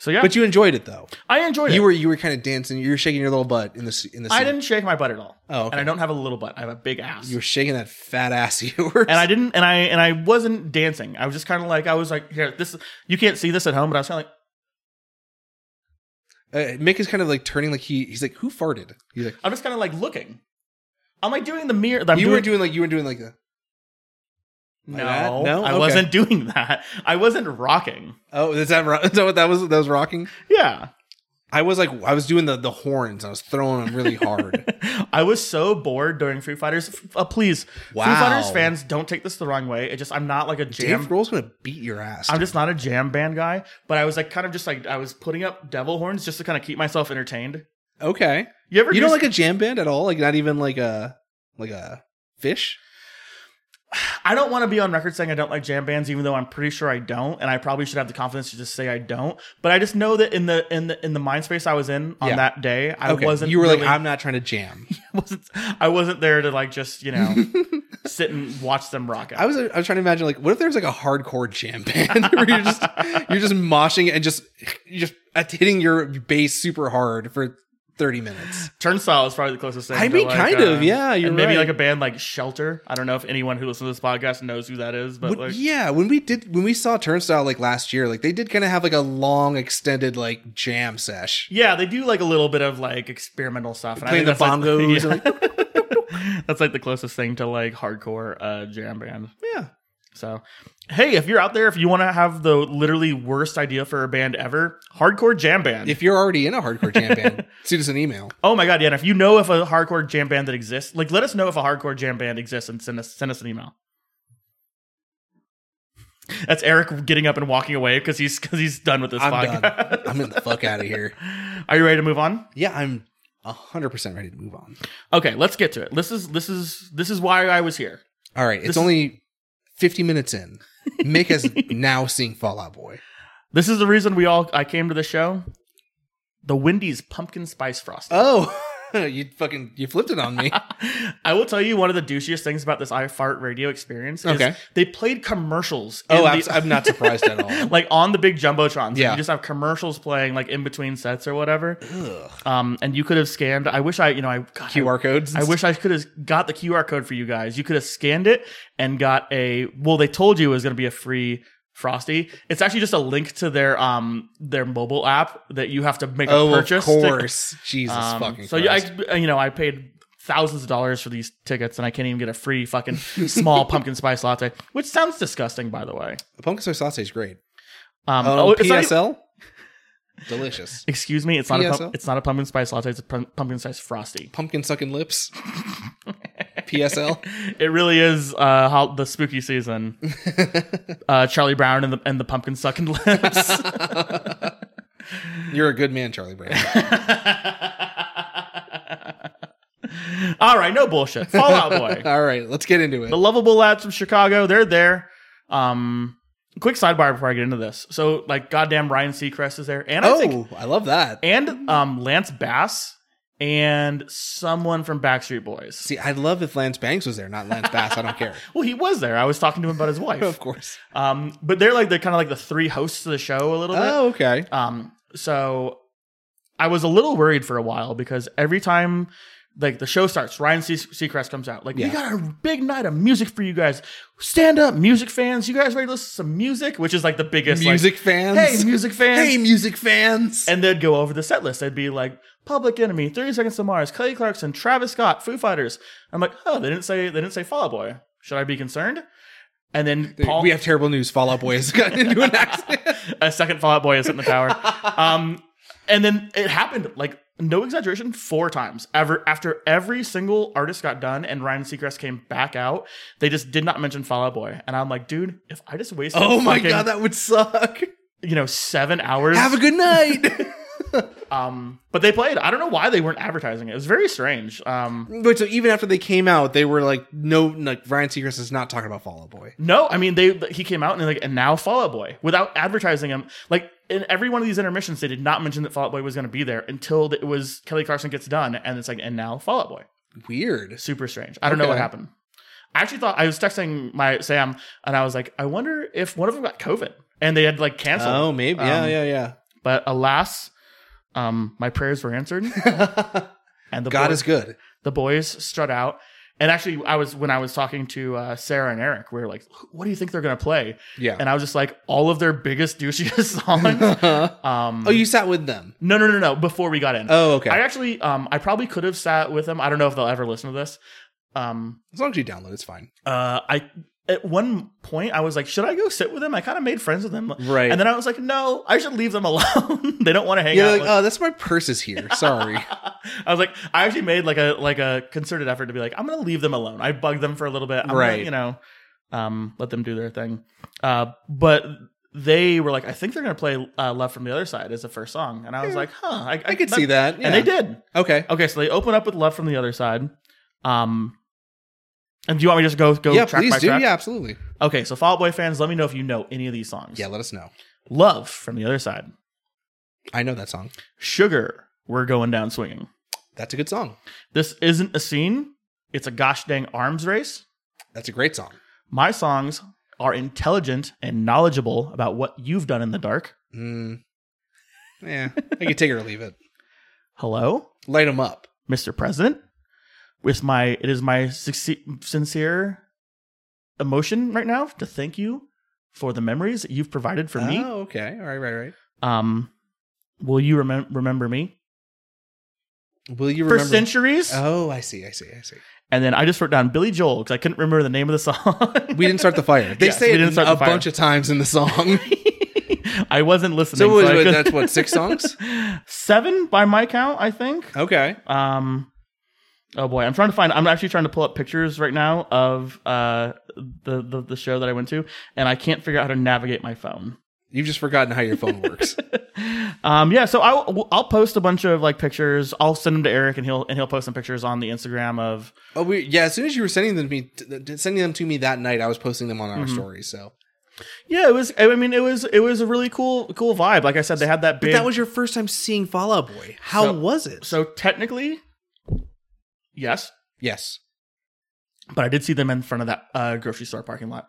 [SPEAKER 2] so yeah,
[SPEAKER 1] but you enjoyed it though.
[SPEAKER 2] I enjoyed
[SPEAKER 1] You
[SPEAKER 2] it.
[SPEAKER 1] were you were kind of dancing. You were shaking your little butt in the s- in the.
[SPEAKER 2] Oh, I
[SPEAKER 1] scene.
[SPEAKER 2] didn't shake my butt at all,
[SPEAKER 1] Oh, okay.
[SPEAKER 2] and I don't have a little butt. I have a big ass.
[SPEAKER 1] You were shaking that fat ass *laughs* of yours.
[SPEAKER 2] and I didn't, and I and I wasn't dancing. I was just kind of like I was like here. This you can't see this at home, but I was kind of like
[SPEAKER 1] uh, Mick is kind of like turning like he he's like who farted? He's like
[SPEAKER 2] I'm just kind of like looking. I'm like doing the mirror. I'm
[SPEAKER 1] you
[SPEAKER 2] doing,
[SPEAKER 1] were doing like you were doing like the
[SPEAKER 2] no,
[SPEAKER 1] like that? No?
[SPEAKER 2] I
[SPEAKER 1] Okay.
[SPEAKER 2] wasn't doing that. I wasn't rocking.
[SPEAKER 1] oh is that ro- *laughs* is that what that was that was rocking?
[SPEAKER 2] Yeah, *laughs*
[SPEAKER 1] I was like I was doing the the horns. I was throwing them really hard.
[SPEAKER 2] I was so bored during Free Fighters. F- Uh, please, Free
[SPEAKER 1] Wow.
[SPEAKER 2] Fighters fans, don't take this the wrong way. It just I'm not like a *laughs* jam.
[SPEAKER 1] Dave Grohl's gonna beat your ass.
[SPEAKER 2] I'm just not a jam band guy. But I was like kind of just like I was putting up devil horns just to kind of keep myself entertained.
[SPEAKER 1] okay.
[SPEAKER 2] You ever
[SPEAKER 1] You don't
[SPEAKER 2] do
[SPEAKER 1] like a jam band at all? Like not even like a like a fish?
[SPEAKER 2] I don't want to be on record saying I don't like jam bands, even though I'm pretty sure I don't, and I probably should have the confidence to just say I don't. But I just know that in the in the in the mind space I was in on
[SPEAKER 1] Yeah.
[SPEAKER 2] that day, I
[SPEAKER 1] Okay.
[SPEAKER 2] wasn't.
[SPEAKER 1] you were
[SPEAKER 2] really-
[SPEAKER 1] like I'm not trying to jam.
[SPEAKER 2] *laughs* wasn't I wasn't there to like just
[SPEAKER 1] *laughs*
[SPEAKER 2] you know sit and watch them rock out.
[SPEAKER 1] I was I was trying to imagine like what if there's like a hardcore jam band *laughs* where you're just you're just moshing and just you're just at- hitting your bass super hard for 30 minutes.
[SPEAKER 2] Turnstile is probably the closest thing.
[SPEAKER 1] I
[SPEAKER 2] to,
[SPEAKER 1] mean,
[SPEAKER 2] like, uh,
[SPEAKER 1] kind of, yeah, you're
[SPEAKER 2] and maybe
[SPEAKER 1] right.
[SPEAKER 2] like a band like Shelter. I don't know if anyone who listens to this podcast knows who that is, but
[SPEAKER 1] When-
[SPEAKER 2] like,
[SPEAKER 1] yeah, when we did when we saw Turnstile like last year, like they did kind of have like a long extended like jam sesh.
[SPEAKER 2] yeah, they do like a little bit of like experimental stuff. And
[SPEAKER 1] Playing the
[SPEAKER 2] that's, like,
[SPEAKER 1] bongos
[SPEAKER 2] *laughs* yeah. *laughs* that's like the closest thing to like hardcore uh, jam band.
[SPEAKER 1] Yeah.
[SPEAKER 2] So, hey, if you're out there, if you want to have the literally worst idea for a band ever, hardcore jam band.
[SPEAKER 1] If you're already in a hardcore jam
[SPEAKER 2] *laughs*
[SPEAKER 1] band, shoot us an email.
[SPEAKER 2] oh my god, yeah. And if you know if a hardcore jam band that exists, like let us know if a hardcore jam band exists and send us send us an email. That's Eric getting up and walking away because he's because he's done with this
[SPEAKER 1] I'm done.
[SPEAKER 2] *laughs* podcast.
[SPEAKER 1] I'm in the fuck out of here.
[SPEAKER 2] Are you ready to move on?
[SPEAKER 1] Yeah, I'm 100% ready to move on.
[SPEAKER 2] Okay, let's get to it. This is this is this is why I was here.
[SPEAKER 1] All right, it's
[SPEAKER 2] This-
[SPEAKER 1] only 50 minutes in. Make
[SPEAKER 2] *laughs*
[SPEAKER 1] us now sing Fallout Boy.
[SPEAKER 2] This is the reason we all I came to the show. The Wendy's pumpkin spice frosting.
[SPEAKER 1] Oh, *laughs* you fucking you flipped it on
[SPEAKER 2] *laughs*
[SPEAKER 1] me.
[SPEAKER 2] I will tell you one of the douchiest things about this iFart radio experience. Is
[SPEAKER 1] Okay.
[SPEAKER 2] They played commercials. in
[SPEAKER 1] oh,
[SPEAKER 2] the-
[SPEAKER 1] I'm, I'm not surprised at all.
[SPEAKER 2] *laughs* like on the big jumbotron. So
[SPEAKER 1] Yeah.
[SPEAKER 2] You just have commercials playing like in between sets or whatever. Um, and you could have scanned. I wish I, you know, I God, I-
[SPEAKER 1] QR codes.
[SPEAKER 2] I wish I could have got the QR code for you guys. You could have scanned it and got a. Well, they told you it was going to be a free frosty. It's actually just a link to their um their mobile app that you have to make a
[SPEAKER 1] Oh, of
[SPEAKER 2] purchase. *laughs*
[SPEAKER 1] course. Jesus
[SPEAKER 2] Um,
[SPEAKER 1] fucking.
[SPEAKER 2] so yeah,
[SPEAKER 1] Christ.
[SPEAKER 2] I, you know, I paid thousands of dollars for these tickets, and I can't even get a
[SPEAKER 1] *laughs*
[SPEAKER 2] free fucking small pumpkin spice latte, which sounds disgusting, by the way.
[SPEAKER 1] The pumpkin soy sausage is great.
[SPEAKER 2] Um,
[SPEAKER 1] Oh,
[SPEAKER 2] oh, it's not even-
[SPEAKER 1] PSL.
[SPEAKER 2] *laughs*
[SPEAKER 1] Delicious.
[SPEAKER 2] excuse me, it's not a
[SPEAKER 1] PSL?
[SPEAKER 2] pump, it's not a pumpkin spice latte. It's a pum- pumpkin spice frosty.
[SPEAKER 1] Pumpkin sucking lips. PSL.
[SPEAKER 2] It really is uh, how, the spooky season.
[SPEAKER 1] *laughs*
[SPEAKER 2] uh, Charlie Brown and the and the pumpkin sucking lips. *laughs*
[SPEAKER 1] You're a good man, Charlie Brown.
[SPEAKER 2] All right, no bullshit.
[SPEAKER 1] *laughs*
[SPEAKER 2] Fallout Boy.
[SPEAKER 1] All right, let's get into it.
[SPEAKER 2] The lovable lads from Chicago, they're there. Um, quick sidebar before I get into this. So, like, goddamn, Ryan Seacrest is there, and I think,
[SPEAKER 1] Oh, I love that.
[SPEAKER 2] and um, Lance Bass, and someone from Backstreet Boys.
[SPEAKER 1] See, I'd love if Lance Banks was there, not Lance Bass. I don't
[SPEAKER 2] *laughs*
[SPEAKER 1] care.
[SPEAKER 2] Well, he was there. I was talking to him about
[SPEAKER 1] *laughs*
[SPEAKER 2] his
[SPEAKER 1] of
[SPEAKER 2] wife.
[SPEAKER 1] course.
[SPEAKER 2] Um, but they're like they're kind of like the three hosts of the show a little bit.
[SPEAKER 1] Oh, okay.
[SPEAKER 2] Um, so I was a little worried for a while because every time like the show starts, Ryan Se- Seacrest comes out. Like, we
[SPEAKER 1] Yeah.
[SPEAKER 2] got a big night of music for you guys. Stand up, music fans. You guys ready to listen to some music? Which is like the biggest like,
[SPEAKER 1] Music fans.
[SPEAKER 2] hey, music
[SPEAKER 1] *laughs*
[SPEAKER 2] fans.
[SPEAKER 1] Hey, music fans.
[SPEAKER 2] and they'd go over the set list. They'd be like, Public Enemy, 30 Seconds to Mars, Kelly Clarkson, Travis Scott, Foo Fighters. I'm like, oh, they didn't say they didn't say Fall Out Boy. Should I be concerned? And then Paul,
[SPEAKER 1] we have terrible news. Fall Out Boy has gotten into
[SPEAKER 2] *laughs*
[SPEAKER 1] an accident.
[SPEAKER 2] a second Fallout Boy is in
[SPEAKER 1] *laughs*
[SPEAKER 2] the tower. Um, and then it happened, like no exaggeration, four times. Ever after every single artist got done and Ryan Seacrest came back out, they just did not mention Fallout Boy. And I'm like, dude, if I just wasted,
[SPEAKER 1] oh my
[SPEAKER 2] fucking,
[SPEAKER 1] god, that would suck.
[SPEAKER 2] you know, seven
[SPEAKER 1] *laughs*
[SPEAKER 2] hours.
[SPEAKER 1] Have a good *laughs* night.
[SPEAKER 2] um, but they played. I don't know why they weren't advertising it. It was very strange. Um,
[SPEAKER 1] Wait, so even after they came out, they were like, no, like Ryan Seacrest is not talking about Fall Out Boy.
[SPEAKER 2] no, I mean they he came out and they're like and now Fallout Boy without advertising him. Like in every one of these intermissions, they did not mention that Fallout Boy was going to be there until it was Kelly Clarkson gets done and it's like and now Fallout Boy.
[SPEAKER 1] Weird.
[SPEAKER 2] super strange. I don't know
[SPEAKER 1] Okay.
[SPEAKER 2] what happened. I actually thought I was texting my Sam and I was like, I wonder if one of them got COVID and they had like canceled.
[SPEAKER 1] Oh, maybe. yeah,
[SPEAKER 2] Um,
[SPEAKER 1] yeah, yeah.
[SPEAKER 2] But alas, um, my prayers
[SPEAKER 1] *laughs*
[SPEAKER 2] were answered, and the
[SPEAKER 1] God
[SPEAKER 2] boys,
[SPEAKER 1] is good.
[SPEAKER 2] the boys strut out. And actually, I was when I was talking to uh, Sarah and Eric, we were like, "What do you think they're gonna play?"
[SPEAKER 1] Yeah.
[SPEAKER 2] And I was just like, "All of their biggest douchiest *laughs*
[SPEAKER 1] *laughs*
[SPEAKER 2] songs." um,
[SPEAKER 1] oh, you sat with them.
[SPEAKER 2] no, no, no, no. Before we got in,
[SPEAKER 1] Oh, okay.
[SPEAKER 2] I actually, um, I probably could have sat with them. I don't know if they'll ever listen to this. Um,
[SPEAKER 1] as long as you download, it's fine.
[SPEAKER 2] uh, I at one point I was like, should I go sit with them? I kind of made friends with them,
[SPEAKER 1] Right.
[SPEAKER 2] And then I was like, no, I should leave them *laughs* alone. they don't want to hang
[SPEAKER 1] Yeah,
[SPEAKER 2] out.
[SPEAKER 1] like,
[SPEAKER 2] with-
[SPEAKER 1] oh, that's my purse is here. Sorry.
[SPEAKER 2] I was like, I actually made like a like a concerted effort to be like, I'm gonna leave them alone. I bugged them for a little bit, I'm
[SPEAKER 1] Right.
[SPEAKER 2] Gonna, you know, um, let them do their thing. Uh, but they were like, I think they're gonna play uh, "Love from the Other Side" as the first song, and I was
[SPEAKER 1] Yeah.
[SPEAKER 2] like, huh,
[SPEAKER 1] *laughs*
[SPEAKER 2] I,
[SPEAKER 1] Hmm. I could see that.
[SPEAKER 2] and they did.
[SPEAKER 1] Okay.
[SPEAKER 2] Okay, so they open up with "Love from the Other Side." Um, and do you want me to just go go
[SPEAKER 1] yeah,
[SPEAKER 2] track
[SPEAKER 1] please
[SPEAKER 2] by
[SPEAKER 1] do.
[SPEAKER 2] track?
[SPEAKER 1] Yeah, absolutely.
[SPEAKER 2] Okay, so Fall Out Boy fans, let me know if you know any of these songs.
[SPEAKER 1] Yeah, let us know.
[SPEAKER 2] Love from the other side.
[SPEAKER 1] I know that song.
[SPEAKER 2] Sugar, we're going down swinging.
[SPEAKER 1] That's a good song.
[SPEAKER 2] This isn't a scene, it's a gosh dang arms race.
[SPEAKER 1] That's a great song.
[SPEAKER 2] My songs are intelligent and knowledgeable
[SPEAKER 1] Hmm.
[SPEAKER 2] about what you've done in the dark.
[SPEAKER 1] Mm. Yeah, I could take it or leave it.
[SPEAKER 2] hello,
[SPEAKER 1] Light them up.
[SPEAKER 2] Mr. President. With my, it is my succe- sincere emotion right now to thank you for the memories that you've provided for me.
[SPEAKER 1] Oh, okay. All right, right, right.
[SPEAKER 2] Um, will you remem- remember me
[SPEAKER 1] Will you remember?
[SPEAKER 2] for centuries?
[SPEAKER 1] Oh, I see. I see. I see.
[SPEAKER 2] and then I just wrote down Billy Joel because I couldn't remember the name of the song.
[SPEAKER 1] We didn't start the fire. They
[SPEAKER 2] Yes,
[SPEAKER 1] say
[SPEAKER 2] we
[SPEAKER 1] it
[SPEAKER 2] didn't start
[SPEAKER 1] a
[SPEAKER 2] the fire.
[SPEAKER 1] bunch of times in the song.
[SPEAKER 2] *laughs* I wasn't listening.
[SPEAKER 1] so, what-
[SPEAKER 2] I
[SPEAKER 1] what-
[SPEAKER 2] couldn't-
[SPEAKER 1] that's what
[SPEAKER 2] *laughs*
[SPEAKER 1] six songs.
[SPEAKER 2] seven by my count, I think.
[SPEAKER 1] Okay.
[SPEAKER 2] Um, oh boy, I'm trying to find. I'm actually trying to pull up pictures right now of uh the the, the show that I went to, and I can't figure out how to navigate my phone.
[SPEAKER 1] You've just forgotten how your phone works.
[SPEAKER 2] um, yeah, so I'll I'll post a bunch of like pictures. I'll send them to Eric, and he'll and he'll post some pictures on the Instagram of.
[SPEAKER 1] Oh, we, yeah. As soon as you were sending them to me, t- t- sending them to me that night, I was posting them on our
[SPEAKER 2] Mhm.
[SPEAKER 1] story. So,
[SPEAKER 2] Yeah, it was. I mean, it was it was a really cool cool vibe. Like I said, they had that
[SPEAKER 1] but
[SPEAKER 2] big.
[SPEAKER 1] that was your first time seeing Fallout Boy. How
[SPEAKER 2] So-
[SPEAKER 1] was it?
[SPEAKER 2] so technically, yes,
[SPEAKER 1] yes,
[SPEAKER 2] but I did see them in front of that uh, grocery store parking lot.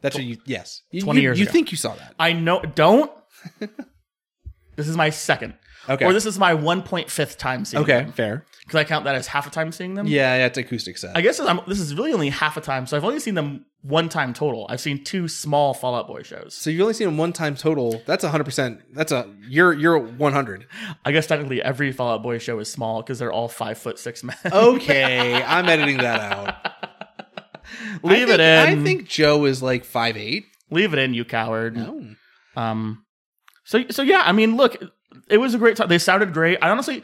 [SPEAKER 1] that's what you. Yes, You-
[SPEAKER 2] 20
[SPEAKER 1] you-
[SPEAKER 2] years
[SPEAKER 1] You
[SPEAKER 2] ago.
[SPEAKER 1] think you saw that?
[SPEAKER 2] I know.
[SPEAKER 1] *laughs*
[SPEAKER 2] Don't. this is my second,
[SPEAKER 1] Okay.
[SPEAKER 2] or this is my one point fifth time seeing
[SPEAKER 1] okay.
[SPEAKER 2] them
[SPEAKER 1] Fair.
[SPEAKER 2] because I count that as half a time seeing them.
[SPEAKER 1] Yeah, yeah. It's acoustic set.
[SPEAKER 2] I guess I'm, this is really only half a time, so I've only seen them one time total. I've seen two small Fallout Boy shows.
[SPEAKER 1] so you've only seen them one time total. That's hundred percent. That's a you're you're one hundred.
[SPEAKER 2] I guess technically every Fallout Boy show is small because they're all five foot six men.
[SPEAKER 1] Oh. *laughs* Okay, I'm editing that out.
[SPEAKER 2] leave
[SPEAKER 1] I
[SPEAKER 2] it
[SPEAKER 1] think-
[SPEAKER 2] in.
[SPEAKER 1] I think Joe is like five eight.
[SPEAKER 2] *laughs* leave it in, you coward.
[SPEAKER 1] No.
[SPEAKER 2] Um, so so yeah, I mean, look, it was a great time. They sounded great. I honestly,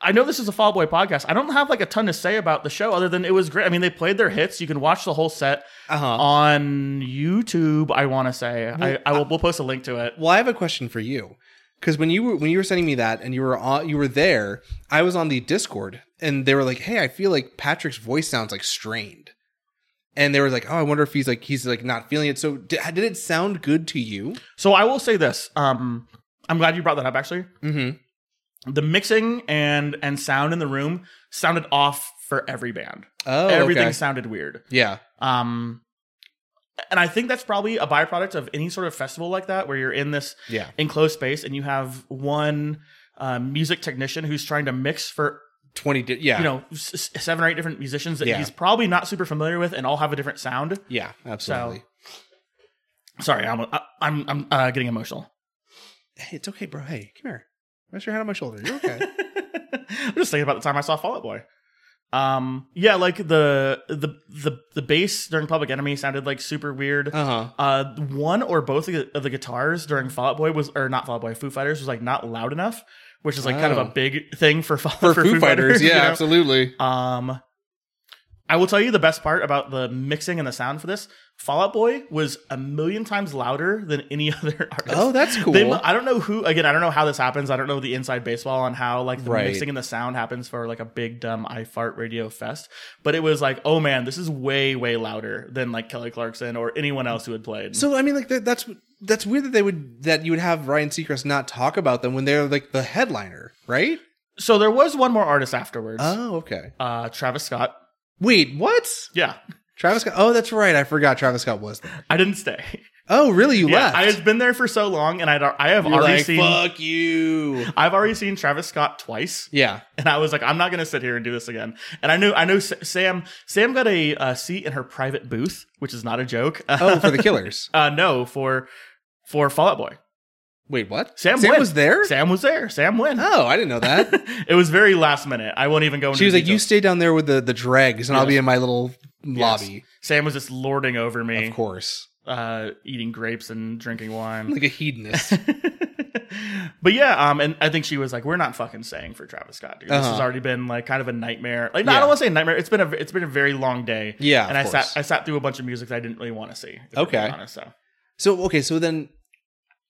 [SPEAKER 2] I know this is a Fall Boy podcast. I don't have like a ton to say about the show other than it was great. I mean, they played their hits. You can watch the whole set
[SPEAKER 1] Uh huh.
[SPEAKER 2] on YouTube. I want to say I, I
[SPEAKER 1] uh,
[SPEAKER 2] will. We'll post a link to it.
[SPEAKER 1] Well, I have a question for you because when you were when you were sending me that and you were on, you were there, I was on the Discord and they were like, "Hey, I feel like Patrick's voice sounds like strained," and they were like, "Oh, I wonder if he's like he's like not feeling it." So did, did it sound good to you?
[SPEAKER 2] So I will say this. Um, I'm glad you brought that up. Actually,
[SPEAKER 1] Mm-hmm.
[SPEAKER 2] the mixing and and sound in the room sounded off for every band.
[SPEAKER 1] Oh,
[SPEAKER 2] Everything
[SPEAKER 1] okay.
[SPEAKER 2] sounded weird.
[SPEAKER 1] yeah,
[SPEAKER 2] Um, and I think that's probably a byproduct of any sort of festival like that, where you're in this
[SPEAKER 1] yeah,
[SPEAKER 2] enclosed space and you have one uh, music technician who's trying to mix for
[SPEAKER 1] twenty. Di- yeah,
[SPEAKER 2] you know s- s- seven or eight different musicians that
[SPEAKER 1] Yeah.
[SPEAKER 2] he's probably not super familiar with and all have a different sound
[SPEAKER 1] yeah, absolutely.
[SPEAKER 2] sorry i'm I- i'm, I'm uh,
[SPEAKER 1] *laughs*
[SPEAKER 2] getting emotional
[SPEAKER 1] Hey, it's okay, bro. Hey, come here. Rest your hand on my shoulder. You're okay. *laughs*
[SPEAKER 2] i'm just thinking about the time i saw fall out boy um yeah like the the the the bass during public enemy sounded like super weird
[SPEAKER 1] uh huh.
[SPEAKER 2] uh one or both of the, of the guitars during Fall Out Boy was or not Fall Out Boy Foo Fighters was like not loud enough which is like kind of a
[SPEAKER 1] Oh.
[SPEAKER 2] big thing for Fall,
[SPEAKER 1] *laughs* For, Foo, Fighters, yeah,
[SPEAKER 2] *laughs* you know?
[SPEAKER 1] absolutely.
[SPEAKER 2] Um, I will tell you the best part about the mixing and the sound for this. Fallout Boy was a million times louder than any *laughs* other artist.
[SPEAKER 1] Oh, that's cool.
[SPEAKER 2] They mu- I don't know who. Again, I don't know how this happens. I don't know the inside baseball on how like the
[SPEAKER 1] Right.
[SPEAKER 2] mixing and the sound happens for like a big dumb I fart radio fest. But it was like, oh man, this is way way louder than like Kelly Clarkson or anyone else who had played.
[SPEAKER 1] So I mean, like that, that's that's weird that they would that you would have Ryan Seacrest not talk about them when they're like the headliner, right?
[SPEAKER 2] so there was one more artist afterwards.
[SPEAKER 1] Oh, okay.
[SPEAKER 2] uh, Travis Scott.
[SPEAKER 1] Wait, what?
[SPEAKER 2] Yeah, *laughs*
[SPEAKER 1] Travis Scott? Oh, that's right. I forgot Travis Scott was there.
[SPEAKER 2] I didn't stay.
[SPEAKER 1] Oh, really? You
[SPEAKER 2] Yeah,
[SPEAKER 1] left?
[SPEAKER 2] I had been there for so long, and I'd I have
[SPEAKER 1] You're
[SPEAKER 2] already
[SPEAKER 1] like,
[SPEAKER 2] seen.
[SPEAKER 1] fuck you.
[SPEAKER 2] I've already seen Travis Scott twice,
[SPEAKER 1] Yeah.
[SPEAKER 2] and I was like, I'm not gonna sit here and do this again. And I knew, I know Sam. Sam got a uh, seat in her private booth, which is not a joke. *laughs*
[SPEAKER 1] Oh, for the Killers. *laughs*
[SPEAKER 2] uh, no, for for Fallout Boy.
[SPEAKER 1] Wait, what?
[SPEAKER 2] Sam
[SPEAKER 1] Sam
[SPEAKER 2] went.
[SPEAKER 1] was there.
[SPEAKER 2] Sam was there. Sam went.
[SPEAKER 1] Oh, I didn't know that.
[SPEAKER 2] *laughs* it was very last minute. I won't even go into.
[SPEAKER 1] She was
[SPEAKER 2] the
[SPEAKER 1] like, "You
[SPEAKER 2] details.
[SPEAKER 1] stay down there with the the dregs, and I'll
[SPEAKER 2] Yes.
[SPEAKER 1] be in my little
[SPEAKER 2] Yes.
[SPEAKER 1] lobby."
[SPEAKER 2] Sam was just lording over me,
[SPEAKER 1] Of course,
[SPEAKER 2] uh, eating grapes and drinking
[SPEAKER 1] *laughs*
[SPEAKER 2] wine. *laughs*
[SPEAKER 1] like a hedonist.
[SPEAKER 2] but yeah, um, and I think she was like, "We're not fucking saying for Travis Scott, dude. This has
[SPEAKER 1] Uh-huh.
[SPEAKER 2] already been like kind of a nightmare. Like, no, I
[SPEAKER 1] Yeah.
[SPEAKER 2] don't want to say nightmare. It's been a it's been a very long day.
[SPEAKER 1] yeah,
[SPEAKER 2] and I
[SPEAKER 1] Ah, of course.
[SPEAKER 2] sat I sat through a bunch of music that I didn't really want to see. if I'm
[SPEAKER 1] Okay.
[SPEAKER 2] being honest, so
[SPEAKER 1] So okay, so then,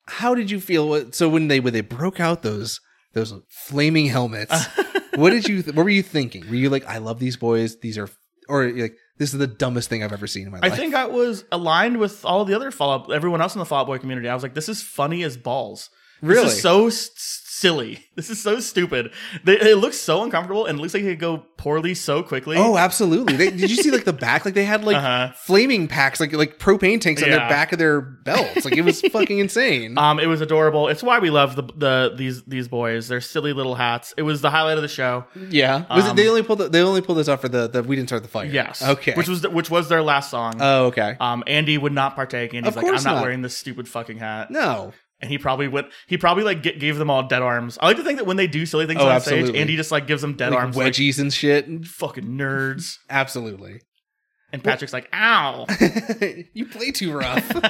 [SPEAKER 1] how did you feel? So when they when they broke out those those flaming
[SPEAKER 2] *laughs*
[SPEAKER 1] helmets, what did you? Th- what were you thinking? Were you like, I love these boys. These are, or you're like, this is the dumbest thing I've ever seen in my
[SPEAKER 2] I
[SPEAKER 1] life.
[SPEAKER 2] think I was aligned with all the other Fallout, everyone else in the Fallout Boy community. I was like, this is funny as balls.
[SPEAKER 1] really.
[SPEAKER 2] this is so s- s- silly. *laughs* This is so stupid. They, it looks so uncomfortable and it looks like it could go poorly so quickly.
[SPEAKER 1] Oh, absolutely. They, did you see like the back? Like they had like
[SPEAKER 2] Uh-huh.
[SPEAKER 1] flaming packs, like like propane tanks on
[SPEAKER 2] Yeah.
[SPEAKER 1] their back of their belts. Like it was fucking
[SPEAKER 2] *laughs*
[SPEAKER 1] insane.
[SPEAKER 2] Um, it was adorable. It's why we love the the these these boys. They're silly little hats. It was the highlight of the show.
[SPEAKER 1] yeah. Was it, they
[SPEAKER 2] um,
[SPEAKER 1] only pulled the, they only pulled this off for the, the we didn't start the fire.
[SPEAKER 2] Yes.
[SPEAKER 1] Okay.
[SPEAKER 2] Which was the, which was their last song.
[SPEAKER 1] oh okay.
[SPEAKER 2] um, Andy would not partake. Andy's
[SPEAKER 1] Of
[SPEAKER 2] like, I'm
[SPEAKER 1] course
[SPEAKER 2] not,
[SPEAKER 1] not.
[SPEAKER 2] wearing this stupid fucking hat.
[SPEAKER 1] No.
[SPEAKER 2] And he probably went. He probably like g- gave them all dead arms. I like to think that when they do silly things
[SPEAKER 1] Oh,
[SPEAKER 2] on stage,
[SPEAKER 1] absolutely.
[SPEAKER 2] Andy just like gives them dead
[SPEAKER 1] Like
[SPEAKER 2] arms. like,
[SPEAKER 1] wedgies and shit. *laughs*
[SPEAKER 2] fucking nerds.
[SPEAKER 1] Absolutely.
[SPEAKER 2] And Patrick's like, ow. *laughs*
[SPEAKER 1] you play too rough. *laughs*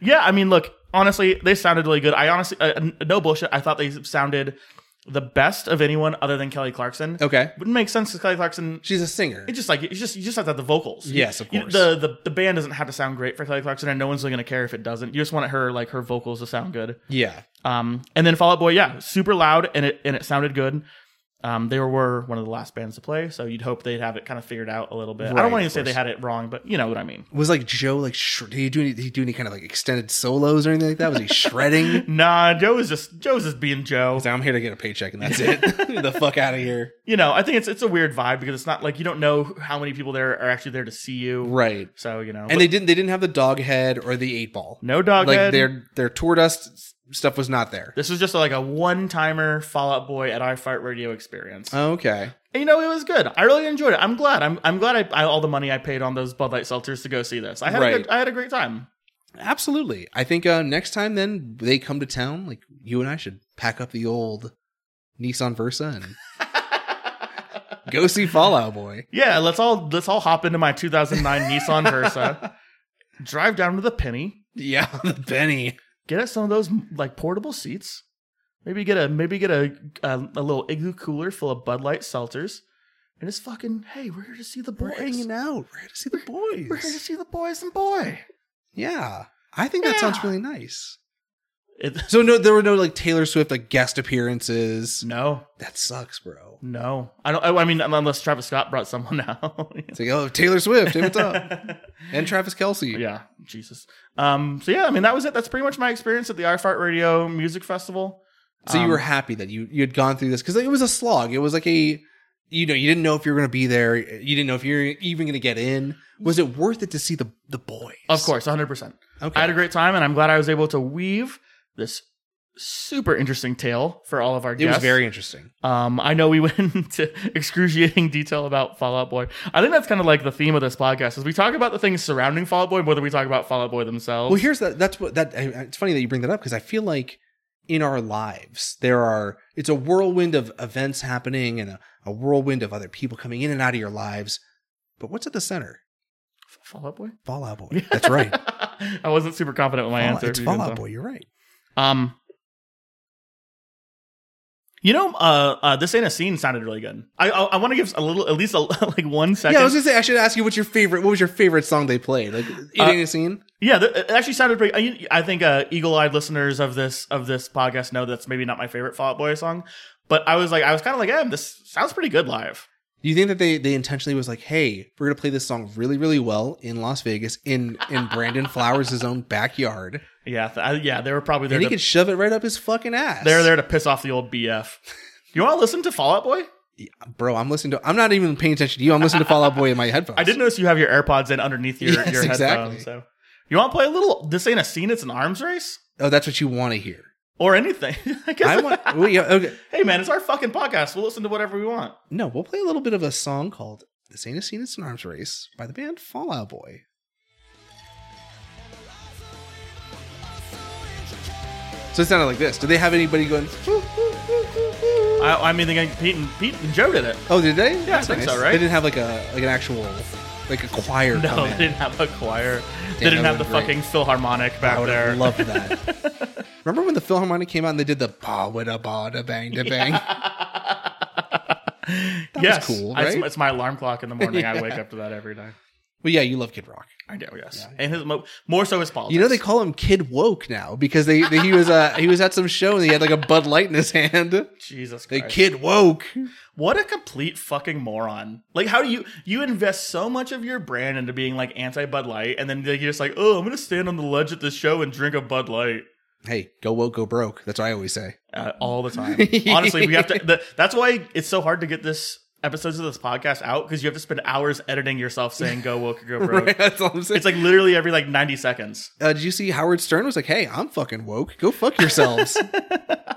[SPEAKER 2] yeah, I mean, look, honestly, they sounded really good. I honestly, uh, n- no bullshit. I thought they sounded the best of anyone other than Kelly Clarkson.
[SPEAKER 1] okay.
[SPEAKER 2] Wouldn't make sense because Kelly Clarkson.
[SPEAKER 1] She's a singer.
[SPEAKER 2] It's just like you just you just have to have the vocals.
[SPEAKER 1] Yes, of
[SPEAKER 2] You-
[SPEAKER 1] course.
[SPEAKER 2] the, the the band doesn't have to sound great for Kelly Clarkson, and no one's really gonna care if it doesn't. You just want her like her vocals to sound good.
[SPEAKER 1] Yeah.
[SPEAKER 2] Um, and then Fall Out Boy, yeah, super loud, and it and it sounded good. Um, they were one of the last bands to play, so you'd hope they'd have it kind of figured out a little bit. I
[SPEAKER 1] Right,
[SPEAKER 2] don't want to
[SPEAKER 1] of
[SPEAKER 2] say they
[SPEAKER 1] course.
[SPEAKER 2] had it wrong, but you know what I mean.
[SPEAKER 1] Was like Joe like sh- did he do any, did he do any kind of like extended solos or anything like *laughs* that? Was he shredding?
[SPEAKER 2] Nah, Joe is just Joe's just being Joe.
[SPEAKER 1] He's like, I'm here to get a paycheck and that's *laughs* it. Get the fuck out of here.
[SPEAKER 2] You know, I think it's it's a weird vibe because it's not like you don't know how many people there are actually there to see you.
[SPEAKER 1] Right.
[SPEAKER 2] So you know,
[SPEAKER 1] And they didn't they didn't have the dog head or the eight ball.
[SPEAKER 2] no dog
[SPEAKER 1] like
[SPEAKER 2] head.
[SPEAKER 1] their their tour dust s- stuff was not there.
[SPEAKER 2] This was just like a one timer Fallout Boy at iFart Radio experience.
[SPEAKER 1] Uh. Okay.
[SPEAKER 2] and, you know, it was good. I really enjoyed it. I'm glad. I'm I'm glad I, I all the money I paid on those Bud Light seltzers to go see this. I had a
[SPEAKER 1] Right.
[SPEAKER 2] good, I had a great time.
[SPEAKER 1] Absolutely. I think uh next time then they come to town, like you and I should pack up the old Nissan Versa and go see Fallout Boy.
[SPEAKER 2] yeah, let's all let's all hop into my 2009
[SPEAKER 1] *laughs*
[SPEAKER 2] Nissan Versa, drive down to the Penny,
[SPEAKER 1] Yeah,
[SPEAKER 2] *laughs*
[SPEAKER 1] the penny.
[SPEAKER 2] get us some of those like portable seats. Maybe get a maybe get a a, a little igloo cooler full of Bud Light seltzers, and just fucking hey, we're here to see the
[SPEAKER 1] We're
[SPEAKER 2] boys.
[SPEAKER 1] hanging out. We're here to see the
[SPEAKER 2] We're here to
[SPEAKER 1] boys.
[SPEAKER 2] see the boys and boy.
[SPEAKER 1] Yeah. I think that sounds
[SPEAKER 2] Yeah.
[SPEAKER 1] really nice.
[SPEAKER 2] It, *laughs*
[SPEAKER 1] So no there were no like Taylor Swift like guest appearances.
[SPEAKER 2] no,
[SPEAKER 1] That sucks, bro.
[SPEAKER 2] no, I don't. I mean, unless Travis Scott brought someone *laughs* out.
[SPEAKER 1] It's like, oh Taylor Swift, hey, what's
[SPEAKER 2] *laughs*
[SPEAKER 1] up? And Travis Kelsey.
[SPEAKER 2] yeah, Jesus. Um. So yeah, I mean, that was it. That's pretty much my experience at the iFart Radio Music Festival.
[SPEAKER 1] So you
[SPEAKER 2] Um,
[SPEAKER 1] were happy that you you had gone through this because it was a slog. It was like a you know you didn't know if you were going to be there. You didn't know if you're even going to get in. Was it worth it to see the the boys?
[SPEAKER 2] Of course, 100. percent
[SPEAKER 1] Okay.
[SPEAKER 2] I had a great time, and I'm glad I was able to weave this super interesting tale for all of our
[SPEAKER 1] it
[SPEAKER 2] guests.
[SPEAKER 1] was very interesting.
[SPEAKER 2] Um, I know we *laughs* went into excruciating detail about Fallout Boy. I think that's kind of like the theme of this podcast is we talk about the things surrounding Fallout Boy more than we talk about Fallout Boy themselves.
[SPEAKER 1] Well, here's that. That's what that. I- It's funny that you bring that up because I feel like in our lives there are it's a whirlwind of events happening and a, a whirlwind of other people coming in and out of your lives. But what's at the center?
[SPEAKER 2] Fallout Boy.
[SPEAKER 1] Fallout
[SPEAKER 2] *laughs*
[SPEAKER 1] Boy. *laughs* That's right.
[SPEAKER 2] I wasn't super confident with my
[SPEAKER 1] Fallout-
[SPEAKER 2] answer.
[SPEAKER 1] it's
[SPEAKER 2] if you can
[SPEAKER 1] Fallout
[SPEAKER 2] tell.
[SPEAKER 1] Boy. You're right.
[SPEAKER 2] Um, you know, uh, uh, this ain't a scene sounded really good. I I, I want to give a little, at least a, *laughs* like one second.
[SPEAKER 1] Yeah, I was gonna say I should ask you what's your favorite. What was your favorite song they played? Like, it
[SPEAKER 2] Uh,
[SPEAKER 1] ain't a scene.
[SPEAKER 2] Yeah, th- it actually sounded pretty. I- I think uh, eagle-eyed listeners of this of this podcast know that's maybe not my favorite Fallout Boy song, but I was like, I was kind of like, eh, this sounds pretty good live.
[SPEAKER 1] Do you think that they they intentionally was like, hey, we're gonna play this song really, really well in Las Vegas in in Brandon Flowers' own backyard,
[SPEAKER 2] Yeah, th- I, yeah, they were probably there.
[SPEAKER 1] and he
[SPEAKER 2] To,
[SPEAKER 1] could shove it right up his fucking ass.
[SPEAKER 2] they're there to piss off the old BF. *laughs* You want to listen to Fallout Boy?
[SPEAKER 1] bro. I'm listening to. I'm not even paying attention to you. I'm listening to Fall Out Boy in
[SPEAKER 2] *laughs*
[SPEAKER 1] my headphones.
[SPEAKER 2] I did notice you have your AirPods in underneath your
[SPEAKER 1] Yes,
[SPEAKER 2] your
[SPEAKER 1] exactly.
[SPEAKER 2] headphones. So you want to play a little? This ain't a scene. It's an arms race
[SPEAKER 1] Oh, that's what you want to
[SPEAKER 2] *laughs*
[SPEAKER 1] hear.
[SPEAKER 2] or anything. I guess.
[SPEAKER 1] I want. well, yeah, okay.
[SPEAKER 2] *laughs* hey man, it's our fucking podcast. We'll listen to whatever we want.
[SPEAKER 1] No, we'll play a little bit of a song called "This Ain't a Scene, It's an Arms Race" by the band Fallout Boy. So it sounded like this. Did they have anybody going?
[SPEAKER 2] I, I mean, they Pete and Pete and Joe did it.
[SPEAKER 1] Oh, did they?
[SPEAKER 2] Yeah, I think so, right?
[SPEAKER 1] They didn't have like a like an actual like a choir.
[SPEAKER 2] No,
[SPEAKER 1] come
[SPEAKER 2] they
[SPEAKER 1] in.
[SPEAKER 2] didn't have a choir. they
[SPEAKER 1] Oh, Damn,
[SPEAKER 2] didn't
[SPEAKER 1] that
[SPEAKER 2] have the
[SPEAKER 1] would've been
[SPEAKER 2] fucking Philharmonic
[SPEAKER 1] I
[SPEAKER 2] back
[SPEAKER 1] would
[SPEAKER 2] there.
[SPEAKER 1] have loved that.
[SPEAKER 2] *laughs*
[SPEAKER 1] Remember when the Philharmonic came out and they did the ba wa da ba da bang da bang? was
[SPEAKER 2] yes,
[SPEAKER 1] cool,
[SPEAKER 2] I- it's-
[SPEAKER 1] right?
[SPEAKER 2] It's, my alarm clock in the morning. I wake up to that every day.
[SPEAKER 1] Well, yeah, you love Kid Rock.
[SPEAKER 2] I do, yes. And his mo- more so his politics.
[SPEAKER 1] You know they call him Kid Woke now because they, they he was uh he was at some show and he had like a Bud Light in his hand.
[SPEAKER 2] Jesus
[SPEAKER 1] The
[SPEAKER 2] Christ.
[SPEAKER 1] Kid Woke.
[SPEAKER 2] what a complete fucking moron. Like, how do you you invest so much of your brand into being like anti Bud Light, and then like, you're just like, oh, I'm gonna stand on the ledge at this show and drink a Bud Light.
[SPEAKER 1] Hey, go woke, go broke. That's what I always say. *laughs*
[SPEAKER 2] uh, all the time. Honestly, we have to. The, that's why it's so hard to get this episodes of this podcast out because you have to spend hours editing yourself saying "go woke, go broke."
[SPEAKER 1] Right? That's all I'm saying.
[SPEAKER 2] It's like literally every like ninety seconds.
[SPEAKER 1] uh, did you see Howard Stern was like, "Hey, I'm fucking woke. Go fuck
[SPEAKER 2] *laughs*
[SPEAKER 1] yourselves."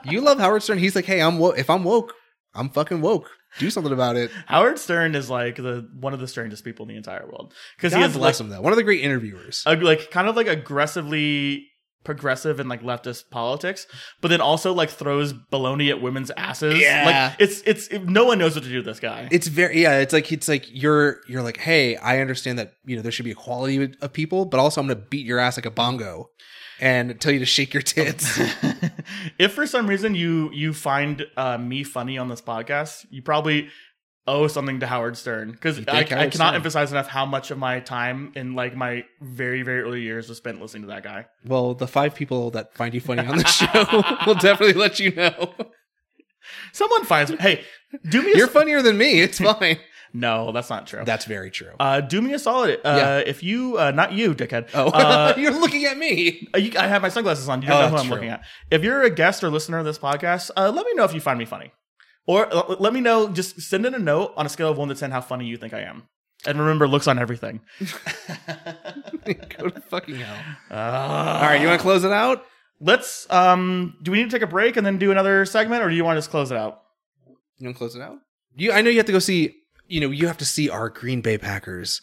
[SPEAKER 1] you love Howard Stern. He's like, "Hey, I'm woke. If I'm woke, I'm fucking woke. Do something about
[SPEAKER 2] *laughs*
[SPEAKER 1] it."
[SPEAKER 2] Howard Stern is like the one of the strangest people in the entire world because
[SPEAKER 1] God
[SPEAKER 2] he has like,
[SPEAKER 1] bless him though. One of the great interviewers.
[SPEAKER 2] ag- like kind of like aggressively progressive and like leftist politics, but then also like throws baloney at women's asses.
[SPEAKER 1] Yeah.
[SPEAKER 2] like it's it's it- no one knows what to do with this guy.
[SPEAKER 1] it's very yeah. It's like it's like you're you're like, "Hey, I understand that you know there should be equality with- of people, but also I'm gonna beat your ass like a bongo and tell you to shake your *laughs* tits."
[SPEAKER 2] *laughs* if for some reason you you find uh, me funny on this podcast, you probably owe something to Howard Stern because
[SPEAKER 1] You
[SPEAKER 2] I, I
[SPEAKER 1] think Howard
[SPEAKER 2] cannot
[SPEAKER 1] Stern.
[SPEAKER 2] emphasize enough how much of my time in like my very very early years was spent listening to that guy.
[SPEAKER 1] well, the five people that find you funny on the show *laughs* will definitely let you know
[SPEAKER 2] Someone finds me. Hey, do me a
[SPEAKER 1] you're
[SPEAKER 2] s-
[SPEAKER 1] funnier than me. It's fine.
[SPEAKER 2] no, that's not true.
[SPEAKER 1] That's very true.
[SPEAKER 2] uh, do me a solid. Uh,
[SPEAKER 1] Yeah.
[SPEAKER 2] If you, uh, not you, dickhead.
[SPEAKER 1] oh, *laughs*
[SPEAKER 2] uh,
[SPEAKER 1] you're looking at me. *laughs*
[SPEAKER 2] Uh, you- I have my sunglasses on. You don't
[SPEAKER 1] Oh,
[SPEAKER 2] know who
[SPEAKER 1] that's
[SPEAKER 2] I'm
[SPEAKER 1] true.
[SPEAKER 2] looking at. If you're a guest or listener of this podcast, uh, let me know if you find me funny, or l- let me know. Just send in a note on a scale of one to ten how funny you think I am. And remember, looks on everything.
[SPEAKER 1] Go to fucking hell.
[SPEAKER 2] All
[SPEAKER 1] All right, you want to close it out?
[SPEAKER 2] Uh, Let's. Um, do we need to take a break and then do another segment, or do you want to just close it out?
[SPEAKER 1] You want to close it out? You, I know you have to go see. You know, you have to see our Green Bay Packers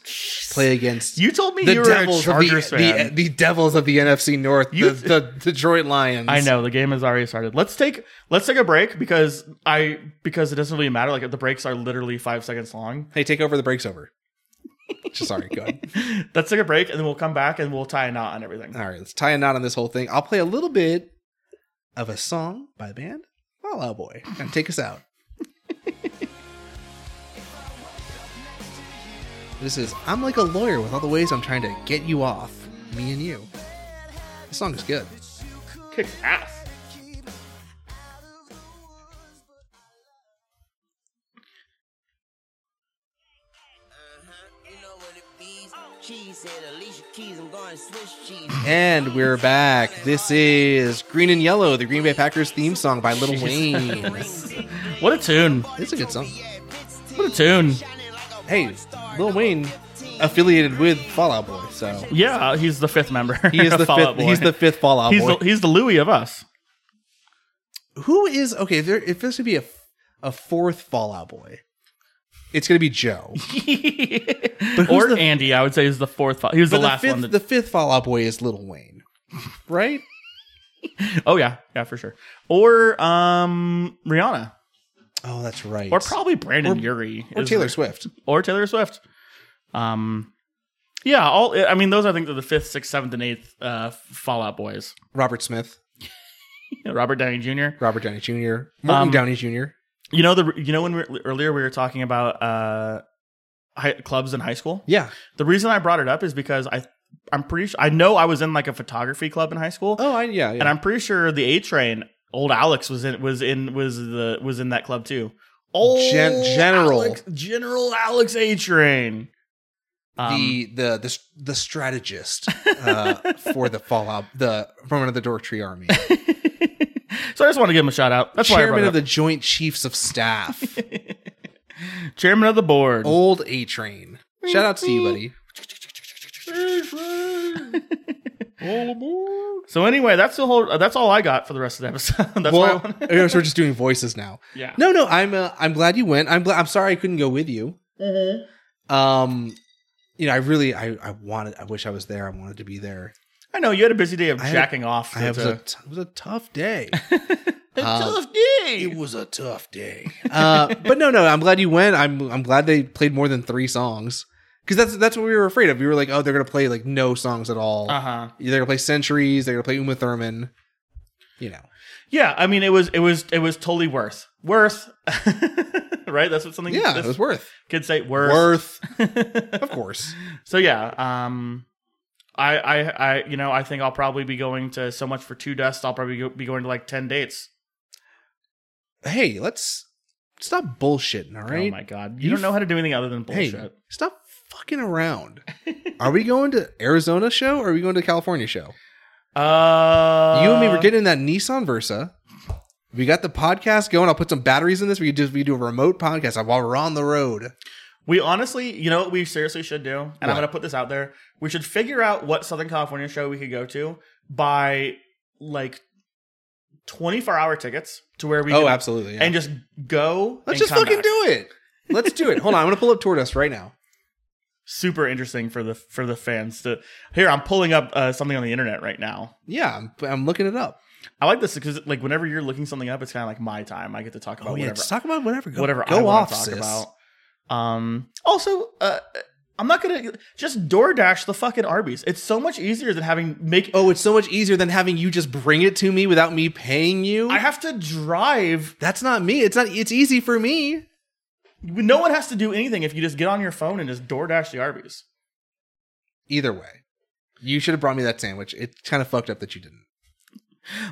[SPEAKER 1] play against
[SPEAKER 2] You told *laughs* me
[SPEAKER 1] the
[SPEAKER 2] you were a
[SPEAKER 1] Devils of the,
[SPEAKER 2] Chargers
[SPEAKER 1] the,
[SPEAKER 2] fan.
[SPEAKER 1] the Devils of the NFC North,
[SPEAKER 2] You-
[SPEAKER 1] the, the Detroit Lions.
[SPEAKER 2] I know the game has already started. Let's take let's take a break because I because it doesn't really matter. Like the breaks are literally five seconds long. *laughs*
[SPEAKER 1] Hey, take over. The break's over. Sorry, go ahead.
[SPEAKER 2] Let's take a break and then we'll come back and we'll tie a knot on everything.
[SPEAKER 1] All right, let's tie a knot on this whole thing. I'll play a little bit of a song by the band Fall Out Boy and take us out. this is I'm Like a Lawyer with all the ways I'm trying to get you off, me and you. This song is good.
[SPEAKER 2] Kicks ass.
[SPEAKER 4] You know what it means. Cheese said Alicia Keys, I'm going Swiss cheese.
[SPEAKER 1] And we're back. This is Green and Yellow, the Green Bay Packers theme song by Little Wayne.
[SPEAKER 2] *laughs* What a tune.
[SPEAKER 1] It's a good song.
[SPEAKER 2] What a tune.
[SPEAKER 1] Hey, Lil Wayne affiliated with Fallout Boy, so
[SPEAKER 2] Yeah, he's the fifth member.
[SPEAKER 1] he
[SPEAKER 2] *laughs*
[SPEAKER 1] is
[SPEAKER 2] of
[SPEAKER 1] the
[SPEAKER 2] Fall Out
[SPEAKER 1] fifth.
[SPEAKER 2] Boy.
[SPEAKER 1] He's the fifth Fallout
[SPEAKER 2] he's
[SPEAKER 1] Boy.
[SPEAKER 2] the, he's the Louis
[SPEAKER 1] *laughs*
[SPEAKER 2] of us. *laughs*
[SPEAKER 1] Who is okay? If there, if this would be a a fourth Fallout Boy, it's gonna be
[SPEAKER 2] *laughs*
[SPEAKER 1] Joe. who's
[SPEAKER 2] or
[SPEAKER 1] the-
[SPEAKER 2] Andy, I would say, is the fourth. Fall- he was
[SPEAKER 1] But
[SPEAKER 2] the last
[SPEAKER 1] fifth,
[SPEAKER 2] one. That,
[SPEAKER 1] the fifth Fallout Boy is Little Wayne, right?
[SPEAKER 2] *laughs* oh yeah, yeah for sure. Or um Rihanna,
[SPEAKER 1] Oh, that's right.
[SPEAKER 2] or probably Brandon
[SPEAKER 1] Or-
[SPEAKER 2] Urie,
[SPEAKER 1] or
[SPEAKER 2] is-
[SPEAKER 1] Taylor Swift.
[SPEAKER 2] or Taylor Swift. Um, yeah, all I mean, those I think are the fifth, sixth, seventh, and eighth uh, Fallout Boys. *laughs*
[SPEAKER 1] Robert Smith,
[SPEAKER 2] Robert Downey Jr.
[SPEAKER 1] Robert Downey Jr., Morgan
[SPEAKER 2] Um,
[SPEAKER 1] Downey Jr.
[SPEAKER 2] You know the you know when we were, earlier we were talking about uh, high, clubs in high school.
[SPEAKER 1] Yeah.
[SPEAKER 2] The reason I brought it up is because I I'm pretty sure I know I was in like a photography club in high school,
[SPEAKER 1] Oh, I yeah. yeah.
[SPEAKER 2] and I'm pretty sure the A Train old Alex was in was in was the was in that club too. Old
[SPEAKER 1] Gen- General.
[SPEAKER 2] Alex, General Alex A Train. Um,
[SPEAKER 1] the, the the s- the strategist uh, for the Fallout the Roman of the Dork Tree
[SPEAKER 2] *laughs*
[SPEAKER 1] Army,
[SPEAKER 2] so I just want to give him a shout out. That's
[SPEAKER 1] chairman
[SPEAKER 2] why I
[SPEAKER 1] of
[SPEAKER 2] brought
[SPEAKER 1] the Joint Chiefs of Staff,
[SPEAKER 2] it up. chairman of the board.
[SPEAKER 1] old A Train. Shout out to you, buddy.
[SPEAKER 2] So anyway, that's the whole. uh, That's all I got for the rest of the episode. *laughs* that's why I
[SPEAKER 1] well, *laughs*
[SPEAKER 2] wanted-
[SPEAKER 1] I guess we're just doing voices now.
[SPEAKER 2] yeah.
[SPEAKER 1] No, no, I'm uh, I'm glad you went. I'm glad. I'm sorry I couldn't go with you. Um, you know, I really I I wanted. I wish I was there. I wanted to be there.
[SPEAKER 2] I know you had a busy day of
[SPEAKER 1] I had-
[SPEAKER 2] jacking off.
[SPEAKER 1] I, it, was
[SPEAKER 2] to-
[SPEAKER 1] a, t- it was a tough day.
[SPEAKER 2] *laughs*
[SPEAKER 1] uh,
[SPEAKER 2] tough day.
[SPEAKER 1] it was a tough day. *laughs* Uh, but no, no, I'm glad you went. I'm I'm glad they played more than three songs because that's that's what we were afraid of. We were like, oh, they're gonna play like no songs at all.
[SPEAKER 2] Uh huh.
[SPEAKER 1] They're gonna play centuries. They're gonna play Uma Thurman. You know,
[SPEAKER 2] Yeah, I mean, it was, it was, it was totally worth, worth, *laughs* right? That's what something.
[SPEAKER 1] yeah,
[SPEAKER 2] that's-
[SPEAKER 1] it was worth
[SPEAKER 2] kids say *laughs* worth.
[SPEAKER 1] worth, of course.
[SPEAKER 2] *laughs*
[SPEAKER 1] *laughs*
[SPEAKER 2] so yeah, um, I, I, I, you know, I think I'll probably be going to so much for two dust. I'll probably go, be going to like ten dates.
[SPEAKER 1] hey, let's stop bullshitting, all right?
[SPEAKER 2] Oh my god, you,
[SPEAKER 1] You
[SPEAKER 2] don't know how to do anything other than
[SPEAKER 1] hey,
[SPEAKER 2] bullshit.
[SPEAKER 1] stop fucking around. are we going to Arizona show or are we going to California show?
[SPEAKER 2] Uh,
[SPEAKER 1] you and me were getting that Nissan Versa. We got the podcast going. I'll put some batteries in this. We could just we do a remote podcast while we're on the road.
[SPEAKER 2] We honestly, you know what we seriously should do? And I'm
[SPEAKER 1] What?
[SPEAKER 2] going to put this out there. We should figure out what Southern California show we could go to by like 24 hour tickets to where we
[SPEAKER 1] Oh,
[SPEAKER 2] can-
[SPEAKER 1] absolutely. yeah.
[SPEAKER 2] and just go.
[SPEAKER 1] Let's
[SPEAKER 2] and
[SPEAKER 1] just
[SPEAKER 2] come
[SPEAKER 1] fucking
[SPEAKER 2] back.
[SPEAKER 1] do it. Let's do it. Hold on, I'm gonna pull up Tortoise right now.
[SPEAKER 2] Super interesting for the for the fans to Here, I'm pulling up uh, something on the internet right now.
[SPEAKER 1] Yeah, I'm, I'm looking it up.
[SPEAKER 2] I like this because like whenever you're looking something up, it's kind of like my time. I get to talk about
[SPEAKER 1] Oh yeah,
[SPEAKER 2] whatever
[SPEAKER 1] just talk about whatever. Go,
[SPEAKER 2] whatever
[SPEAKER 1] go
[SPEAKER 2] I want
[SPEAKER 1] off,
[SPEAKER 2] to talk
[SPEAKER 1] sis.
[SPEAKER 2] about. Um, also, uh, I'm not gonna just DoorDash the fucking Arby's. It's so much easier than having make.
[SPEAKER 1] Oh, it's so much easier than having you just bring it to me without me paying you.
[SPEAKER 2] I have to drive.
[SPEAKER 1] That's not me. It's not. It's easy for me.
[SPEAKER 2] No one has to do anything if you just get on your phone and just DoorDash the Arby's.
[SPEAKER 1] Either way, you should have brought me that sandwich. It's kind of fucked up that you didn't.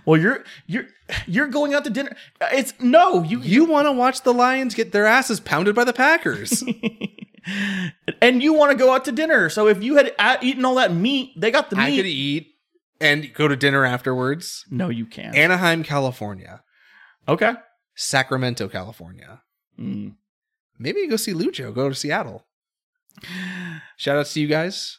[SPEAKER 2] Well, you're you're you're going out to dinner. It's no you. *laughs*
[SPEAKER 1] You want to watch the Lions get their asses pounded by the *laughs* Packers?
[SPEAKER 2] and you want to go out to dinner. So if you had a- eaten all that meat, they got the
[SPEAKER 1] I
[SPEAKER 2] meat.
[SPEAKER 1] could eat and go to dinner afterwards.
[SPEAKER 2] no, you can't.
[SPEAKER 1] Anaheim, California.
[SPEAKER 2] okay.
[SPEAKER 1] Sacramento, California.
[SPEAKER 2] Mm.
[SPEAKER 1] Maybe go see Lujo. Go to Seattle. Shout outs to you guys.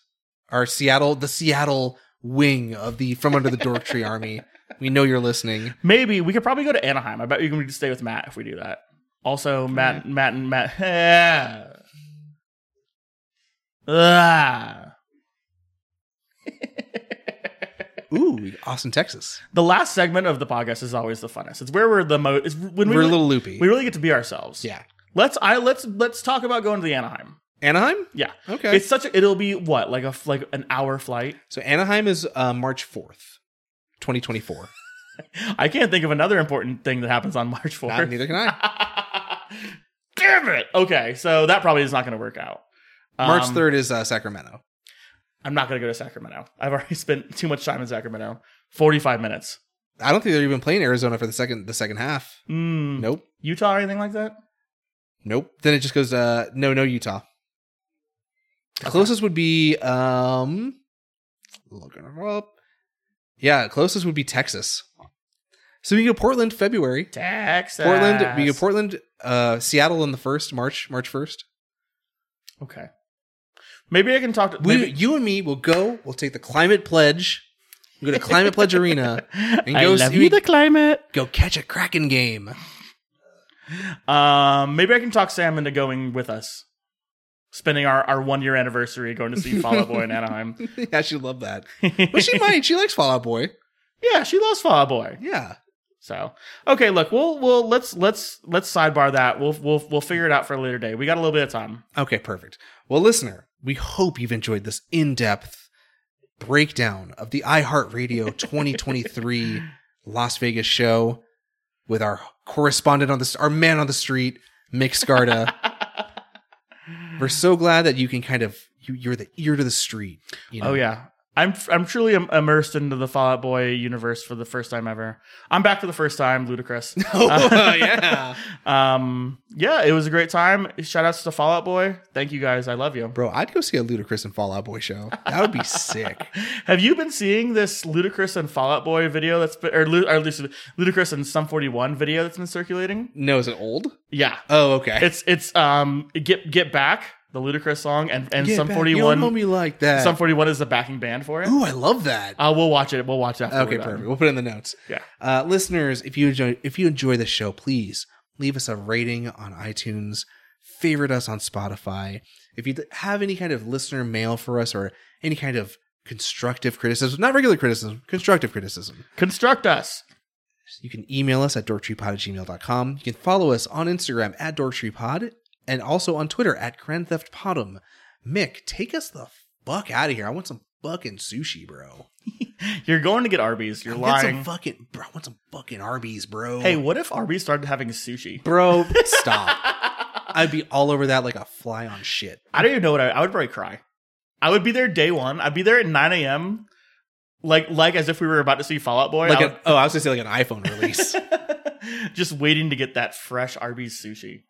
[SPEAKER 1] Our Seattle, the Seattle wing of the From Under the Dork
[SPEAKER 2] *laughs*
[SPEAKER 1] Tree Army. We know you're listening.
[SPEAKER 2] Maybe we could probably go to Anaheim. I bet you can stay with Matt if we do that. Also, Matt, Matt, and Matt. *laughs* Ah.
[SPEAKER 1] Ooh, Austin, Texas.
[SPEAKER 2] The last segment of the podcast is always the funnest. It's where we're the most. It's when we
[SPEAKER 1] We're a
[SPEAKER 2] really-
[SPEAKER 1] little loopy.
[SPEAKER 2] we really get to be ourselves.
[SPEAKER 1] yeah.
[SPEAKER 2] Let's I let's let's talk about going to the Anaheim.
[SPEAKER 1] Anaheim?
[SPEAKER 2] Yeah.
[SPEAKER 1] Okay.
[SPEAKER 2] It's such a. It'll be what like a f- like an hour flight.
[SPEAKER 1] so Anaheim is uh, March 4th, 2024.
[SPEAKER 2] I can't think of another important thing that happens on *laughs* March fourth.
[SPEAKER 1] Not, neither can I.
[SPEAKER 2] *laughs* Damn it. Okay, so that probably is not going to work out.
[SPEAKER 1] March
[SPEAKER 2] Um,
[SPEAKER 1] 3rd is uh, Sacramento.
[SPEAKER 2] I'm not going to go to Sacramento. I've already *laughs* spent too much time in Sacramento. 45 minutes.
[SPEAKER 1] I don't think they're even playing Arizona for the second the second half.
[SPEAKER 2] Mm.
[SPEAKER 1] Nope.
[SPEAKER 2] Utah or anything like that?
[SPEAKER 1] Nope. Then it just goes uh no, no Utah. The closest would be um looking her up. Yeah, closest would be Texas. So we go Portland February.
[SPEAKER 2] Texas.
[SPEAKER 1] Portland, we go Portland, uh Seattle in the first, March, March 1st.
[SPEAKER 2] Okay. Maybe I can talk to.
[SPEAKER 1] We
[SPEAKER 2] Maybe,
[SPEAKER 1] you and me will go, we'll take the climate pledge. We'll go to Climate *laughs* Pledge Arena
[SPEAKER 2] *laughs*
[SPEAKER 1] and go see,
[SPEAKER 2] climate.
[SPEAKER 1] go catch a Kraken game.
[SPEAKER 2] Um, maybe I can talk Sam into going with us, spending our, our one year anniversary going to see Fall
[SPEAKER 1] *laughs*
[SPEAKER 2] Out Boy in Anaheim.
[SPEAKER 1] *laughs*
[SPEAKER 2] *laughs*
[SPEAKER 1] yeah, she love that. But she might. She likes Fallout Boy.
[SPEAKER 2] yeah, she loves Fall Out Boy.
[SPEAKER 1] Yeah.
[SPEAKER 2] So okay, look, we'll we'll let's let's let's sidebar that. We'll we'll we'll figure it out for a later day. We got a little bit of time.
[SPEAKER 1] Okay, perfect. Well, listener, we hope you've enjoyed this in depth breakdown of the
[SPEAKER 2] *laughs*
[SPEAKER 1] iHeartRadio 2023 Las Vegas show with our correspondent on this, our man on the street, Mick
[SPEAKER 2] *laughs*
[SPEAKER 1] Scarda. We're so glad that you can kind of, you, you're the ear to the street. You know?
[SPEAKER 2] Oh yeah, I'm I'm truly im- immersed into the Fallout Boy universe for the first time ever. I'm back for the first time,
[SPEAKER 1] *laughs*
[SPEAKER 2] ludicrous.
[SPEAKER 1] *laughs*
[SPEAKER 2] *laughs*
[SPEAKER 1] oh, yeah.
[SPEAKER 2] um, yeah, it was a great time. Shout outs to Fallout Boy. Thank you guys. I love you.
[SPEAKER 1] Bro, I'd go see a Ludacris and Fallout Boy show. That would be
[SPEAKER 2] *laughs*
[SPEAKER 1] sick.
[SPEAKER 2] Have you been seeing this ludicrous and Fallout Boy video that's been, or, Lu- or ludicrous and Sum 41 video that's been circulating?
[SPEAKER 1] No, is it old?
[SPEAKER 2] Yeah,
[SPEAKER 1] Oh, okay.
[SPEAKER 2] it's it's um get get back the ludicrous song and and
[SPEAKER 1] Get
[SPEAKER 2] Sum
[SPEAKER 1] back. You
[SPEAKER 2] 41.
[SPEAKER 1] don't know me like that.
[SPEAKER 2] Sum 41 is the backing band for it.
[SPEAKER 1] Ooh, I love that.
[SPEAKER 2] Uh, we'll watch it. We'll watch that.
[SPEAKER 1] Okay, perfect. We'll put it in the notes.
[SPEAKER 2] Yeah.
[SPEAKER 1] Uh, listeners, if you enjoy if you enjoy the show, please leave us a rating on iTunes, favorite us on Spotify. If you have any kind of listener mail for us or any kind of constructive criticism, not regular criticism, constructive criticism,
[SPEAKER 2] Construct us.
[SPEAKER 1] you can email us at dorktreepod at gmail.com. You can follow us on Instagram at dorktreepod and also on Twitter at Grand Theft Podum. Mick, take us the fuck out of here. I want some fucking sushi, bro.
[SPEAKER 2] You're going to get Arby's. You're
[SPEAKER 1] Get
[SPEAKER 2] lying.
[SPEAKER 1] some fucking, bro, I want some fucking Arby's, bro.
[SPEAKER 2] Hey, what if Arby's started having sushi?
[SPEAKER 1] Bro, *laughs* stop. I'd be all over that like a fly on shit.
[SPEAKER 2] I don't even know what I, I would probably cry. I would be there day one. I'd be there at 9 a.m. Like like as if we were about to see Fallout Boy.
[SPEAKER 1] Like
[SPEAKER 2] I
[SPEAKER 1] an, oh, I was gonna say like an iPhone
[SPEAKER 2] *laughs*
[SPEAKER 1] release.
[SPEAKER 2] would- *laughs* just waiting to get that fresh Arby's sushi.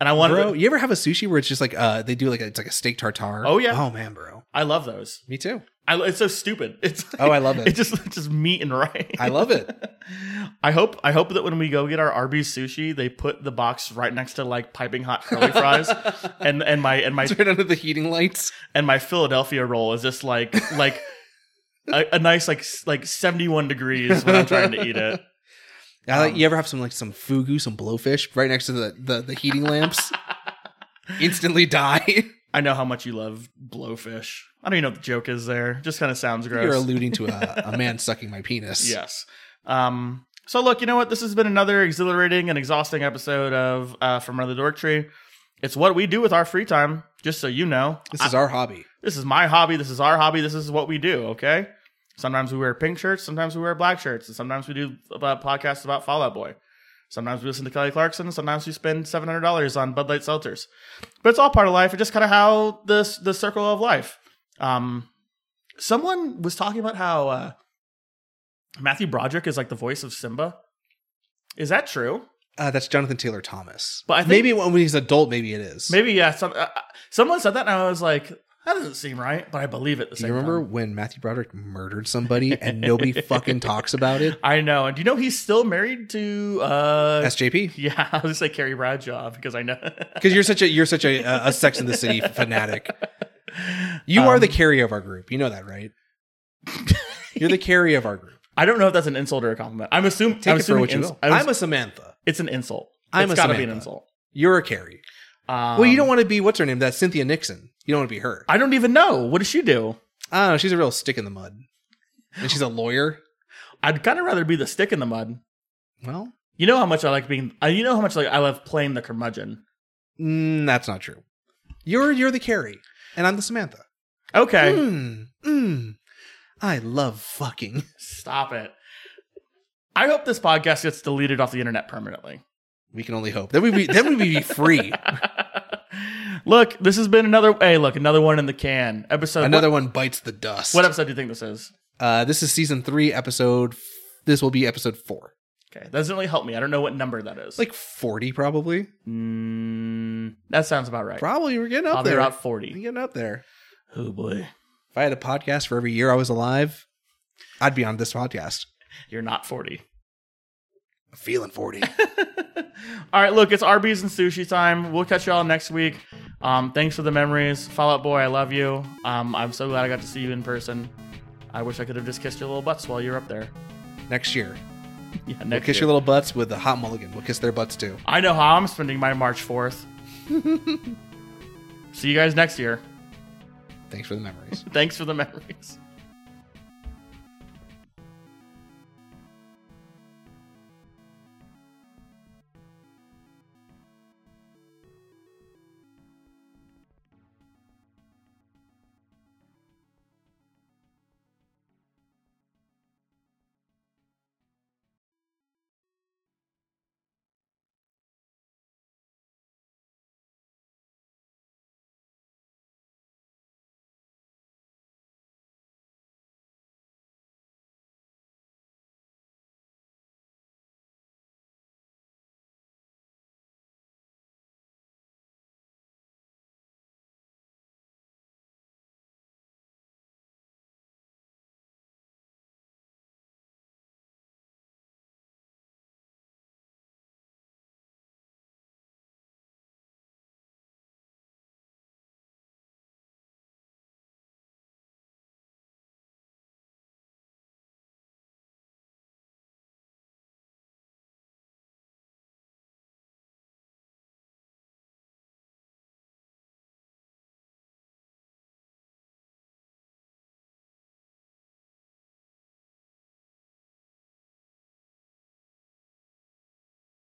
[SPEAKER 2] And I want
[SPEAKER 1] bro,
[SPEAKER 2] to.
[SPEAKER 1] you ever have a sushi where it's just like uh they do like a, it's like a steak tartare?
[SPEAKER 2] Oh, yeah.
[SPEAKER 1] Oh man, bro.
[SPEAKER 2] I love those.
[SPEAKER 1] Me too.
[SPEAKER 2] I, it's so stupid. *laughs* It's
[SPEAKER 1] Oh, I love it.
[SPEAKER 2] It's just it's just meat and rice.
[SPEAKER 1] *laughs* I love it.
[SPEAKER 2] *laughs* I hope I hope that when we go get our Arby's sushi, they put the box right next to like piping hot
[SPEAKER 1] *laughs*
[SPEAKER 2] curly fries, and and my and my
[SPEAKER 1] Turn under the heating lights.
[SPEAKER 2] and my Philadelphia roll is just like like a, a nice like s- like seventy one degrees when I'm trying to eat it.
[SPEAKER 1] I like- Uh, you ever have some like some fugu, some blowfish, right next to the the, the heating
[SPEAKER 2] *laughs*
[SPEAKER 1] lamps? Instantly die.
[SPEAKER 2] I know how much you love blowfish. I don't even know what the joke is there. Just kind of sounds gross.
[SPEAKER 1] You're alluding to a, a man sucking my penis.
[SPEAKER 2] Yes. Um, so look, you know what? This has been another exhilarating and exhausting episode of uh, From Another Dork Tree. It's what we do with our free time. Just so you know,
[SPEAKER 1] This is our hobby.
[SPEAKER 2] this is my hobby. This is our hobby. This is what we do. Okay. Sometimes we wear pink shirts. Sometimes we wear black shirts. And sometimes we do about podcasts about Fallout Boy. Sometimes we listen to Kelly Clarkson. Sometimes we spend seven hundred dollars on Bud Light seltzers. But it's all part of life. It's just kind of how this the circle of life. Um, someone was talking about how uh, Matthew Broderick is like the voice of Simba. Is that true?
[SPEAKER 1] Uh, that's Jonathan Taylor Thomas.
[SPEAKER 2] But I think-
[SPEAKER 1] maybe when he's adult, maybe it is.
[SPEAKER 2] Maybe yeah. Some, uh, uh, someone said that, and I was like, that doesn't seem right, but I believe it. at The
[SPEAKER 1] Do
[SPEAKER 2] same
[SPEAKER 1] you remember
[SPEAKER 2] time.
[SPEAKER 1] when Matthew Broderick murdered somebody and
[SPEAKER 2] *laughs*
[SPEAKER 1] nobody fucking talks about it?
[SPEAKER 2] I know. And do you know he's still married to uh
[SPEAKER 1] SJP,
[SPEAKER 2] *laughs* yeah, I was gonna say Carrie Bradshaw because I know *laughs*
[SPEAKER 1] because you're such a you're such a, a, a Sex in the City fanatic. You are
[SPEAKER 2] Um,
[SPEAKER 1] the carry of our group. You know that,
[SPEAKER 2] *laughs*
[SPEAKER 1] right? You're the carry of our group.
[SPEAKER 2] I don't know if that's an insult or a compliment. I'm assuming
[SPEAKER 1] Take
[SPEAKER 2] I'm
[SPEAKER 1] it for
[SPEAKER 2] assuming
[SPEAKER 1] what you
[SPEAKER 2] ins-
[SPEAKER 1] will.
[SPEAKER 2] I was-
[SPEAKER 1] I'm a Samantha.
[SPEAKER 2] it's an insult.
[SPEAKER 1] I'm
[SPEAKER 2] it's
[SPEAKER 1] a
[SPEAKER 2] gotta be
[SPEAKER 1] Samantha.
[SPEAKER 2] an insult.
[SPEAKER 1] You're a carry.
[SPEAKER 2] Um,
[SPEAKER 1] Well, you don't want to be what's her name? That Cynthia Nixon. You don't want to be her.
[SPEAKER 2] I don't even know. What does she do?
[SPEAKER 1] I don't know. She's a real stick in the mud, and she's a lawyer.
[SPEAKER 2] I'd kind of rather be the stick in the mud.
[SPEAKER 1] Well,
[SPEAKER 2] You know how much I like being. Uh, you know how much like I love playing the curmudgeon.
[SPEAKER 1] mm, that's not true. You're you're the carry, and I'm the Samantha.
[SPEAKER 2] Okay,
[SPEAKER 1] Mm, mm. I love fucking.
[SPEAKER 2] stop it. I hope this podcast gets deleted off the internet permanently. *laughs*
[SPEAKER 1] We can only hope. Then we be, then we be free.
[SPEAKER 2] Look, this has been another. Hey, look, another one in the can. Episode
[SPEAKER 1] Another one bites the dust.
[SPEAKER 2] What episode do you think this is?
[SPEAKER 1] Uh, this is season three, episode. f- This will be episode four.
[SPEAKER 2] Okay, that doesn't really help me. I don't know what number that is.
[SPEAKER 1] It's like forty, probably.
[SPEAKER 2] mm, that sounds about right.
[SPEAKER 1] Probably we're getting up
[SPEAKER 2] Probably
[SPEAKER 1] there.
[SPEAKER 2] about
[SPEAKER 1] We're
[SPEAKER 2] forty.
[SPEAKER 1] getting up there.
[SPEAKER 2] Oh boy,
[SPEAKER 1] If I had a podcast for every year I was alive, I'd be on this podcast.
[SPEAKER 2] you're not forty.
[SPEAKER 1] I'm feeling
[SPEAKER 2] *laughs*
[SPEAKER 1] forty.
[SPEAKER 2] All right, look, it's Arby's and sushi time. We'll catch y'all next week. Um, thanks for the memories, Fallout Boy. I love you. Um, I'm so glad I got to see you in person. I wish I could have just kissed your little butts while you're up there. *laughs*
[SPEAKER 1] Next year,
[SPEAKER 2] Yeah, next
[SPEAKER 1] we'll kiss
[SPEAKER 2] year.
[SPEAKER 1] your little butts with a hot mulligan. We'll kiss their butts too.
[SPEAKER 2] I know how I'm spending my March *laughs* fourth. see you guys next year.
[SPEAKER 1] Thanks for the memories.
[SPEAKER 2] Thanks for the memories.